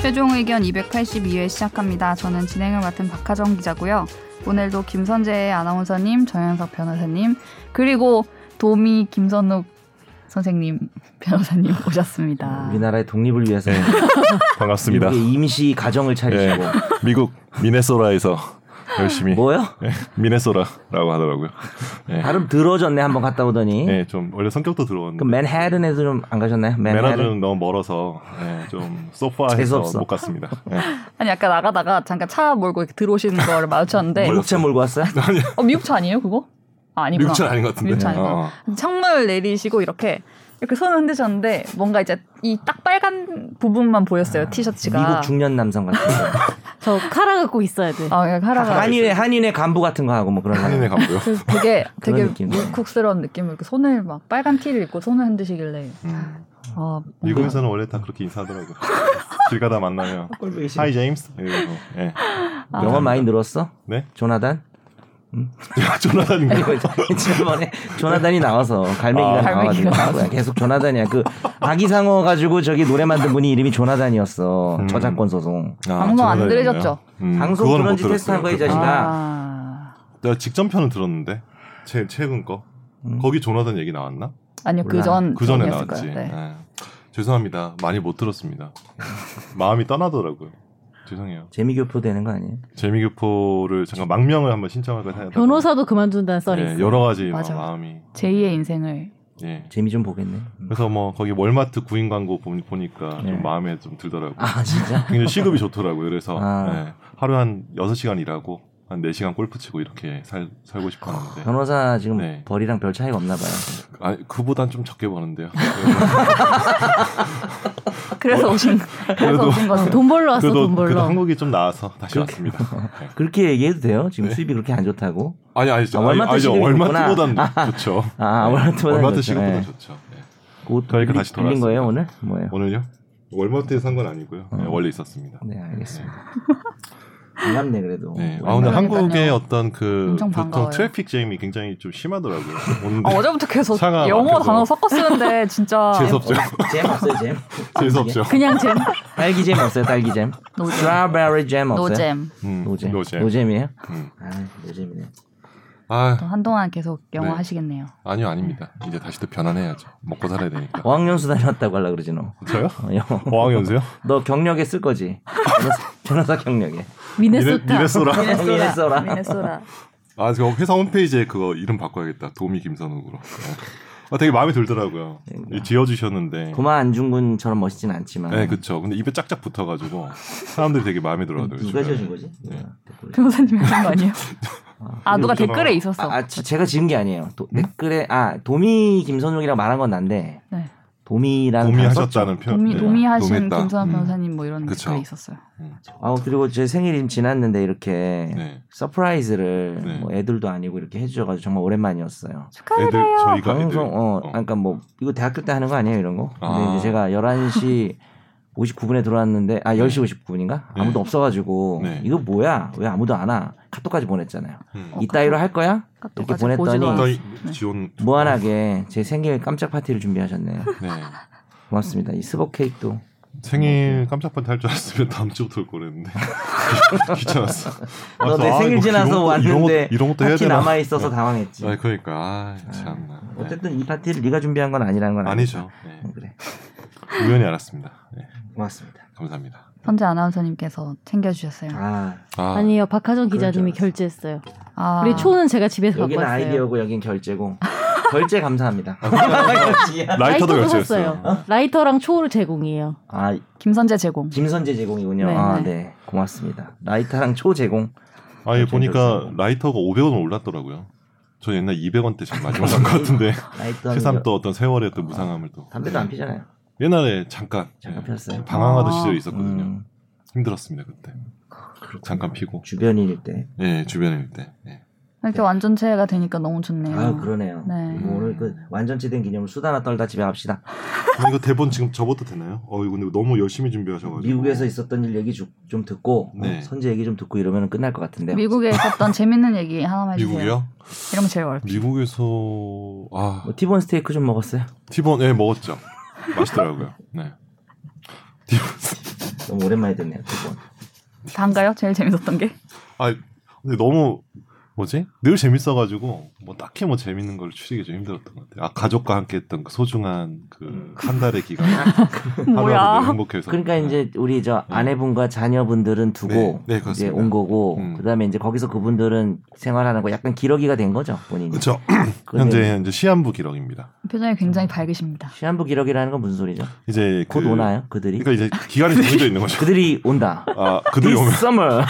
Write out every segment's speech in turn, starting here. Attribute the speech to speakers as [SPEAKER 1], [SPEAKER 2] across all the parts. [SPEAKER 1] 최종 의견 282회 시작합니다. 저는 진행을 맡은 박하정 기자고요. 오늘도 김선재 아나운서님, 정현석 변호사님, 그리고 도미 김선욱 선생님, 변호사님 오셨습니다.
[SPEAKER 2] 우리나라의 독립을 위해서
[SPEAKER 3] 네, 반갑습니다.
[SPEAKER 2] 미국의 임시 가정을 차리시고
[SPEAKER 3] 예, 미국 미네소라에서 열심히
[SPEAKER 2] 뭐요?
[SPEAKER 3] 예, 미네소라라고 하더라고요. 예,
[SPEAKER 2] 발음 들어졌네 한번 갔다 오더니
[SPEAKER 3] 예, 좀 원래 성격도 들어왔는데
[SPEAKER 2] 그럼 맨해튼에도 좀 안 가셨나요? 맨해튼
[SPEAKER 3] 매너는 너무 멀어서 예, 좀
[SPEAKER 2] 재수
[SPEAKER 3] 소파에서
[SPEAKER 2] 없어.
[SPEAKER 3] 못 갔습니다. 예.
[SPEAKER 1] 아니 아까 나가다가 잠깐 차 몰고 이렇게 들어오시는 거를 마주쳤는데
[SPEAKER 2] 물국차 네. 몰고 왔어요?
[SPEAKER 3] 네.
[SPEAKER 1] 어 미국차 아니에요 그거? 아, 아니구나.
[SPEAKER 3] 미국차 아닌 것 같은데.
[SPEAKER 1] 미국차 아니구나.
[SPEAKER 3] 어.
[SPEAKER 1] 창문을 내리시고 이렇게 이렇게 손을 흔드셨는데 뭔가 이제 이 딱 빨간 부분만 보였어요 티셔츠가.
[SPEAKER 2] 미국 중년 남성 같은 거
[SPEAKER 4] 저 카라 갖고 있어야 돼.
[SPEAKER 1] 아 그냥 하라가.
[SPEAKER 2] 한인의 한인의 간부 같은 거 하고 뭐 그런
[SPEAKER 3] 한인에 가고요.
[SPEAKER 1] 그래서 되게 되게
[SPEAKER 2] 그런 느낌.
[SPEAKER 1] 울컥스러운 느낌으로 이렇게 손을 막 빨간 티를 입고 손을 흔드시길래
[SPEAKER 3] 음,
[SPEAKER 1] 아 뭔가
[SPEAKER 3] 미국에서는 원래 다 그렇게 인사하더라고요. 길 가다 만나면 하이 제임스 이러고 예.
[SPEAKER 1] 아.
[SPEAKER 2] 영어 많이 늘었어?
[SPEAKER 3] 네?
[SPEAKER 2] 조나단?
[SPEAKER 3] 조나단인가?
[SPEAKER 2] 아니 뭐 지난번에 조나단이 나와서 갈매기가
[SPEAKER 3] 아,
[SPEAKER 1] 갈매기가
[SPEAKER 2] 나와가지고 뭐야, 계속 조나단이야 그 아기상어 가지고 저기 노래 만든 분이 이름이 조나단이었어
[SPEAKER 3] 음.
[SPEAKER 2] 저작권 소송
[SPEAKER 3] 아,
[SPEAKER 1] 방송 안
[SPEAKER 3] 조나단인가요?
[SPEAKER 1] 들으셨죠?
[SPEAKER 3] 음,
[SPEAKER 2] 방송
[SPEAKER 3] 그거는
[SPEAKER 2] 들었는지
[SPEAKER 3] 못
[SPEAKER 2] 테스트한 거야, 이
[SPEAKER 3] 들었어요.
[SPEAKER 2] 자식아.
[SPEAKER 1] 아
[SPEAKER 3] 내가 직전 편은 들었는데 제 최근 거
[SPEAKER 2] 음.
[SPEAKER 3] 거기 조나단 얘기 나왔나?
[SPEAKER 1] 음, 아니요
[SPEAKER 2] 몰라.
[SPEAKER 1] 그전
[SPEAKER 3] 그 전에
[SPEAKER 1] 전이었을
[SPEAKER 3] 나왔지.
[SPEAKER 1] 거예요. 네.
[SPEAKER 3] 예. 죄송합니다. 많이 못 들었습니다. 마음이 떠나더라고요. 죄송해요.
[SPEAKER 2] 재미교포 되는 거 아니에요?
[SPEAKER 3] 재미교포를 잠깐 망명을 한번 신청할까 하다가
[SPEAKER 4] 변호사도 그만둔다는 썰이
[SPEAKER 3] 예,
[SPEAKER 4] 있어.
[SPEAKER 3] 여러 가지 막
[SPEAKER 1] 맞아.
[SPEAKER 3] 마음이
[SPEAKER 1] 제2의 인생을
[SPEAKER 3] 예.
[SPEAKER 2] 재미 좀 보겠네 음.
[SPEAKER 3] 그래서 뭐 거기 월마트 구인 광고 보- 보니까
[SPEAKER 1] 네.
[SPEAKER 2] 예.
[SPEAKER 3] 좀 마음에 좀 들더라고요.
[SPEAKER 2] 아 진짜?
[SPEAKER 3] 굉장히 시급이 좋더라고요. 그래서
[SPEAKER 2] 아.
[SPEAKER 3] 예, 하루 한 6시간 일하고 한 4시간 골프 치고 이렇게 살, 살고
[SPEAKER 1] 아,
[SPEAKER 3] 싶었는데
[SPEAKER 2] 변호사 지금
[SPEAKER 3] 네.
[SPEAKER 2] 벌이랑 별 차이가 없나 봐요
[SPEAKER 3] 아, 그보단 좀 적게 버는데요. 어,
[SPEAKER 1] 그래서 오신 그래서
[SPEAKER 3] 그래도-
[SPEAKER 1] 오신
[SPEAKER 4] 어,
[SPEAKER 1] 거죠.
[SPEAKER 4] 돈 벌러 왔어
[SPEAKER 3] 그래도,
[SPEAKER 4] 돈
[SPEAKER 3] 그래도
[SPEAKER 4] 벌러.
[SPEAKER 3] 한국이 좀 나아서 다시 왔습니다. 예.
[SPEAKER 2] 그렇게 얘기해도 돼요? 지금
[SPEAKER 3] 네.
[SPEAKER 2] 수입이 그렇게 안 좋다고?
[SPEAKER 3] 아니 아니죠.
[SPEAKER 2] 아, 월마트
[SPEAKER 3] 아니, 아니죠.
[SPEAKER 2] 시급이
[SPEAKER 3] 월마트보단 좋죠.
[SPEAKER 2] 아,
[SPEAKER 3] 네.
[SPEAKER 2] 월마트보단 좋죠.
[SPEAKER 3] 시급보다
[SPEAKER 2] 네.
[SPEAKER 3] 좋죠. 네.
[SPEAKER 2] 옷
[SPEAKER 3] 저희가
[SPEAKER 2] 빌리-
[SPEAKER 3] 다시
[SPEAKER 2] 빌린
[SPEAKER 3] 돌아왔습니다.
[SPEAKER 2] 거예요 오늘? 뭐예요?
[SPEAKER 3] 오늘요? 월마트에서 산 건 아니고요. 네, 원래 있었습니다.
[SPEAKER 2] 네 알겠습니다 반갑네 그래도
[SPEAKER 3] 네.
[SPEAKER 1] 어,
[SPEAKER 3] 아 오늘 한국의
[SPEAKER 1] 그러니까요.
[SPEAKER 3] 어떤 그
[SPEAKER 1] 엄청
[SPEAKER 3] 보통
[SPEAKER 1] 반가워요.
[SPEAKER 3] 트래픽 잼이 굉장히 좀 심하더라고요. 오는데
[SPEAKER 1] 아, 어제부터 계속
[SPEAKER 3] 차가
[SPEAKER 1] 영어
[SPEAKER 3] 막혀서.
[SPEAKER 1] 단어 섞어 쓰는데 진짜
[SPEAKER 3] 재수없죠.
[SPEAKER 2] 잼 없어요 잼?
[SPEAKER 3] 재수없죠.
[SPEAKER 4] 그냥 잼.
[SPEAKER 2] 딸기잼 없어요 딸기잼? 스트로베리잼 없어요?
[SPEAKER 1] 노잼
[SPEAKER 3] 음,
[SPEAKER 2] 노잼.
[SPEAKER 3] 노잼.
[SPEAKER 2] 이에요
[SPEAKER 3] 음.
[SPEAKER 2] 아, 노잼이네.
[SPEAKER 3] 아
[SPEAKER 1] 또 한동안 계속 영어
[SPEAKER 3] 네.
[SPEAKER 1] 하시겠네요.
[SPEAKER 3] 아니요 아닙니다. 이제 다시 또 변환해야죠. 먹고 살아야 되니까.
[SPEAKER 2] 어학연수 다녔다고 하려 그러지 너.
[SPEAKER 3] 저요?
[SPEAKER 2] 어, 영어.
[SPEAKER 3] 어학연수요?
[SPEAKER 2] 너 경력에 쓸 거지. 변호사, 변호사 경력에.
[SPEAKER 4] 미네소타.
[SPEAKER 3] 미네- 미네소라.
[SPEAKER 2] 미네소라.
[SPEAKER 1] 미네소라.
[SPEAKER 3] 아, 저 회사 홈페이지에 그거 이름 바꿔야겠다. 도미 김선욱으로. 아, 되게 마음에 들더라고요. 지어주셨는데.
[SPEAKER 2] 네. 고마 안중근처럼 멋있진 않지만.
[SPEAKER 3] 네, 그쵸. 근데 입에 짝짝 붙어가지고 사람들이 되게 마음에 들어하더라고요. 네.
[SPEAKER 2] 누가
[SPEAKER 3] 주변에.
[SPEAKER 2] 지어준 네. 거지? 누가?
[SPEAKER 1] 변호사님이 하신 거 아니에요? 아 누가
[SPEAKER 3] 그러잖아.
[SPEAKER 1] 댓글에 있었어.
[SPEAKER 2] 아, 아, 지- 제가 지은 게 아니에요. 도- 댓글에 아 도미 김선욱이라고 말한 건 난데
[SPEAKER 1] 네.
[SPEAKER 2] 도미라는 단어 썼죠.
[SPEAKER 3] 도미하셨다는 표현.
[SPEAKER 1] 도미
[SPEAKER 3] 네.
[SPEAKER 1] 도미하신
[SPEAKER 3] 도미했다.
[SPEAKER 1] 김선환
[SPEAKER 3] 음.
[SPEAKER 1] 변호사님 뭐 이런
[SPEAKER 3] 그쵸.
[SPEAKER 1] 댓글이 있었어요.
[SPEAKER 2] 아 그리고 제 생일이 지났는데 이렇게
[SPEAKER 3] 네.
[SPEAKER 2] 서프라이즈를
[SPEAKER 3] 네.
[SPEAKER 2] 뭐 애들도 아니고 이렇게 해주셔가지고 정말 오랜만이었어요.
[SPEAKER 3] 애들 저희가 애들.
[SPEAKER 2] 방송 어,
[SPEAKER 3] 어.
[SPEAKER 2] 그러니까 뭐 이거 대학교 때 하는 거 아니에요 이런 거. 근데
[SPEAKER 3] 아.
[SPEAKER 2] 이제 제가 11시 59분에 들어왔는데 아 10시 59분인가?
[SPEAKER 3] 네.
[SPEAKER 2] 아무도 없어가지고
[SPEAKER 3] 네.
[SPEAKER 2] 이거 뭐야? 왜 아무도 안 와? 카톡까지 보냈잖아요.
[SPEAKER 3] 음.
[SPEAKER 1] 어,
[SPEAKER 2] 이따위로 할 거야? 이렇게
[SPEAKER 1] 카톡까지
[SPEAKER 2] 보냈더니
[SPEAKER 1] 보지도 않았어요.
[SPEAKER 3] 일단 지원.
[SPEAKER 2] 무한하게 제 생일 깜짝 파티를 준비하셨네요.
[SPEAKER 3] 뭐 네.
[SPEAKER 2] 고맙습니다. 이 스벅 케이크도 네.
[SPEAKER 3] 생일 깜짝 파티 할 줄 알았으면 다음 주부터 올 거랬는데 귀찮았어.
[SPEAKER 2] 너
[SPEAKER 3] 그래서,
[SPEAKER 2] 내
[SPEAKER 3] 아,
[SPEAKER 2] 생일
[SPEAKER 3] 이거
[SPEAKER 2] 지나서
[SPEAKER 3] 이런 것도-
[SPEAKER 2] 왔는데
[SPEAKER 3] 이런 것도 해야
[SPEAKER 2] 파티
[SPEAKER 3] 되나?
[SPEAKER 2] 남아 있어서 당황했지.
[SPEAKER 3] 아, 그러니까 아, 참나. 네.
[SPEAKER 2] 어쨌든 이 파티를 네가 준비한 건 아니라는 건
[SPEAKER 3] 아니죠. 네.
[SPEAKER 2] 아니죠. 그래.
[SPEAKER 3] 우연히 알았습니다. 네.
[SPEAKER 2] 고맙습니다.
[SPEAKER 3] 감사합니다.
[SPEAKER 1] 선재 아나운서님께서 챙겨주셨어요.
[SPEAKER 2] 아
[SPEAKER 3] 아,
[SPEAKER 4] 아니에요.
[SPEAKER 2] 그럴
[SPEAKER 4] 박하정
[SPEAKER 2] 줄
[SPEAKER 4] 기자님이
[SPEAKER 2] 알았어.
[SPEAKER 4] 결제했어요.
[SPEAKER 1] 아,
[SPEAKER 4] 우리 초는 제가 집에서 네, 갖고
[SPEAKER 2] 여기는
[SPEAKER 4] 왔어요.
[SPEAKER 2] 아이디어고 여긴 결제고 결제 감사합니다.
[SPEAKER 3] 아, 라이터도
[SPEAKER 4] 라이터도
[SPEAKER 3] 결제했어요.
[SPEAKER 4] 샀어요. 라이터랑 초를 제공이에요.
[SPEAKER 2] 아
[SPEAKER 1] 김선재 제공.
[SPEAKER 2] 김선재 제공이군요.
[SPEAKER 4] 네,
[SPEAKER 2] 아,
[SPEAKER 1] 네.
[SPEAKER 2] 네. 고맙습니다. 라이터랑 초 제공.
[SPEAKER 3] 아예
[SPEAKER 2] 네,
[SPEAKER 3] 보니까
[SPEAKER 2] 결제했어요.
[SPEAKER 3] 라이터가 500원 올랐더라고요. 저 옛날 200원대 지금 마지막 산것 같은데
[SPEAKER 2] 라이터
[SPEAKER 3] 새삼 또 어떤 세월의 어떤 무상함을 또
[SPEAKER 2] 아, 담배도 안 피잖아요.
[SPEAKER 3] 옛날에 잠깐
[SPEAKER 2] 잠깐
[SPEAKER 3] 예,
[SPEAKER 2] 폈어요.
[SPEAKER 3] 방황하던
[SPEAKER 1] 아.
[SPEAKER 3] 시절이 있었거든요.
[SPEAKER 2] 음,
[SPEAKER 3] 힘들었습니다 그때. 잠깐 피고
[SPEAKER 2] 주변인일 때.
[SPEAKER 3] 예 주변일 때. 예.
[SPEAKER 1] 이렇게 완전체가 되니까 너무 좋네요.
[SPEAKER 2] 아 그러네요.
[SPEAKER 1] 네.
[SPEAKER 2] 이거 오늘 그 완전체된 기념으로 수다나 떨다 집에 갑시다.
[SPEAKER 3] 아, 이거 대본 지금 접어도 되나요? 어 이거 근데 너무 열심히 준비하셔가지고
[SPEAKER 2] 미국에서 있었던 일 얘기 주- 좀 듣고 어,
[SPEAKER 3] 네.
[SPEAKER 2] 선재 얘기 좀 듣고 이러면 끝날 것 같은데요.
[SPEAKER 1] 미국에 있었던 재밌는 얘기 하나만 해주세요.
[SPEAKER 3] 미국이요?
[SPEAKER 1] 이런 거 제일 어렵죠.
[SPEAKER 3] 미국에서 아
[SPEAKER 2] 네. 뭐 티본 스테이크 좀 먹었어요.
[SPEAKER 3] 티본 예 먹었죠. 맛있더라고요. 네. 티본
[SPEAKER 2] 너무 오랜만에 듣네요. 두 번.
[SPEAKER 1] 단가요? 제일 재밌었던 게.
[SPEAKER 3] 아 근데 너무 뭐지? 늘 재밌어가지고 뭐 딱히 뭐 재밌는 걸 추리기 좀 힘들었던 것 같아요. 아 가족과 함께했던 그 소중한 그 한 달의 기간
[SPEAKER 1] 뭐야.
[SPEAKER 3] 하루하루
[SPEAKER 2] 음.
[SPEAKER 3] 행복해서
[SPEAKER 2] 그러니까 이제 우리 저 아내분과 자녀분들은 두고
[SPEAKER 3] 네, 네, 그렇습니다.
[SPEAKER 2] 이제 온 거고
[SPEAKER 3] 음.
[SPEAKER 2] 그다음에 이제 거기서 그분들은 생활하는 거 약간 기러기가 된 거죠 본인이.
[SPEAKER 3] 그렇죠.
[SPEAKER 2] 근데
[SPEAKER 3] 현재 이제 시한부 기록입니다.
[SPEAKER 1] 표정이 굉장히 밝으십니다.
[SPEAKER 2] 시한부 기러기라는 건 무슨 소리죠?
[SPEAKER 3] 이제
[SPEAKER 2] 곧
[SPEAKER 3] 그-
[SPEAKER 2] 오나요 그들이?
[SPEAKER 3] 그러니까 이제 기간이 정해져 있는 거죠.
[SPEAKER 2] 그들이 온다.
[SPEAKER 3] 아 그들이
[SPEAKER 2] This
[SPEAKER 3] 오면
[SPEAKER 2] summer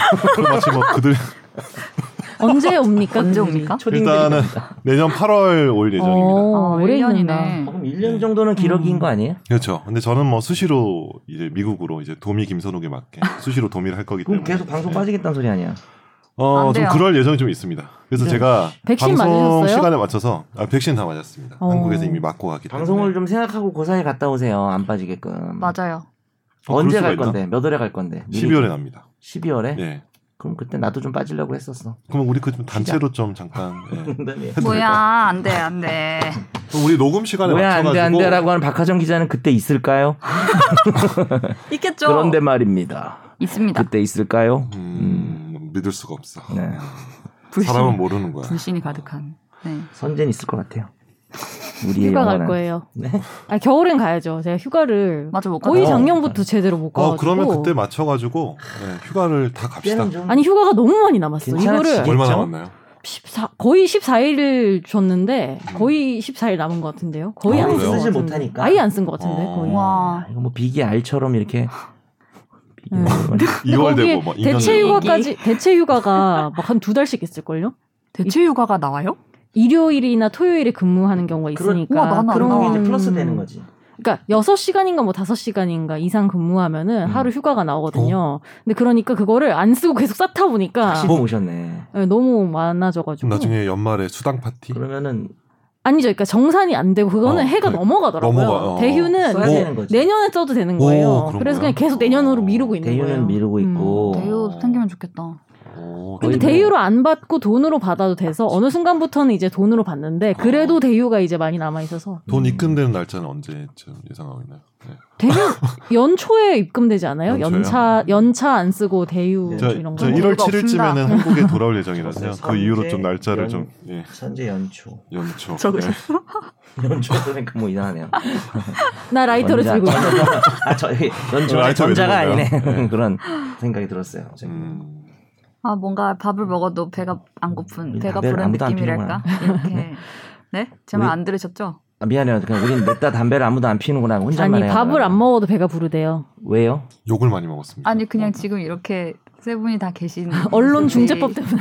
[SPEAKER 3] 마치 뭐 그들
[SPEAKER 4] 언제 옵니까?
[SPEAKER 1] 언제
[SPEAKER 4] 그분들이?
[SPEAKER 1] 옵니까?
[SPEAKER 3] 일단은 내년 8월 올 예정입니다.
[SPEAKER 4] 어,
[SPEAKER 1] 아,
[SPEAKER 4] 올해
[SPEAKER 1] 1년이네.
[SPEAKER 4] 있구나.
[SPEAKER 2] 조금 1년 정도는 기러기인 거 아니에요?
[SPEAKER 3] 그렇죠. 근데 저는 뭐 수시로 이제 미국으로 이제 도미 김선욱에 맞게 수시로 도미를 할 거기 때문에
[SPEAKER 2] 그럼 계속 방송
[SPEAKER 3] 네.
[SPEAKER 2] 빠지겠다는 소리 아니야?
[SPEAKER 1] 안
[SPEAKER 3] 어, 좀
[SPEAKER 1] 돼요.
[SPEAKER 3] 그럴 예정이 좀 있습니다. 그래서
[SPEAKER 2] 네.
[SPEAKER 3] 제가
[SPEAKER 4] 네. 백신
[SPEAKER 3] 방송
[SPEAKER 4] 맞으셨어요?
[SPEAKER 3] 시간에 맞춰서 아, 백신 다 맞았습니다.
[SPEAKER 4] 어.
[SPEAKER 3] 한국에서 이미 맞고 가기 때문에
[SPEAKER 2] 방송을 좀 생각하고 그 고사에 갔다 오세요. 안 빠지게끔.
[SPEAKER 1] 맞아요.
[SPEAKER 3] 어,
[SPEAKER 2] 언제
[SPEAKER 3] 그럴 수가
[SPEAKER 2] 갈
[SPEAKER 3] 있나?
[SPEAKER 2] 건데? 몇 월에 갈 건데?
[SPEAKER 3] 12월에 납니다.
[SPEAKER 2] 12월에?
[SPEAKER 4] 네.
[SPEAKER 3] 예.
[SPEAKER 2] 그럼 그때 나도 좀 빠지려고 했었어.
[SPEAKER 3] 그럼 우리 그 좀 단체로 좀 잠깐 예. 해도
[SPEAKER 1] 뭐야,
[SPEAKER 3] 될까요?
[SPEAKER 1] 안 돼, 안 돼.
[SPEAKER 3] 그럼 우리 녹음 시간에
[SPEAKER 2] 뭐야
[SPEAKER 3] 맞춰
[SPEAKER 2] 안돼
[SPEAKER 3] 가지고
[SPEAKER 2] 안돼라고 하는 박하정 기자는 그때 있을까요?
[SPEAKER 1] 있겠죠?
[SPEAKER 2] 그런데 말입니다.
[SPEAKER 1] 있습니다.
[SPEAKER 2] 그때 있을까요?
[SPEAKER 3] 음, 믿을 수가 없어.
[SPEAKER 2] 네.
[SPEAKER 3] 사람은 모르는 거야.
[SPEAKER 1] 불신이 가득한. 네.
[SPEAKER 2] 선재는 있을 것 같아요. 우리의
[SPEAKER 4] 휴가 갈
[SPEAKER 2] 영원한.
[SPEAKER 4] 거예요.
[SPEAKER 2] 네.
[SPEAKER 4] 아 겨울엔 가야죠. 제가 휴가를
[SPEAKER 1] 맞아, 뭐 못
[SPEAKER 4] 거의
[SPEAKER 2] 어.
[SPEAKER 1] 가죠.
[SPEAKER 4] 작년부터 제대로 못 가가지고.
[SPEAKER 3] 어, 그러면 그때 맞춰 가지고 예, 휴가를 다 갑시다.
[SPEAKER 2] 때는 좀
[SPEAKER 4] 아니 휴가가 너무 많이 남았어.
[SPEAKER 2] 괜찮아지겠죠?
[SPEAKER 4] 이거를
[SPEAKER 3] 얼마 남았나요?
[SPEAKER 4] 14 거의 14일 줬는데 거의 14일 남은 것 같은데요. 거의
[SPEAKER 3] 아,
[SPEAKER 4] 안
[SPEAKER 3] 그래요?
[SPEAKER 4] 쓴것
[SPEAKER 2] 음. 쓰질
[SPEAKER 4] 같은데.
[SPEAKER 2] 못하니까.
[SPEAKER 4] 아예 안 쓴 것 같은데
[SPEAKER 3] 어.
[SPEAKER 4] 거의.
[SPEAKER 1] 와.
[SPEAKER 2] 아, 이거 뭐 비기 알처럼 이렇게 비기
[SPEAKER 4] 음.
[SPEAKER 2] 알처럼.
[SPEAKER 3] 2월
[SPEAKER 4] 거기에
[SPEAKER 3] 되고 뭐 막 2년
[SPEAKER 4] 대체
[SPEAKER 3] 되고.
[SPEAKER 4] 휴가까지 대체 휴가가 막 한 두 달씩 있을걸요?
[SPEAKER 1] 대체 휴가가 나와요?
[SPEAKER 4] 일요일이나 토요일에 근무하는 경우가
[SPEAKER 2] 그런-
[SPEAKER 4] 있으니까
[SPEAKER 1] 우와, 나는 안
[SPEAKER 2] 그런 게
[SPEAKER 1] 음.
[SPEAKER 2] 이제 플러스 되는 거지.
[SPEAKER 4] 그러니까 6시간인가 뭐 5시간인가 이상 근무하면은
[SPEAKER 2] 음. 어?
[SPEAKER 4] 하루 휴가가 나오거든요. 근데 그러니까 그거를 안 쓰고 계속 쌓다 보니까
[SPEAKER 2] 다시 뭐 보고 오셨네.
[SPEAKER 4] 예, 너무 많아져 가지고
[SPEAKER 3] 나중에 연말에 수당 파티
[SPEAKER 2] 그러면은
[SPEAKER 4] 아니죠. 그러니까 정산이 안 되고 그거는
[SPEAKER 3] 어,
[SPEAKER 4] 해가
[SPEAKER 3] 네.
[SPEAKER 4] 넘어가더라고요.
[SPEAKER 3] 넘어가요. 어.
[SPEAKER 4] 대휴는
[SPEAKER 2] 써야
[SPEAKER 3] 뭐
[SPEAKER 2] 되는 거지.
[SPEAKER 4] 내년에 써도 되는
[SPEAKER 3] 오,
[SPEAKER 4] 거예요.
[SPEAKER 3] 그런
[SPEAKER 4] 그래서
[SPEAKER 3] 거예요?
[SPEAKER 4] 그냥 계속 내년으로 미루고 있는 거예요.
[SPEAKER 2] 대유는 어, 미루고
[SPEAKER 4] 음.
[SPEAKER 2] 있고.
[SPEAKER 1] 대유 생기면 좋겠다.
[SPEAKER 3] 오,
[SPEAKER 2] 거의
[SPEAKER 4] 근데
[SPEAKER 2] 뭐-
[SPEAKER 4] 대유로 안 받고 돈으로 받아도 돼서 어느 순간부터는 이제 돈으로 받는데
[SPEAKER 2] 아.
[SPEAKER 4] 그래도 대유가 이제 많이 남아 있어서
[SPEAKER 3] 돈
[SPEAKER 2] 음.
[SPEAKER 3] 입금되는 날짜는 언제쯤 예상하고 있나요? 네.
[SPEAKER 4] 대유 연초에 입금되지 않아요?
[SPEAKER 3] 연초요? 음.
[SPEAKER 4] 연차 연차 안 쓰고 대유
[SPEAKER 2] 네.
[SPEAKER 3] 저,
[SPEAKER 4] 이런
[SPEAKER 3] 저
[SPEAKER 4] 거.
[SPEAKER 1] 일-
[SPEAKER 3] 1월
[SPEAKER 1] 이유가
[SPEAKER 3] 7일쯤에는
[SPEAKER 1] 없습니다.
[SPEAKER 3] 한국에 돌아올 예정이라서요. 그
[SPEAKER 2] 선제,
[SPEAKER 3] 이후로 좀 날짜를
[SPEAKER 2] 연-
[SPEAKER 3] 좀 네. 예,
[SPEAKER 2] 선제 연초.
[SPEAKER 3] 연초.
[SPEAKER 1] 적으셨어요?
[SPEAKER 2] 연초 그러니까 뭐 이상하네요.
[SPEAKER 4] 나 라이터를
[SPEAKER 2] 전자,
[SPEAKER 4] 들고 있어.
[SPEAKER 2] 전자. 아, 저 연초
[SPEAKER 3] 라이터 왜
[SPEAKER 2] 전자가
[SPEAKER 3] 들고
[SPEAKER 2] 아니네.
[SPEAKER 3] 있나요? 네.
[SPEAKER 2] 그런 생각이 들었어요.
[SPEAKER 3] 예. 음,
[SPEAKER 1] 아, 뭔가 밥을 먹어도 배가 안 고픈, 배가
[SPEAKER 2] 담배를
[SPEAKER 1] 부른
[SPEAKER 2] 아무도 안
[SPEAKER 1] 느낌이랄까? 이렇게. 네? 제 말
[SPEAKER 2] 우리-
[SPEAKER 1] 안 들으셨죠?
[SPEAKER 2] 아, 미안해요. 그냥 우린 냅다 담배를 아무도 안 피우는구나. 혼자만
[SPEAKER 4] 아니
[SPEAKER 2] 해요.
[SPEAKER 4] 밥을 안 먹어도 배가 부르대요.
[SPEAKER 2] 왜요?
[SPEAKER 3] 욕을 많이 먹었습니다.
[SPEAKER 1] 아니, 그냥 지금 이렇게 세 분이 다 계신.
[SPEAKER 2] 음.
[SPEAKER 4] 언론
[SPEAKER 2] 네.
[SPEAKER 4] 중재법 때문에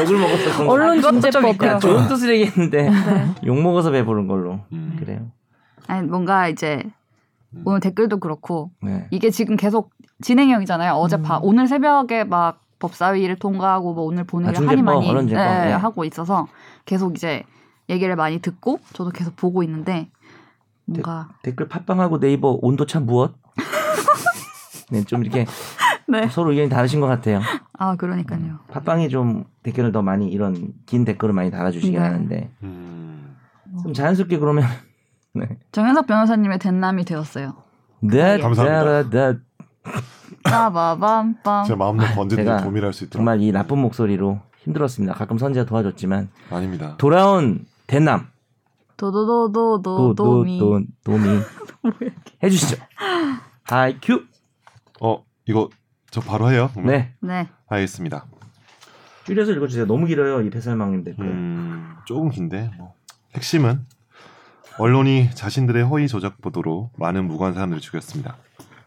[SPEAKER 2] 욕을 먹어서 그런 거.
[SPEAKER 4] 언론
[SPEAKER 1] 그것도 좀
[SPEAKER 4] 중재법
[SPEAKER 1] 있고요.
[SPEAKER 2] 그냥 좋은 뜻을 얘기했는데
[SPEAKER 1] 네.
[SPEAKER 2] 욕 먹어서 배부른 걸로.
[SPEAKER 3] 음.
[SPEAKER 2] 그래요.
[SPEAKER 1] 아니, 뭔가 이제
[SPEAKER 3] 음.
[SPEAKER 1] 오늘 댓글도 그렇고
[SPEAKER 2] 네.
[SPEAKER 1] 이게 지금 계속 진행형이잖아요. 어젯밤
[SPEAKER 4] 음.
[SPEAKER 1] 오늘 새벽에 막 법사위를 통과하고 뭐 오늘 본회의
[SPEAKER 2] 아,
[SPEAKER 1] 를 한이
[SPEAKER 2] 중재법,
[SPEAKER 1] 많이
[SPEAKER 2] 언론 중재법,
[SPEAKER 1] 예,
[SPEAKER 2] 예.
[SPEAKER 1] 하고 있어서 계속 이제 얘기를 많이 듣고 저도 계속 보고 있는데 뭔가
[SPEAKER 2] 댓글 팟빵하고 네이버 온도 참 무엇? 네, 좀 이렇게
[SPEAKER 1] 네.
[SPEAKER 2] 서로 의견이 다르신 것 같아요. 음.
[SPEAKER 1] 아 그러니까요.
[SPEAKER 2] 팟빵이 좀 댓글을 더 많이 이런 긴 댓글을 많이 달아주시긴
[SPEAKER 1] 네.
[SPEAKER 2] 하는데
[SPEAKER 3] 음,
[SPEAKER 2] 좀 자연스럽게 그러면 네.
[SPEAKER 1] 정현석 변호사님의 된남이 되었어요.
[SPEAKER 2] 네,
[SPEAKER 3] 감사합니다.
[SPEAKER 2] 네, 네.
[SPEAKER 3] 제
[SPEAKER 1] 빠바밤빰.
[SPEAKER 3] 마음놓고 아, 언제든
[SPEAKER 2] 제가
[SPEAKER 3] 도미를 할 수 있도록.
[SPEAKER 2] 정말 이 나쁜 목소리로 힘들었습니다. 가끔 선재가 도와줬지만
[SPEAKER 3] 아닙니다.
[SPEAKER 2] 돌아온 대남
[SPEAKER 1] 어, 도도도도도도미. 뭐
[SPEAKER 2] 도도도 도미 해주시죠. 하이큐
[SPEAKER 3] 어, 이거 저 바로 해요. 그러면?
[SPEAKER 2] 네
[SPEAKER 1] 네.
[SPEAKER 3] 알겠습니다.
[SPEAKER 2] 줄여서 읽어주세요. 너무 길어요 이 배설망님 댓글.
[SPEAKER 3] 음, 조금 긴데 뭐. 핵심은 언론이 자신들의 허위 조작 보도로 많은 무고한 사람들을 죽였습니다.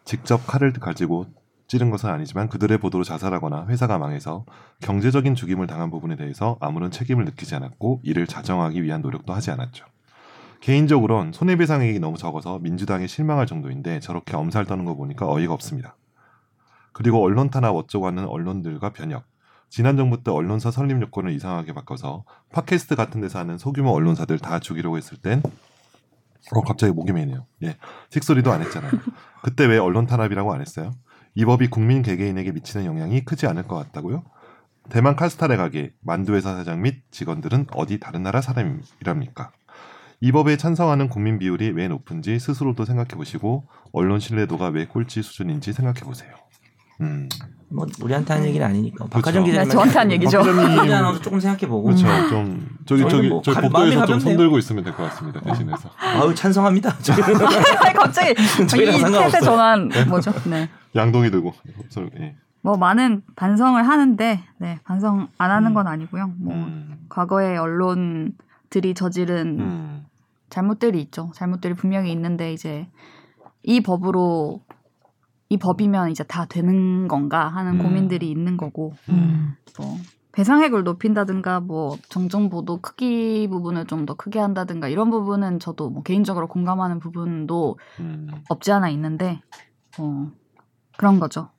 [SPEAKER 3] 직접 칼을 가지고 찌른 것은 아니지만 그들의 보도로 자살하거나 회사가 망해서 경제적인 죽임을 당한 부분에 대해서 아무런 책임을 느끼지 않았고 이를 자정하기 위한 노력도 하지 않았죠. 개인적으론 손해배상액이 너무 적어서 민주당에 실망할 정도인데 저렇게 엄살 떠는 거 보니까 어이가 없습니다. 그리고 언론 탄압 어쩌고 하는 언론들과 변혁. 지난 정부 때 언론사 설립 요건을 이상하게 바꿔서 팟캐스트 같은 데서 하는 소규모 언론사들 다 죽이려고 했을 땐 어, 갑자기 목이 메네요. 예. 틱소리도 안 했잖아요. 그때 왜 언론 탄압이라고 안 했어요? 이 법이 국민 개개인에게 미치는 영향이 크지 않을 것 같다고요? 대만 카스타레 가게, 만두회사 사장 및 직원들은 어디 다른 나라 사람이랍니까? 이 법에 찬성하는 국민 비율이 왜 높은지 스스로도 생각해 보시고 언론 신뢰도가 왜 꼴찌 수준인지 생각해 보세요. 음,
[SPEAKER 2] 뭐 우리한테 하는 얘기는 아니니까. 박하정
[SPEAKER 3] 그렇죠.
[SPEAKER 2] 기자님
[SPEAKER 1] 네, 저한테 한 얘기죠.
[SPEAKER 2] 박하정 기자 나와서 조금 생각해보고. 음.
[SPEAKER 3] 그렇죠. 좀 저기
[SPEAKER 2] 저희는
[SPEAKER 3] 저기
[SPEAKER 2] 뭐
[SPEAKER 3] 저기
[SPEAKER 2] 가-
[SPEAKER 3] 복도에서
[SPEAKER 2] 마음이
[SPEAKER 3] 좀
[SPEAKER 2] 가볍네요.
[SPEAKER 3] 손들고 있으면 될 것 같습니다. 대신해서.
[SPEAKER 2] 아우 찬성합니다.
[SPEAKER 1] 갑자기 이
[SPEAKER 2] 저희랑
[SPEAKER 1] 세대
[SPEAKER 2] 상관없어요.
[SPEAKER 1] 전환 뭐죠? 네.
[SPEAKER 3] 양동이 들고. 손- 예.
[SPEAKER 1] 뭐 많은 반성을 하는데 네, 반성 안 하는 건 아니고요. 뭐
[SPEAKER 3] 음.
[SPEAKER 1] 과거의 언론들이 저지른
[SPEAKER 3] 음.
[SPEAKER 1] 잘못들이 있죠. 잘못들이 분명히 있는데 이제 이 법으로 이 법이면 이제 다 되는 건가 하는
[SPEAKER 3] 음.
[SPEAKER 1] 고민들이 있는 거고
[SPEAKER 3] 음.
[SPEAKER 1] 뭐 배상액을 높인다든가 뭐 정정 보도 크기 부분을 좀 더 크게 한다든가 이런 부분은 저도 뭐 개인적으로 공감하는 부분도
[SPEAKER 3] 음.
[SPEAKER 1] 없지 않아 있는데 어, 그런 거죠.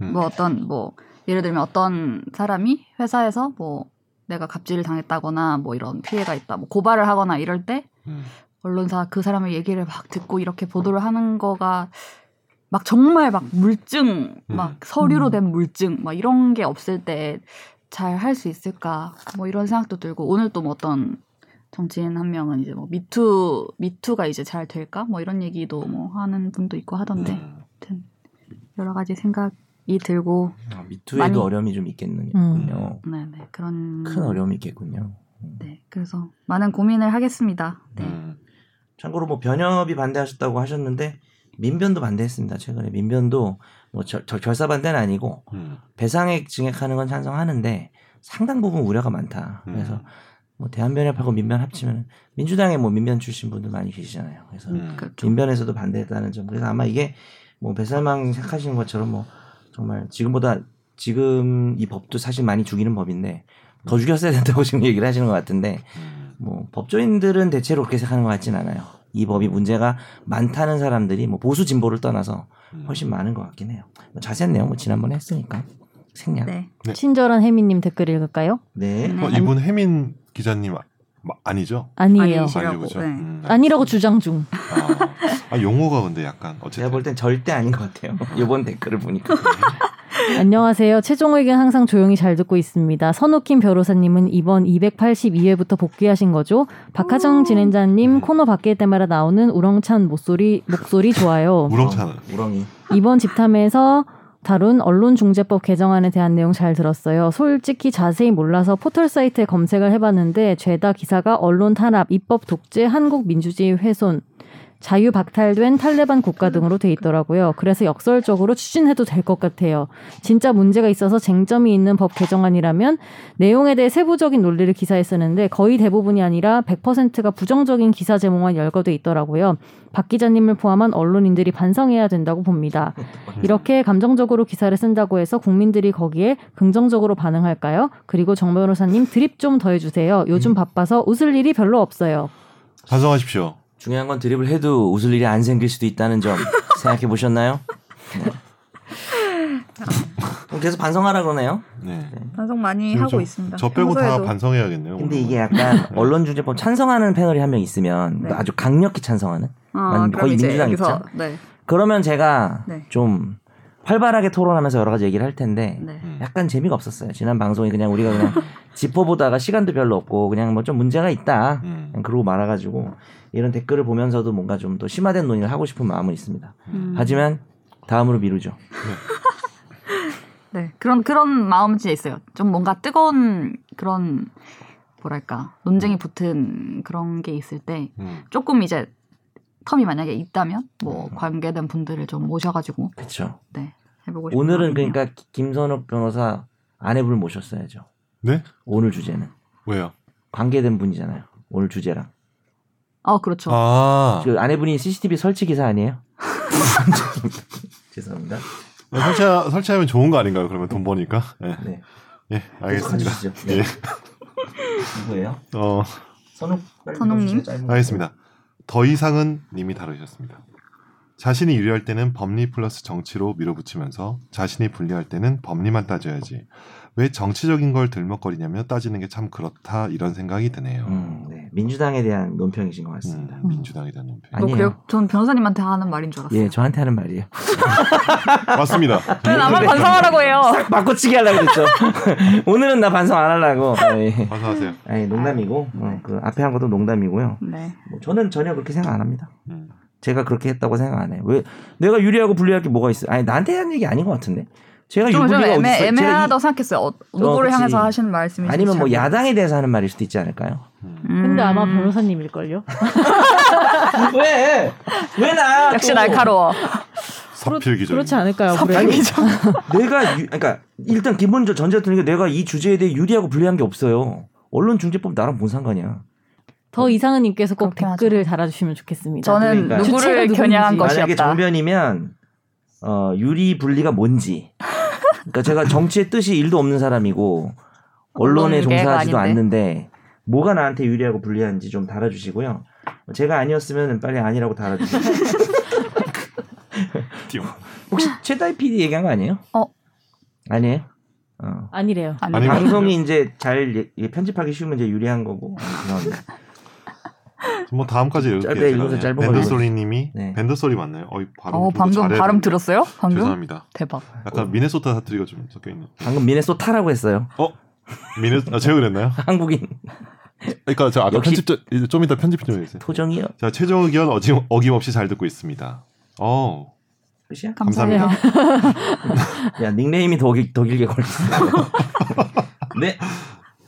[SPEAKER 3] 음.
[SPEAKER 1] 뭐 어떤 뭐 예를 들면 어떤 사람이 회사에서 뭐 내가 갑질을 당했다거나 뭐 이런 피해가 있다 뭐 고발을 하거나 이럴 때
[SPEAKER 3] 음.
[SPEAKER 1] 언론사 그 사람의 얘기를 막 듣고 이렇게 보도를 하는 거가 막 정말 막 물증 막
[SPEAKER 3] 음.
[SPEAKER 1] 서류로 된 물증 막 이런 게 없을 때 잘 할 수 있을까 뭐 이런 생각도 들고 오늘 또 뭐 어떤 정치인 한 명은 이제 뭐 미투 미투가 이제 잘 될까 뭐 이런 얘기도 뭐 하는 분도 있고 하던데
[SPEAKER 3] 음.
[SPEAKER 1] 아무튼 여러 가지 생각이 들고
[SPEAKER 2] 아, 미투에도
[SPEAKER 1] 많이-
[SPEAKER 2] 어려움이 좀 있겠군요.
[SPEAKER 4] 음.
[SPEAKER 1] 네네 그런
[SPEAKER 2] 큰 어려움이 있겠군요.
[SPEAKER 1] 네 그래서 많은 고민을 하겠습니다 네
[SPEAKER 3] 음.
[SPEAKER 2] 참고로 뭐 변협이 반대하셨다고 하셨는데 민변도 반대했습니다. 최근에 민변도 뭐 절, 절- 결사 반대는 아니고
[SPEAKER 3] 음.
[SPEAKER 2] 배상액 증액하는 건 찬성하는데 상당 부분 우려가 많다. 그래서 뭐 대한변협하고 민변 합치면 민주당에 뭐 민변 출신 분들 많이 계시잖아요. 그래서
[SPEAKER 3] 음.
[SPEAKER 1] 그렇죠
[SPEAKER 2] 민변에서도 반대했다는 점. 그래서 아마 이게 뭐 배설망 생각하시는 것처럼 뭐 정말 지금보다 지금 이 법도 사실 많이 죽이는 법인데 더 죽였어야 된다고 지금 얘기를 하시는 것 같은데
[SPEAKER 3] 음.
[SPEAKER 2] 뭐 법조인들은 대체로 그렇게 생각하는 것 같진 않아요. 이 법이 문제가 많다는 사람들이 뭐 보수 진보를 떠나서
[SPEAKER 3] 음.
[SPEAKER 2] 훨씬 많은 것 같긴 해요. 뭐 자세한 내용은 지난번에 했으니까 생략. 네.
[SPEAKER 1] 네
[SPEAKER 4] 친절한 혜미님 댓글 읽을까요?
[SPEAKER 2] 음.
[SPEAKER 3] 어,
[SPEAKER 1] 네.
[SPEAKER 3] 이분 혜민 기자님 아, 마- 아니죠?
[SPEAKER 4] 아니에요.
[SPEAKER 1] 아니죠. 아니시라고,
[SPEAKER 3] 아니죠, 그죠?
[SPEAKER 1] 네.
[SPEAKER 3] 음,
[SPEAKER 4] 아니라고 주장 중.
[SPEAKER 3] 아, 아, 용어가 근데 약간
[SPEAKER 2] 제가
[SPEAKER 3] 어쨌든
[SPEAKER 2] 볼 땐 절대 아닌 것 같아요. 이번 댓글을 보니까.
[SPEAKER 4] 안녕하세요. 최종 의견 항상 조용히 잘 듣고 있습니다. 선우킴 변호사님은 이번 282회부터 복귀하신 거죠? 박하정 진행자님 코너 바뀔 때마다 나오는 우렁찬 목소리 목소리 좋아요.
[SPEAKER 3] 우렁찬
[SPEAKER 2] 어, 우렁이.
[SPEAKER 4] 이번 집탐에서 다룬 언론중재법 개정안에 대한 내용 잘 들었어요. 솔직히 자세히 몰라서 포털 사이트에 검색을 해봤는데 죄다 기사가 언론 탄압, 입법 독재, 한국 민주주의 훼손, 자유 박탈된 탈레반 국가 등으로 돼 있더라고요. 그래서 역설적으로 추진해도 될 것 같아요. 진짜 문제가 있어서 쟁점이 있는 법 개정안이라면 내용에 대해 세부적인 논리를 기사에 쓰는데 거의 대부분이 아니라 100%가 부정적인 기사 제목만 열거돼 있더라고요. 박 기자님을 포함한 언론인들이 반성해야 된다고 봅니다. 이렇게 감정적으로 기사를 쓴다고 해서 국민들이 거기에 긍정적으로 반응할까요? 그리고 정 변호사님 드립 좀 더 해주세요.
[SPEAKER 3] 음.
[SPEAKER 4] 요즘 바빠서 웃을 일이 별로 없어요.
[SPEAKER 3] 반성하십시오.
[SPEAKER 2] 중요한 건 드립을 해도 웃을 일이 안 생길 수도 있다는 점 생각해 보셨나요? 네. 계속 반성하라 그러네요.
[SPEAKER 3] 네.
[SPEAKER 1] 반성 많이
[SPEAKER 3] 지금
[SPEAKER 1] 하고
[SPEAKER 3] 저-
[SPEAKER 1] 있습니다
[SPEAKER 3] 저 빼고 다
[SPEAKER 1] 아, 평소에도.
[SPEAKER 3] 반성해야겠네요.
[SPEAKER 2] 근데
[SPEAKER 3] 오늘.
[SPEAKER 2] 이게 약간 언론중재법 찬성하는 패널이 한 명 있으면
[SPEAKER 1] 네.
[SPEAKER 2] 아주 강력히 찬성하는
[SPEAKER 1] 아,
[SPEAKER 2] 만-
[SPEAKER 1] 그럼
[SPEAKER 2] 거의
[SPEAKER 1] 이제
[SPEAKER 2] 민주당
[SPEAKER 1] 여기서
[SPEAKER 2] 입장.
[SPEAKER 1] 네,
[SPEAKER 2] 그러면 제가
[SPEAKER 1] 네.
[SPEAKER 2] 좀 활발하게 토론하면서 여러 가지 얘기를 할 텐데
[SPEAKER 1] 네.
[SPEAKER 3] 음.
[SPEAKER 2] 약간 재미가 없었어요. 지난 방송이 그냥 우리가 그냥 짚어보다가 시간도 별로 없고 그냥 뭐 좀 문제가 있다.
[SPEAKER 3] 음.
[SPEAKER 2] 그냥 그러고 말아가지고 이런 댓글을 보면서도 뭔가 좀 더 심화된 논의를 하고 싶은 마음은 있습니다.
[SPEAKER 1] 음.
[SPEAKER 2] 하지만 다음으로 미루죠.
[SPEAKER 1] 네, 그런 그런 마음이 진짜 있어요. 좀 뭔가 뜨거운 그런 뭐랄까 논쟁이 붙은 그런 게 있을 때
[SPEAKER 3] 음.
[SPEAKER 1] 조금 이제 텀이 만약에 있다면 뭐
[SPEAKER 2] 음.
[SPEAKER 1] 관계된 분들을 좀 모셔가지고
[SPEAKER 2] 그렇죠.
[SPEAKER 1] 네 해보고 싶은
[SPEAKER 2] 오늘은
[SPEAKER 1] 마음이네요.
[SPEAKER 2] 그러니까 기- 김선욱 변호사 아내분을 모셨어야죠.
[SPEAKER 3] 네?
[SPEAKER 2] 오늘 주제는
[SPEAKER 3] 왜요?
[SPEAKER 2] 관계된 분이잖아요. 오늘 주제랑
[SPEAKER 1] 아 그렇죠.
[SPEAKER 3] 아,
[SPEAKER 2] 그 아내분이 CCTV 설치 기사 아니에요? 죄송합니다.
[SPEAKER 3] 설치 설치하면 좋은 거 아닌가요? 그러면 돈 버니까. 예,
[SPEAKER 2] 네.
[SPEAKER 3] 예, 알겠습니다.
[SPEAKER 2] 계속해주시죠. 네.
[SPEAKER 3] 예,
[SPEAKER 2] 누구예요?
[SPEAKER 3] 어,
[SPEAKER 2] 선욱 빨리
[SPEAKER 1] 선욱님?
[SPEAKER 2] 해주세요, 짧은 거.
[SPEAKER 3] 알겠습니다. 더 이상은 님이 다루셨습니다. 자신이 유리할 때는 법리 플러스 정치로 밀어붙이면서 자신이 불리할 때는 법리만 따져야지. 왜 정치적인 걸 들먹거리냐며 따지는 게 참 그렇다 이런 생각이 드네요.
[SPEAKER 2] 음, 네. 민주당에 대한 논평이신 것 같습니다.
[SPEAKER 3] 음, 민주당이라는 논평.
[SPEAKER 1] 너
[SPEAKER 2] 아니에요.
[SPEAKER 1] 뭐 그래요? 전 변호사님한테 하는 말인 줄
[SPEAKER 3] 음.
[SPEAKER 1] 알았어요.
[SPEAKER 2] 예, 저한테 하는 말이에요.
[SPEAKER 3] 맞습니다.
[SPEAKER 4] 네.
[SPEAKER 1] 왜 나만 반성하라고 해요?
[SPEAKER 2] 싹 바꿔치기 하려고 그랬죠. 오늘은 나 반성 안 하려고. 아, 예.
[SPEAKER 3] 반성하세요.
[SPEAKER 2] 아, 네. 아니, 농담이고, 어, 그 앞에 한 것도 농담이고요.
[SPEAKER 1] 네.
[SPEAKER 2] 뭐 저는 전혀 그렇게 생각 안 합니다.
[SPEAKER 3] 음.
[SPEAKER 2] 제가 그렇게 했다고 생각 안 해. 왜 내가 유리하고 불리할 게 뭐가 있어? 아니 나한테 한 얘기 아닌 것 같은데. 제가
[SPEAKER 4] 네.
[SPEAKER 1] 좀, 좀
[SPEAKER 2] 유불리가 어디
[SPEAKER 1] 애매,
[SPEAKER 2] 있어? 제가
[SPEAKER 1] 애매하다고 생각했어요. 어, 누구를
[SPEAKER 2] 그치.
[SPEAKER 1] 향해서 하시는 말씀이신지.
[SPEAKER 2] 이- 아니면
[SPEAKER 1] 잘
[SPEAKER 2] 뭐
[SPEAKER 1] 모르-
[SPEAKER 2] 야당에 대해서 하는 말일 수도 있지 않을까요?
[SPEAKER 3] 음.
[SPEAKER 1] 음.
[SPEAKER 4] 근데 아마 변호사님일걸요.
[SPEAKER 2] 왜? 왜 나?
[SPEAKER 1] 역시 날카로워.
[SPEAKER 2] 음.
[SPEAKER 3] 사필 기적.
[SPEAKER 4] 그렇지 않을까요?
[SPEAKER 2] 아니,
[SPEAKER 4] 그래도?
[SPEAKER 2] 내가 유, 그러니까 일단 기본적으로 전제 같은 게 내가 이 주제에 대해 유리하고 불리한 게 없어요. 언론 중재법 나랑 뭔 상관이야?
[SPEAKER 4] 더 이상은님께서 꼭
[SPEAKER 1] 그렇게 하죠.
[SPEAKER 4] 댓글을 달아주시면 좋겠습니다.
[SPEAKER 1] 저는
[SPEAKER 2] 그러니까요.
[SPEAKER 4] 주체가
[SPEAKER 1] 누구를
[SPEAKER 4] 누군지.
[SPEAKER 1] 겨냥한
[SPEAKER 2] 만약에
[SPEAKER 1] 것이었다.
[SPEAKER 2] 정변이면 어, 유리 분리가 뭔지. 그러니까 제가 정치의 뜻이 일도 없는 사람이고 언론에
[SPEAKER 1] 언론계가
[SPEAKER 2] 종사하지도
[SPEAKER 1] 아닌데.
[SPEAKER 2] 않는데 뭐가 나한테 유리하고 불리한지 좀 달아주시고요. 제가 아니었으면 빨리 아니라고 달아주세요.
[SPEAKER 3] 띄워.
[SPEAKER 2] 혹시 최다희 PD 얘기한 거 아니에요?
[SPEAKER 1] 어.
[SPEAKER 2] 아니에요? 어.
[SPEAKER 4] 아니래요.
[SPEAKER 1] 아니,
[SPEAKER 3] 아니,
[SPEAKER 2] 방송이 이제 잘 예- 예, 편집하기 쉬우면 이제 유리한 거고. 아, 죄송합니다.
[SPEAKER 3] 뭐 다음까지 이렇게
[SPEAKER 2] 짧게 읽어서 짧은 거 읽어주세요.
[SPEAKER 3] 밴드소리님이
[SPEAKER 2] 네.
[SPEAKER 3] 밴드소리 맞나요? 어이 발음
[SPEAKER 1] 어,
[SPEAKER 3] 좀더
[SPEAKER 1] 방금
[SPEAKER 3] 잘해야
[SPEAKER 1] 발음
[SPEAKER 3] 되는데.
[SPEAKER 1] 들었어요? 방금?
[SPEAKER 3] 죄송합니다.
[SPEAKER 1] 대박.
[SPEAKER 3] 약간 미네소타 사투리가 좀 섞여 있는.
[SPEAKER 2] 방금 미네소타라고 했어요.
[SPEAKER 3] 어? 미네 아 제가 그랬나요?
[SPEAKER 2] 한국인
[SPEAKER 3] 그러니까 저 아까
[SPEAKER 2] 역시-
[SPEAKER 3] 편집 좀 이따 편집 좀 해주세요.
[SPEAKER 2] 토종이요.
[SPEAKER 3] 자 최종 의견 어지- 어김없이 잘 듣고 있습니다. 어
[SPEAKER 2] 끝이야?
[SPEAKER 1] 감사해요.
[SPEAKER 2] 야 닉네임이 더, 길, 더 길게 걸렸어. 네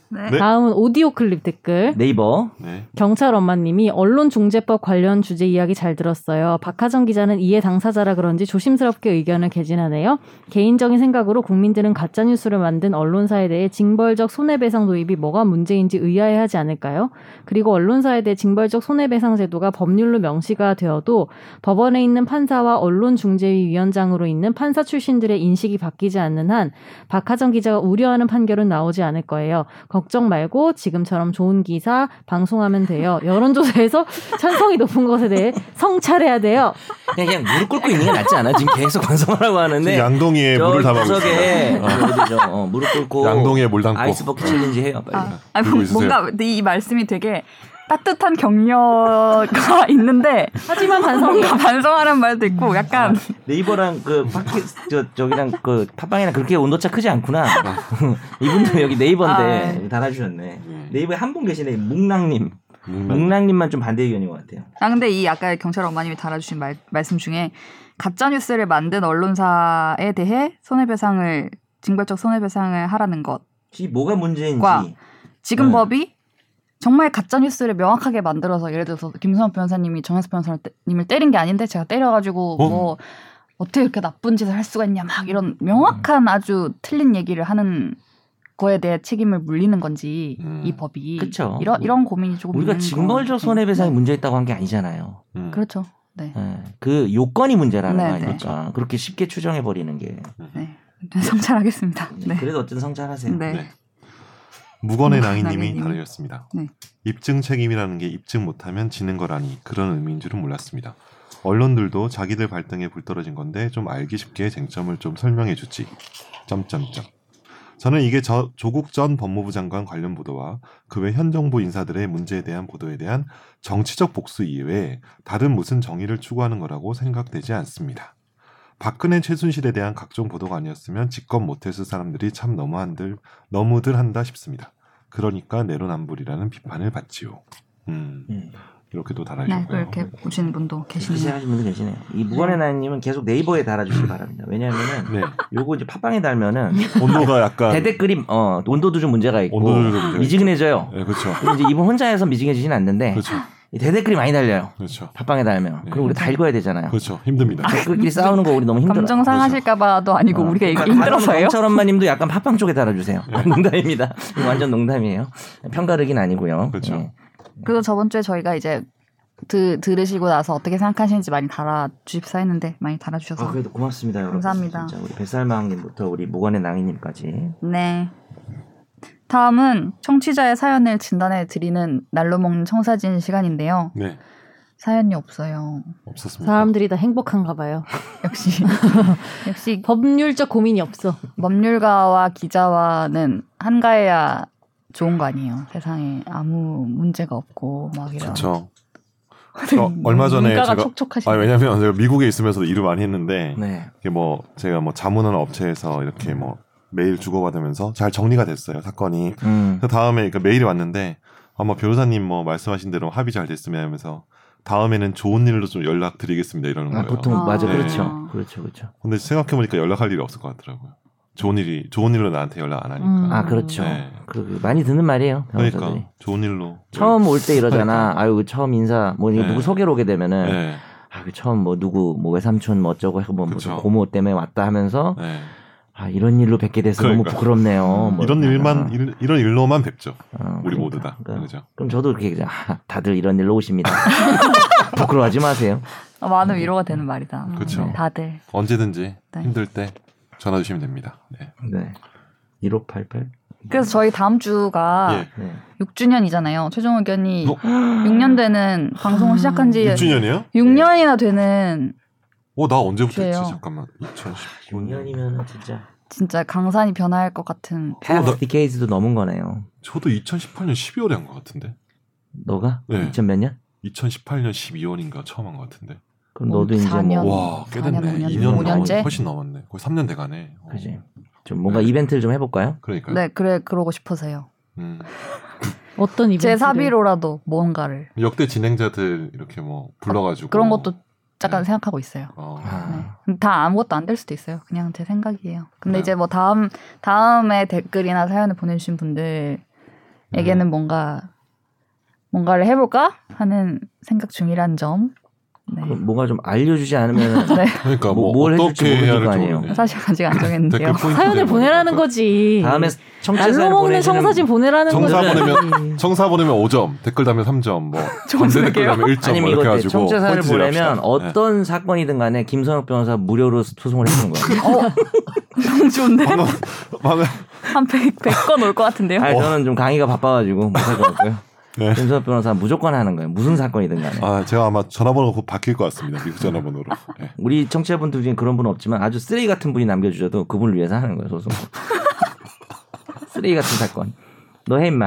[SPEAKER 1] 네.
[SPEAKER 3] 네.
[SPEAKER 4] 다음은 오디오 클립 댓글.
[SPEAKER 2] 네이버
[SPEAKER 3] 네.
[SPEAKER 4] 경찰 엄마님이 언론중재법 관련 주제 이야기 잘 들었어요. 박하정 기자는 이해 당사자라 그런지 조심스럽게 의견을 개진하네요. 개인적인 생각으로 국민들은 가짜뉴스를 만든 언론사에 대해 징벌적 손해배상 도입이 뭐가 문제인지 의아해하지 않을까요? 그리고 언론사에 대해 징벌적 손해배상 제도가 법률로 명시가 되어도 법원에 있는 판사와 언론중재위 위원장으로 있는 판사 출신들의 인식이 바뀌지 않는 한 박하정 기자가 우려하는 판결은 나오지 않을 거예요. 걱정 말고 지금처럼 좋은 기사 방송하면 돼요. 여론조사에서 찬성이 높은 것에 대해 성찰해야 돼요.
[SPEAKER 2] 그냥, 그냥 무릎 꿇고 있는 게 낫지 않아? 지금 계속 반성하라고
[SPEAKER 3] 지금
[SPEAKER 2] 하는데
[SPEAKER 3] 양동이에
[SPEAKER 2] 저
[SPEAKER 3] 물을 담아고
[SPEAKER 2] 구석에
[SPEAKER 3] 있습니다.
[SPEAKER 2] 그 어디죠? 어, 무릎 꿇고
[SPEAKER 3] 어, 양동이에 물 담고.
[SPEAKER 2] 아이스 버킷 챌린지 해요. 빨리.
[SPEAKER 1] 아, 아니,
[SPEAKER 3] 들고 네. 있으세요.
[SPEAKER 1] 뭔가 이 말씀이 되게 따뜻한 격려가 있는데
[SPEAKER 4] 하지만 반성이
[SPEAKER 1] 뭔가 반성하는 말도 있고
[SPEAKER 3] 아,
[SPEAKER 1] 약간
[SPEAKER 2] 네이버랑 그 파키 저 저기랑 그 팟빵이랑 그렇게 온도차 크지 않구나. 이분도 여기
[SPEAKER 1] 아,
[SPEAKER 2] 네이버인데 달아주셨네.
[SPEAKER 3] 음.
[SPEAKER 2] 네이버에 한 분 계시네 묵랑님.
[SPEAKER 3] 묵랑.
[SPEAKER 2] 묵랑님만 좀 반대 의견인 것 같아요.
[SPEAKER 1] 아 근데 이 아까 경찰 엄마님이 달아주신 말, 말씀 중에 가짜 뉴스를 만든 언론사에 대해 손해배상을 징벌적 손해배상을 하라는 것
[SPEAKER 2] 이 뭐가 문제인지
[SPEAKER 1] 과. 지금
[SPEAKER 2] 네.
[SPEAKER 1] 법이 정말 가짜 뉴스를 명확하게 만들어서 예를 들어서 김선호 변호사님이 정현석 변호사님을 때린 게 아닌데 제가 때려가지고
[SPEAKER 3] 어?
[SPEAKER 1] 뭐 어떻게 이렇게 나쁜 짓을 할 수가 있냐 막 이런 명확한 아주 틀린 얘기를 하는 거에 대해 책임을 물리는 건지
[SPEAKER 3] 음.
[SPEAKER 1] 이 법이
[SPEAKER 2] 그쵸.
[SPEAKER 1] 이런 이런 고민이 조금
[SPEAKER 2] 우리가
[SPEAKER 1] 있는 거.
[SPEAKER 2] 징벌적 손해배상이 문제 있다고 한 게 아니잖아요.
[SPEAKER 3] 음.
[SPEAKER 1] 그렇죠. 네.
[SPEAKER 2] 예, 그 요건이 문제라는
[SPEAKER 1] 네,
[SPEAKER 2] 거 아닙니까? 그렇게 쉽게 추정해 버리는 게.
[SPEAKER 1] 네. 성찰하겠습니다. 네.
[SPEAKER 2] 그래도 어쨌든 성찰하세요.
[SPEAKER 1] 네.
[SPEAKER 3] 네. 무건의 낭이님이
[SPEAKER 1] 낭이님.
[SPEAKER 3] 다루셨습니다.
[SPEAKER 1] 네.
[SPEAKER 3] 입증 책임이라는 게 입증 못하면 지는 거라니 그런 의미인 줄은 몰랐습니다. 언론들도 자기들 발등에 불 떨어진 건데 좀 알기 쉽게 쟁점을 좀 설명해 주지. 점점점. 저는 이게 저- 조국 전 법무부 장관 관련 보도와 그 외 현 정부 인사들의 문제에 대한 보도에 대한 정치적 복수 이외에 다른 무슨 정의를 추구하는 거라고 생각되지 않습니다. 박근혜 최순실에 대한 각종 보도가 아니었으면 직권 못했을 사람들이 참 너무한들 너무들 한다 싶습니다. 그러니까 내로남불이라는 비판을 받지요. 음,
[SPEAKER 2] 음.
[SPEAKER 1] 네, 또
[SPEAKER 3] 이렇게도 달아주고요.
[SPEAKER 1] 이렇게 보시는 분도
[SPEAKER 2] 그렇게
[SPEAKER 1] 계시네요.
[SPEAKER 2] 생각하시는 분들 계시네요. 이 무관의 나님은 계속 네이버에 달아주시기 바랍니다. 왜냐하면은
[SPEAKER 3] 네,
[SPEAKER 2] 요거 이제 팟빵에 달면은
[SPEAKER 1] 네.
[SPEAKER 3] 온도가 약간
[SPEAKER 2] 대댓글이 어 온도도 좀 문제가 있고
[SPEAKER 3] 온도를 좀 문제가
[SPEAKER 2] 미지근해져요.
[SPEAKER 3] 네, 그렇죠,
[SPEAKER 2] 근데 이제 이분 혼자 해서 미지근해지진 않는데
[SPEAKER 3] 그렇죠,
[SPEAKER 2] 이 대댓글이 많이 달려요.
[SPEAKER 3] 그렇죠,
[SPEAKER 2] 팟빵에 달면
[SPEAKER 3] 네.
[SPEAKER 2] 그럼 우리 다 읽어야 되잖아요.
[SPEAKER 3] 그렇죠. 힘듭니다.
[SPEAKER 2] 댓글끼리 싸우는 거 우리 너무 힘들어.
[SPEAKER 1] 감정 상하실까봐도 아니고
[SPEAKER 2] 어.
[SPEAKER 1] 우리가 이거
[SPEAKER 2] 그러니까
[SPEAKER 1] 힘들어서요.
[SPEAKER 2] 강철엄마님도 약간 팟빵 쪽에 달아주세요.
[SPEAKER 3] 네.
[SPEAKER 2] 농담입니다. 이거 완전 농담이에요. 편가르긴 아니고요.
[SPEAKER 3] 그렇죠.
[SPEAKER 2] 예.
[SPEAKER 1] 그리고 저번 주에 저희가 이제 드, 들으시고 나서 어떻게 생각하시는지 많이 달아 주십사 했는데 많이 달아
[SPEAKER 2] 아,
[SPEAKER 1] 주셔서
[SPEAKER 2] 그래도 고맙습니다. 여러분.
[SPEAKER 1] 감사합니다.
[SPEAKER 2] 진짜 우리 뱃살망님부터 우리 모건의 낭이님까지.
[SPEAKER 1] 네. 다음은 청취자의 사연을 진단해 드리는 날로 먹는 청사진 시간인데요.
[SPEAKER 3] 네,
[SPEAKER 1] 사연이 없어요.
[SPEAKER 3] 없었습니다.
[SPEAKER 4] 사람들이 다 행복한가 봐요.
[SPEAKER 1] 역시 역시
[SPEAKER 4] 법률적 고민이 없어.
[SPEAKER 1] 법률가와 기자와는 한가해야 좋은 거 아니에요. 세상에 아무 문제가 없고 막 이런.
[SPEAKER 3] 그렇죠.
[SPEAKER 1] 네.
[SPEAKER 3] 저 어, 얼마 전에
[SPEAKER 1] 문가가
[SPEAKER 3] 제가-
[SPEAKER 1] 촉촉하신.
[SPEAKER 3] 아 왜냐하면 제가 미국에 있으면서도 일을 많이 했는데
[SPEAKER 2] 네.
[SPEAKER 3] 이게 뭐 제가 뭐 자문하는 업체에서 이렇게 뭐 메일 주고받으면서 잘 정리가 됐어요 사건이.
[SPEAKER 2] 음.
[SPEAKER 3] 그 다음에 그러니까 메일이 왔는데 아마 변호사님 뭐 말씀하신 대로 합의 잘 됐으면 하면서 다음에는 좋은 일로 좀 연락드리겠습니다 이러는
[SPEAKER 2] 아,
[SPEAKER 3] 거예요.
[SPEAKER 2] 보통
[SPEAKER 1] 아.
[SPEAKER 2] 맞아
[SPEAKER 3] 네.
[SPEAKER 2] 그렇죠 그렇죠 그렇죠
[SPEAKER 3] 근데 생각해 보니까 연락할 일이 없을 것 같더라고요. 좋은 일이 좋은 일로 나한테 연락 안 하니까.
[SPEAKER 4] 음.
[SPEAKER 2] 아 그렇죠
[SPEAKER 3] 네.
[SPEAKER 2] 그 많이 듣는 말이에요 변호사들이
[SPEAKER 3] 그러니까 좋은 일로
[SPEAKER 2] 처음 올 때 이러잖아 아유 그 처음 인사 뭐 이거
[SPEAKER 3] 네.
[SPEAKER 2] 누구 소개로 오게 되면은
[SPEAKER 3] 네.
[SPEAKER 2] 아 그 처음 뭐 누구 뭐 외삼촌 뭐 어쩌고 하고 뭐
[SPEAKER 3] 그쵸.
[SPEAKER 2] 무슨 고모 때문에 왔다 하면서
[SPEAKER 3] 네.
[SPEAKER 2] 아 이런 일로 뵙게 돼서
[SPEAKER 3] 그러니까.
[SPEAKER 2] 너무 부끄럽네요 뭐
[SPEAKER 3] 이런 일만
[SPEAKER 2] 이러다가.
[SPEAKER 3] 일, 이런 일로만 뵙죠.
[SPEAKER 2] 어,
[SPEAKER 3] 우리
[SPEAKER 2] 그러니까.
[SPEAKER 3] 모두 다.
[SPEAKER 2] 그러니까.
[SPEAKER 3] 그죠?
[SPEAKER 2] 그럼 저도 그렇게 얘기해요. 아, 다들 이런 일로 오십니다. 부끄러워하지 마세요.
[SPEAKER 1] 아, 많은 위로가 되는 말이다.
[SPEAKER 3] 그쵸.
[SPEAKER 1] 네, 다들.
[SPEAKER 3] 언제든지
[SPEAKER 1] 네.
[SPEAKER 3] 힘들 때 전화 주시면 됩니다. 네.
[SPEAKER 2] 네. 1588.
[SPEAKER 1] 그래서 저희 다음 주가
[SPEAKER 3] 예.
[SPEAKER 2] 네.
[SPEAKER 1] 6주년이잖아요. 최종 의견이
[SPEAKER 3] 어?
[SPEAKER 1] 6년 되는 방송을 시작한 지
[SPEAKER 3] 6주년이에요?
[SPEAKER 1] 6년이나 되는
[SPEAKER 3] 어, 나 언제부터 했지?
[SPEAKER 1] 그래요.
[SPEAKER 3] 잠깐만. 2015년.
[SPEAKER 2] 6년이면 진짜
[SPEAKER 1] 진짜 강산이 변화할 것 같은
[SPEAKER 2] half decade도 넘은 거네요.
[SPEAKER 3] 저도 2018년 12월에 한 것 같은데.
[SPEAKER 2] 너가
[SPEAKER 3] 네.
[SPEAKER 2] 2000 몇 년?
[SPEAKER 3] 2018년 12월인가 처음 한 것 같은데.
[SPEAKER 2] 그럼
[SPEAKER 1] 어,
[SPEAKER 2] 너도 이제
[SPEAKER 1] 사년.
[SPEAKER 2] 뭐
[SPEAKER 3] 와, 꽤
[SPEAKER 1] 사년,
[SPEAKER 3] 됐네.
[SPEAKER 1] 오년,
[SPEAKER 3] 2년
[SPEAKER 1] 오년째?
[SPEAKER 3] 넘 훨씬 넘었네. 거의 3년 돼 가네. 어.
[SPEAKER 2] 그지. 좀 뭔가
[SPEAKER 3] 네.
[SPEAKER 2] 이벤트를 좀 해볼까요?
[SPEAKER 3] 그러니까.
[SPEAKER 1] 네, 그래 그러고 싶어서요.
[SPEAKER 3] 음.
[SPEAKER 4] 어떤 이벤트?
[SPEAKER 1] 제 사비로라도 뭔가를
[SPEAKER 3] 역대 진행자들 이렇게 뭐 불러 가지고
[SPEAKER 1] 그런 것도 잠깐 생각하고 있어요.
[SPEAKER 3] 어.
[SPEAKER 1] 네.
[SPEAKER 2] 아,
[SPEAKER 1] 근데 다 아무것도 안 될 수도 있어요. 그냥 제 생각이에요. 근데
[SPEAKER 3] 네.
[SPEAKER 1] 이제 뭐 다음 다음에 댓글이나 사연을 보내주신 분들에게는
[SPEAKER 3] 네.
[SPEAKER 1] 뭔가 뭔가를 해볼까 하는 생각 중이란 점. 네.
[SPEAKER 2] 그럼 뭔가 좀 알려주지 않으면
[SPEAKER 3] 그러니까 뭐,
[SPEAKER 2] 뭐- 뭘
[SPEAKER 3] 어떻게
[SPEAKER 2] 해줄지
[SPEAKER 3] 해야
[SPEAKER 2] 모르는 거
[SPEAKER 3] 할지
[SPEAKER 2] 아니에요.
[SPEAKER 3] 모르겠네.
[SPEAKER 1] 사실 아직 안 정했는데요.
[SPEAKER 3] 댓글 포인트 그러니까
[SPEAKER 4] 사연을
[SPEAKER 3] 되는
[SPEAKER 4] 보내라는
[SPEAKER 3] 거니까.
[SPEAKER 4] 거지.
[SPEAKER 2] 다음에 청취자 사연
[SPEAKER 4] 날로 먹는
[SPEAKER 2] 보내시는
[SPEAKER 4] 청사진 보내라는
[SPEAKER 3] 청사
[SPEAKER 1] 네.
[SPEAKER 4] 거지.
[SPEAKER 3] 보내면 청사 보내면 5점, 댓글 달면 3점, 뭐 전세 댓글 달면 1점 뭐
[SPEAKER 2] 아니면
[SPEAKER 3] 이렇게
[SPEAKER 2] 이거
[SPEAKER 3] 가지고
[SPEAKER 2] 청취자 사연을
[SPEAKER 3] 포인트 제작합시다. 네.
[SPEAKER 2] 보내면 어떤 사건이든 간에 김선욱 변호사 무료로 소송을 해주는 거예요.
[SPEAKER 1] 너무 좋은데
[SPEAKER 3] 방금 방금
[SPEAKER 1] 한 100, 100건 올 것 같은데요.
[SPEAKER 2] 아니, 저는 좀 강의가 바빠가지고 못할 것 같고요.
[SPEAKER 3] 어. 네.
[SPEAKER 2] 김선욱 변호사 무조건 하는 거예요. 무슨 사건이든 간에.
[SPEAKER 3] 아 제가 아마 전화번호 곧 바뀔 것 같습니다. 미국 전화번호로. 예.
[SPEAKER 2] 우리 청취자분들 중에 그런 분은 없지만 아주 쓰레기 같은 분이 남겨주셔도 그분을 위해서 하는 거예요 소송. 쓰레기 같은 사건. 너 해 임마.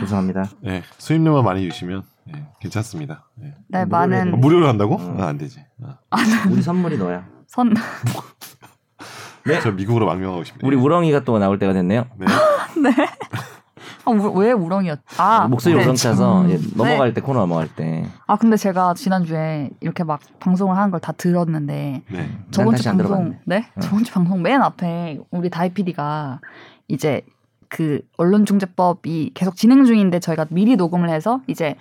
[SPEAKER 2] 죄송합니다.
[SPEAKER 3] 예, 수입료만 많이 주시면 예, 괜찮습니다. 예.
[SPEAKER 1] 네,
[SPEAKER 2] 무료로
[SPEAKER 3] 아,
[SPEAKER 1] 많은
[SPEAKER 3] 무료로 한다고?
[SPEAKER 2] 음.
[SPEAKER 3] 아, 안 되지. 아,
[SPEAKER 2] 우리 선물이 너야.
[SPEAKER 1] 선
[SPEAKER 2] 네.
[SPEAKER 3] 저 미국으로 망명하고 싶네요.
[SPEAKER 2] 우리 우렁이가 또 나올 때가 됐네요.
[SPEAKER 3] 네.
[SPEAKER 1] 아, 우- 왜 우렁이었? 아
[SPEAKER 2] 목소리
[SPEAKER 1] 네.
[SPEAKER 2] 우렁차서
[SPEAKER 4] 참.
[SPEAKER 2] 예, 넘어갈 때 코너 넘어갈 때.
[SPEAKER 1] 아 근데 제가 지난 주에 이렇게 막 방송을 하는 걸 다 들었는데
[SPEAKER 3] 네.
[SPEAKER 1] 저번 주
[SPEAKER 2] 다시 안
[SPEAKER 1] 방송
[SPEAKER 2] 들어갔네.
[SPEAKER 1] 네
[SPEAKER 2] 어.
[SPEAKER 1] 저번 주 방송 맨 앞에 우리 다이 PD가 이제 그 언론중재법이 계속 진행 중인데 저희가 미리 녹음을 해서 이제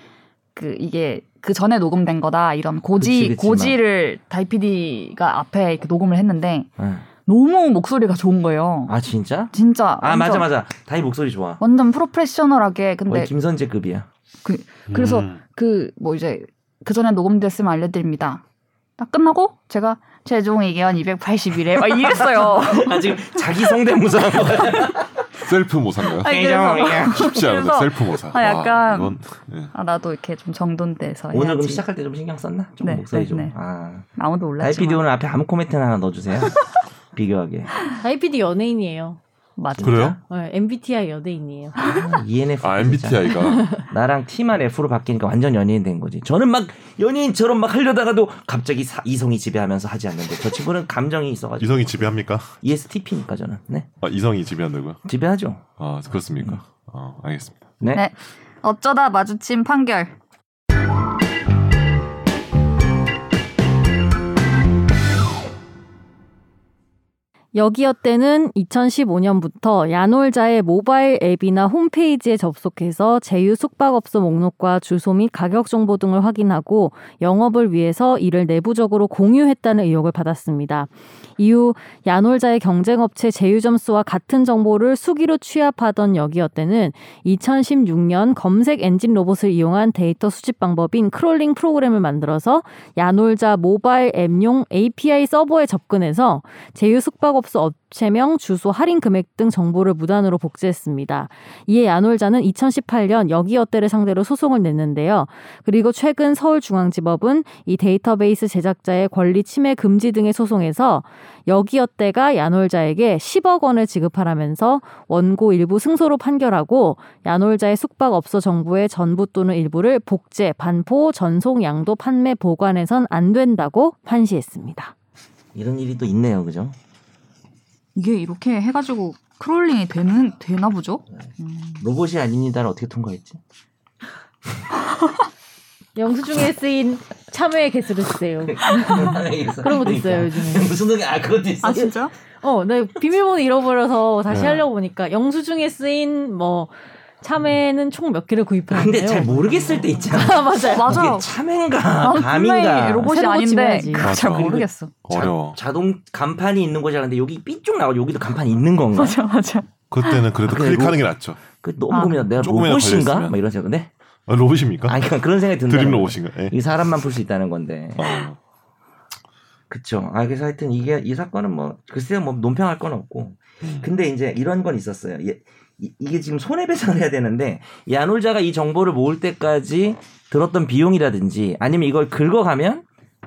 [SPEAKER 1] 그 이게 그 전에 녹음된 거다 이런 고지
[SPEAKER 2] 그치, 그치만.
[SPEAKER 1] 고지를 다이 PD가 앞에 이렇게 녹음을 했는데
[SPEAKER 2] 예.
[SPEAKER 1] 너무 목소리가 좋은 거예요.
[SPEAKER 2] 아 진짜?
[SPEAKER 1] 진짜
[SPEAKER 2] 아
[SPEAKER 1] 완전- 네.
[SPEAKER 2] 맞아 맞아. 다이 목소리 좋아.
[SPEAKER 1] 완전 프로페셔널하게 근데
[SPEAKER 2] 거의 김선재급이야.
[SPEAKER 1] 그래서
[SPEAKER 3] 음.
[SPEAKER 1] 그 뭐 이제 그 전에 녹음됐으면 알려드립니다. 딱 끝나고 제가 최종 의견 281회 막 이랬어요.
[SPEAKER 2] 아 지금 자기 성대모사 하는 거야.
[SPEAKER 3] 셀프 모사인가요?
[SPEAKER 1] 아니, 그래서
[SPEAKER 3] 쉽지 않은데
[SPEAKER 1] 그래서-
[SPEAKER 3] 셀프 모사.
[SPEAKER 1] 아, 약간-
[SPEAKER 3] 이건, 예.
[SPEAKER 1] 아 나도 이렇게 좀 정돈돼서
[SPEAKER 2] 오늘
[SPEAKER 1] 해야지.
[SPEAKER 2] 그럼 시작할 때 좀 신경 썼나? 좀
[SPEAKER 1] 네,
[SPEAKER 2] 목소리
[SPEAKER 1] 네,
[SPEAKER 2] 좀.
[SPEAKER 1] 네.
[SPEAKER 2] 아.
[SPEAKER 1] 아무도
[SPEAKER 2] 다이
[SPEAKER 1] 몰랐지만
[SPEAKER 2] PD 오늘 앞에 아무 코멘트나 하나 넣어주세요. 비교하게.
[SPEAKER 4] IPD 연예인이에요.
[SPEAKER 1] 맞아.
[SPEAKER 3] 그래요?
[SPEAKER 4] 네, MBTI 연예인이에요.
[SPEAKER 2] 아, ENF.
[SPEAKER 3] 아
[SPEAKER 2] 진짜.
[SPEAKER 3] MBTI가
[SPEAKER 2] 나랑 T만 F로 바뀌니까 완전 연예인 된 거지. 저는 막 연예인처럼 막 하려다가도 갑자기 사- 이성이 지배하면서 하지 않는데 저 친구는 감정이 있어가지고 E
[SPEAKER 3] 이성이 지배합니까?
[SPEAKER 2] ESTP니까 저는 네
[SPEAKER 3] 아, 이성이 지배한다고요?
[SPEAKER 2] 지배하죠.
[SPEAKER 3] 아 그렇습니까? 어, 알겠습니다.
[SPEAKER 2] 네.
[SPEAKER 1] 네. 어쩌다 마주친 판결.
[SPEAKER 4] 여기어때는 2015년부터 야놀자의 모바일 앱이나 홈페이지에 접속해서 제휴 숙박업소 목록과 주소 및 가격 정보 등을 확인하고 영업을 위해서 이를 내부적으로 공유했다는 의혹을 받았습니다. 이후 야놀자의 경쟁업체 제휴 점수와 같은 정보를 수기로 취합하던 여기어때는 2016년 검색 엔진 로봇을 이용한 데이터 수집 방법인 크롤링 프로그램을 만들어서 야놀자 모바일 앱용 API 서버에 접근해서 제휴 숙박업소 업체명, 주소, 할인 금액 등 정보를 무단으로 복제했습니다. 이에 야놀자는 2018년 여기어때를 상대로 소송을 냈는데요. 그리고 최근 서울중앙지법은 이 데이터베이스 제작자의 권리 침해 금지 등의 소송에서 여기어때가 야놀자에게 10억 원을 지급하라면서 원고 일부 승소로 판결하고 야놀자의 숙박업소 정보의 전부 또는 일부를 복제, 반포, 전송, 양도, 판매, 보관해선 안 된다고 판시했습니다.
[SPEAKER 2] 이런 일이 또 있네요, 그죠?
[SPEAKER 1] 이게 이렇게 해가지고 크롤링이 되는 되나 보죠? 음.
[SPEAKER 2] 로봇이 아닙니다를 어떻게 통과했지?
[SPEAKER 4] 영수증에 쓰인 참여의 개수를 주세요.
[SPEAKER 2] 그러니까.
[SPEAKER 4] 그런 것도 있어요 요즘에.
[SPEAKER 2] 무슨 아 그것도 있어.
[SPEAKER 1] 아 진짜?
[SPEAKER 4] 어, 나 비밀번호 잃어버려서 다시
[SPEAKER 2] 네.
[SPEAKER 4] 하려고 보니까 영수증에 쓰인 뭐 참외는 총 몇 개를 구입하는데요.
[SPEAKER 2] 근데 음. 잘 모르겠을 때 있잖아.
[SPEAKER 4] 아, 맞아요.
[SPEAKER 1] 맞아.
[SPEAKER 2] 이게 참인가 감인가
[SPEAKER 1] 분명히 로봇이
[SPEAKER 4] 새로
[SPEAKER 1] 아닌데
[SPEAKER 4] 고침해야지.
[SPEAKER 1] 그거 잘
[SPEAKER 3] 맞아.
[SPEAKER 1] 모르겠어.
[SPEAKER 3] 어려워.
[SPEAKER 2] 자동 간판이 있는 곳이 아는데 여기 삐쭉 나와 여기도 간판이 있는 건가?
[SPEAKER 1] 맞아.
[SPEAKER 3] 그때는 그래도
[SPEAKER 2] 아, 그래,
[SPEAKER 3] 클릭하는 게 낫죠.
[SPEAKER 2] 그 너무
[SPEAKER 1] 아.
[SPEAKER 2] 고민하다. 내가
[SPEAKER 3] 조금이라도
[SPEAKER 2] 로봇인가?
[SPEAKER 3] 걸려있으면.
[SPEAKER 2] 막 이런 생각. 근데
[SPEAKER 3] 아, 로봇입니까?
[SPEAKER 2] 아니 그러니까 그런 생각이 든다.
[SPEAKER 3] 드림 로봇인가? 예.
[SPEAKER 2] 이 사람만 풀 수 있다는 건데.
[SPEAKER 3] 어.
[SPEAKER 2] 그쵸. 아 그래서 하여튼 이게 이 사건은 뭐 글쎄요 뭐 논평할 건 없고.
[SPEAKER 3] 음.
[SPEAKER 2] 근데 이제 이런 건 있었어요. 예, 이, 이게 지금 손해배상을 해야 되는데 야놀자가 이 정보를 모을 때까지 들었던 비용이라든지 아니면 이걸 긁어가면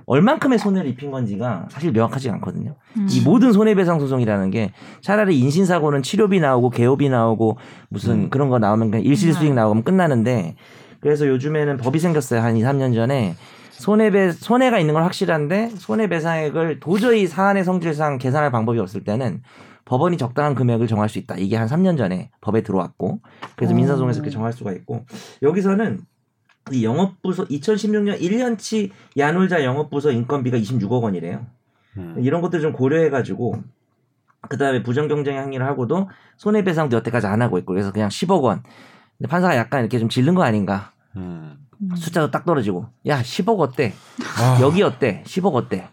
[SPEAKER 2] 얼만큼의 손해를 입힌 건지가 사실 명확하지 않거든요.
[SPEAKER 1] 음.
[SPEAKER 2] 이 모든 손해배상 소송이라는 게 차라리 인신사고는 치료비 나오고 개업이 나오고 무슨
[SPEAKER 3] 음.
[SPEAKER 2] 그런 거 나오면 그냥 일시 수익
[SPEAKER 1] 네.
[SPEAKER 2] 나오면 끝나는데 그래서 요즘에는 법이 생겼어요 한 2, 3년 전에 손해배 손해가 있는 건 확실한데 손해배상액을 도저히 사안의 성질상 계산할 방법이 없을 때는 법원이 적당한 금액을 정할 수 있다. 이게 한 3년 전에 법에 들어왔고 그래서
[SPEAKER 4] 오.
[SPEAKER 2] 민사소송에서 그렇게 정할 수가 있고 여기서는 이 영업부서 2016년 1년치 야놀자 영업부서 인건비가 26억 원이래요.
[SPEAKER 3] 음.
[SPEAKER 2] 이런 것들 좀 고려해가지고 그다음에 부정경쟁 항의를 하고도 손해배상도 여태까지 안 하고 있고 그래서 그냥 10억 원. 근데 판사가 약간 이렇게 좀 질른 거 아닌가?
[SPEAKER 3] 음.
[SPEAKER 2] 숫자도 딱 떨어지고 야 10억 어때?
[SPEAKER 3] 아,
[SPEAKER 2] 여기 어때? 10억 어때?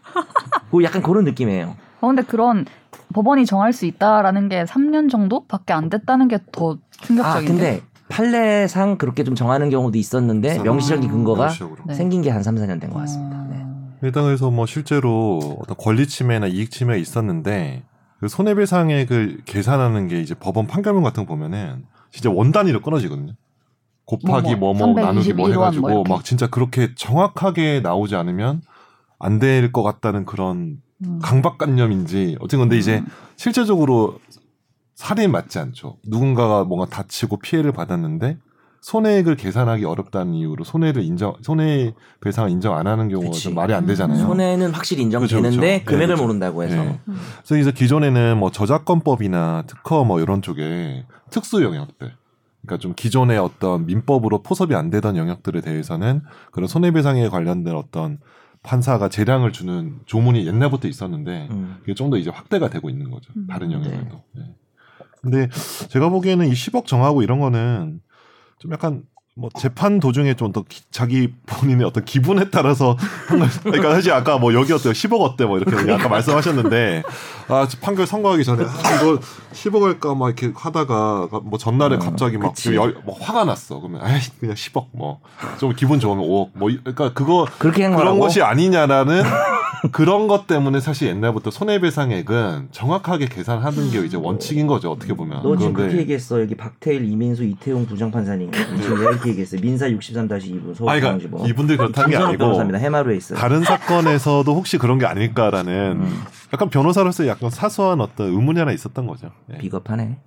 [SPEAKER 2] 그 약간 그런 느낌이에요.
[SPEAKER 1] 어, 근데 그런 법원이 정할 수 있다라는 게 3년 정도밖에 안 됐다는 게 더
[SPEAKER 2] 아
[SPEAKER 1] 충격적인데.
[SPEAKER 2] 근데 판례상 그렇게 좀 정하는 경우도 있었는데 네, 명시적인 근거가
[SPEAKER 3] 명시적으로.
[SPEAKER 1] 네.
[SPEAKER 2] 생긴 게 한 3, 4년 된 것 같습니다. 네.
[SPEAKER 3] 해당해서 뭐 실제로 어떤 권리 침해나 이익 침해 있었는데 그 손해배상액을 계산하는 게 이제 법원 판결문 같은 거 보면은 진짜 원 단위로 끊어지거든요. 곱하기
[SPEAKER 1] 뭐,
[SPEAKER 3] 뭐뭐
[SPEAKER 1] 뭐,
[SPEAKER 3] 나누기 뭐
[SPEAKER 1] 321원
[SPEAKER 3] 해가지고
[SPEAKER 1] 뭐 이렇게.
[SPEAKER 3] 막 진짜 그렇게 정확하게 나오지 않으면 안 될 것 같다는 그런
[SPEAKER 1] 음.
[SPEAKER 3] 강박관념인지 어쨌든 근데 이제
[SPEAKER 1] 음.
[SPEAKER 3] 실제적으로 살인 맞지 않죠. 누군가가 뭔가 다치고 피해를 받았는데 손해액을 계산하기 어렵다는 이유로 손해를 인정 손해 배상을 인정 안 하는 경우가
[SPEAKER 2] 그치. 음,
[SPEAKER 3] 좀 말이 안 되잖아요.
[SPEAKER 2] 손해는 확실히
[SPEAKER 3] 네. 그죠,
[SPEAKER 2] 인정되는데
[SPEAKER 3] 그죠.
[SPEAKER 2] 금액을
[SPEAKER 3] 네, 그죠.
[SPEAKER 2] 모른다고 해서
[SPEAKER 3] 네. 그래서 이제 기존에는 뭐 저작권법이나 특허 뭐 이런 쪽에 특수 영역들 그러니까 좀 기존의 어떤 민법으로 포섭이 안 되던 영역들에 대해서는 그런 손해배상에 관련된 어떤 판사가 재량을 주는 조문이 옛날부터 있었는데
[SPEAKER 2] 음.
[SPEAKER 3] 이게 좀 더 이제 확대가 되고 있는 거죠.
[SPEAKER 1] 음.
[SPEAKER 3] 다른 영역에도. 네. 근데 제가 보기에는 이 10억 정하고 이런 거는 좀 약간 뭐 재판 도중에 좀 더 자기 본인의 어떤 기분에 따라서 한 거- 그러니까 사실 아까 뭐 여기 어때요 10억 어때 뭐 이렇게 아까 말씀하셨는데 아저 판결 선고하기 전에 아, 이거 10억 할까 막 이렇게 하다가 뭐 전날에
[SPEAKER 2] 어,
[SPEAKER 3] 갑자기 막
[SPEAKER 2] 그치.
[SPEAKER 3] 열- 뭐 화가 났어 그러면 아 그냥 10억 뭐 좀 기분 좋으면 5억 뭐 이- 그러니까 그거
[SPEAKER 2] 그렇게 한
[SPEAKER 3] 그런
[SPEAKER 2] 거라고.
[SPEAKER 3] 것이 아니냐라는 그런 것 때문에 사실 옛날부터 손해배상액은 정확하게 계산하는 게 이제 원칙인 거죠 어떻게 보면.
[SPEAKER 2] 너 지금 그렇게
[SPEAKER 3] 그런데
[SPEAKER 2] 얘기했어. 여기 박태일, 이민수, 이태용 부장판사님. 지금 내가 이렇게 얘기했어요. 민사 63-2부 서울 중앙
[SPEAKER 3] 아니 그러니까
[SPEAKER 2] 지법 뭐.
[SPEAKER 3] 이분들 그렇다는 게
[SPEAKER 2] 김선호
[SPEAKER 3] 아니고
[SPEAKER 2] 변호사입니다. 해마루에 있어요. 음.
[SPEAKER 3] 다른 음. 사건에서도 혹시 그런 게 아닐까라는 약간 변호사로서 약간 사소한 어떤 의문이 하나 있었던 거죠. 예.
[SPEAKER 2] 비겁하네.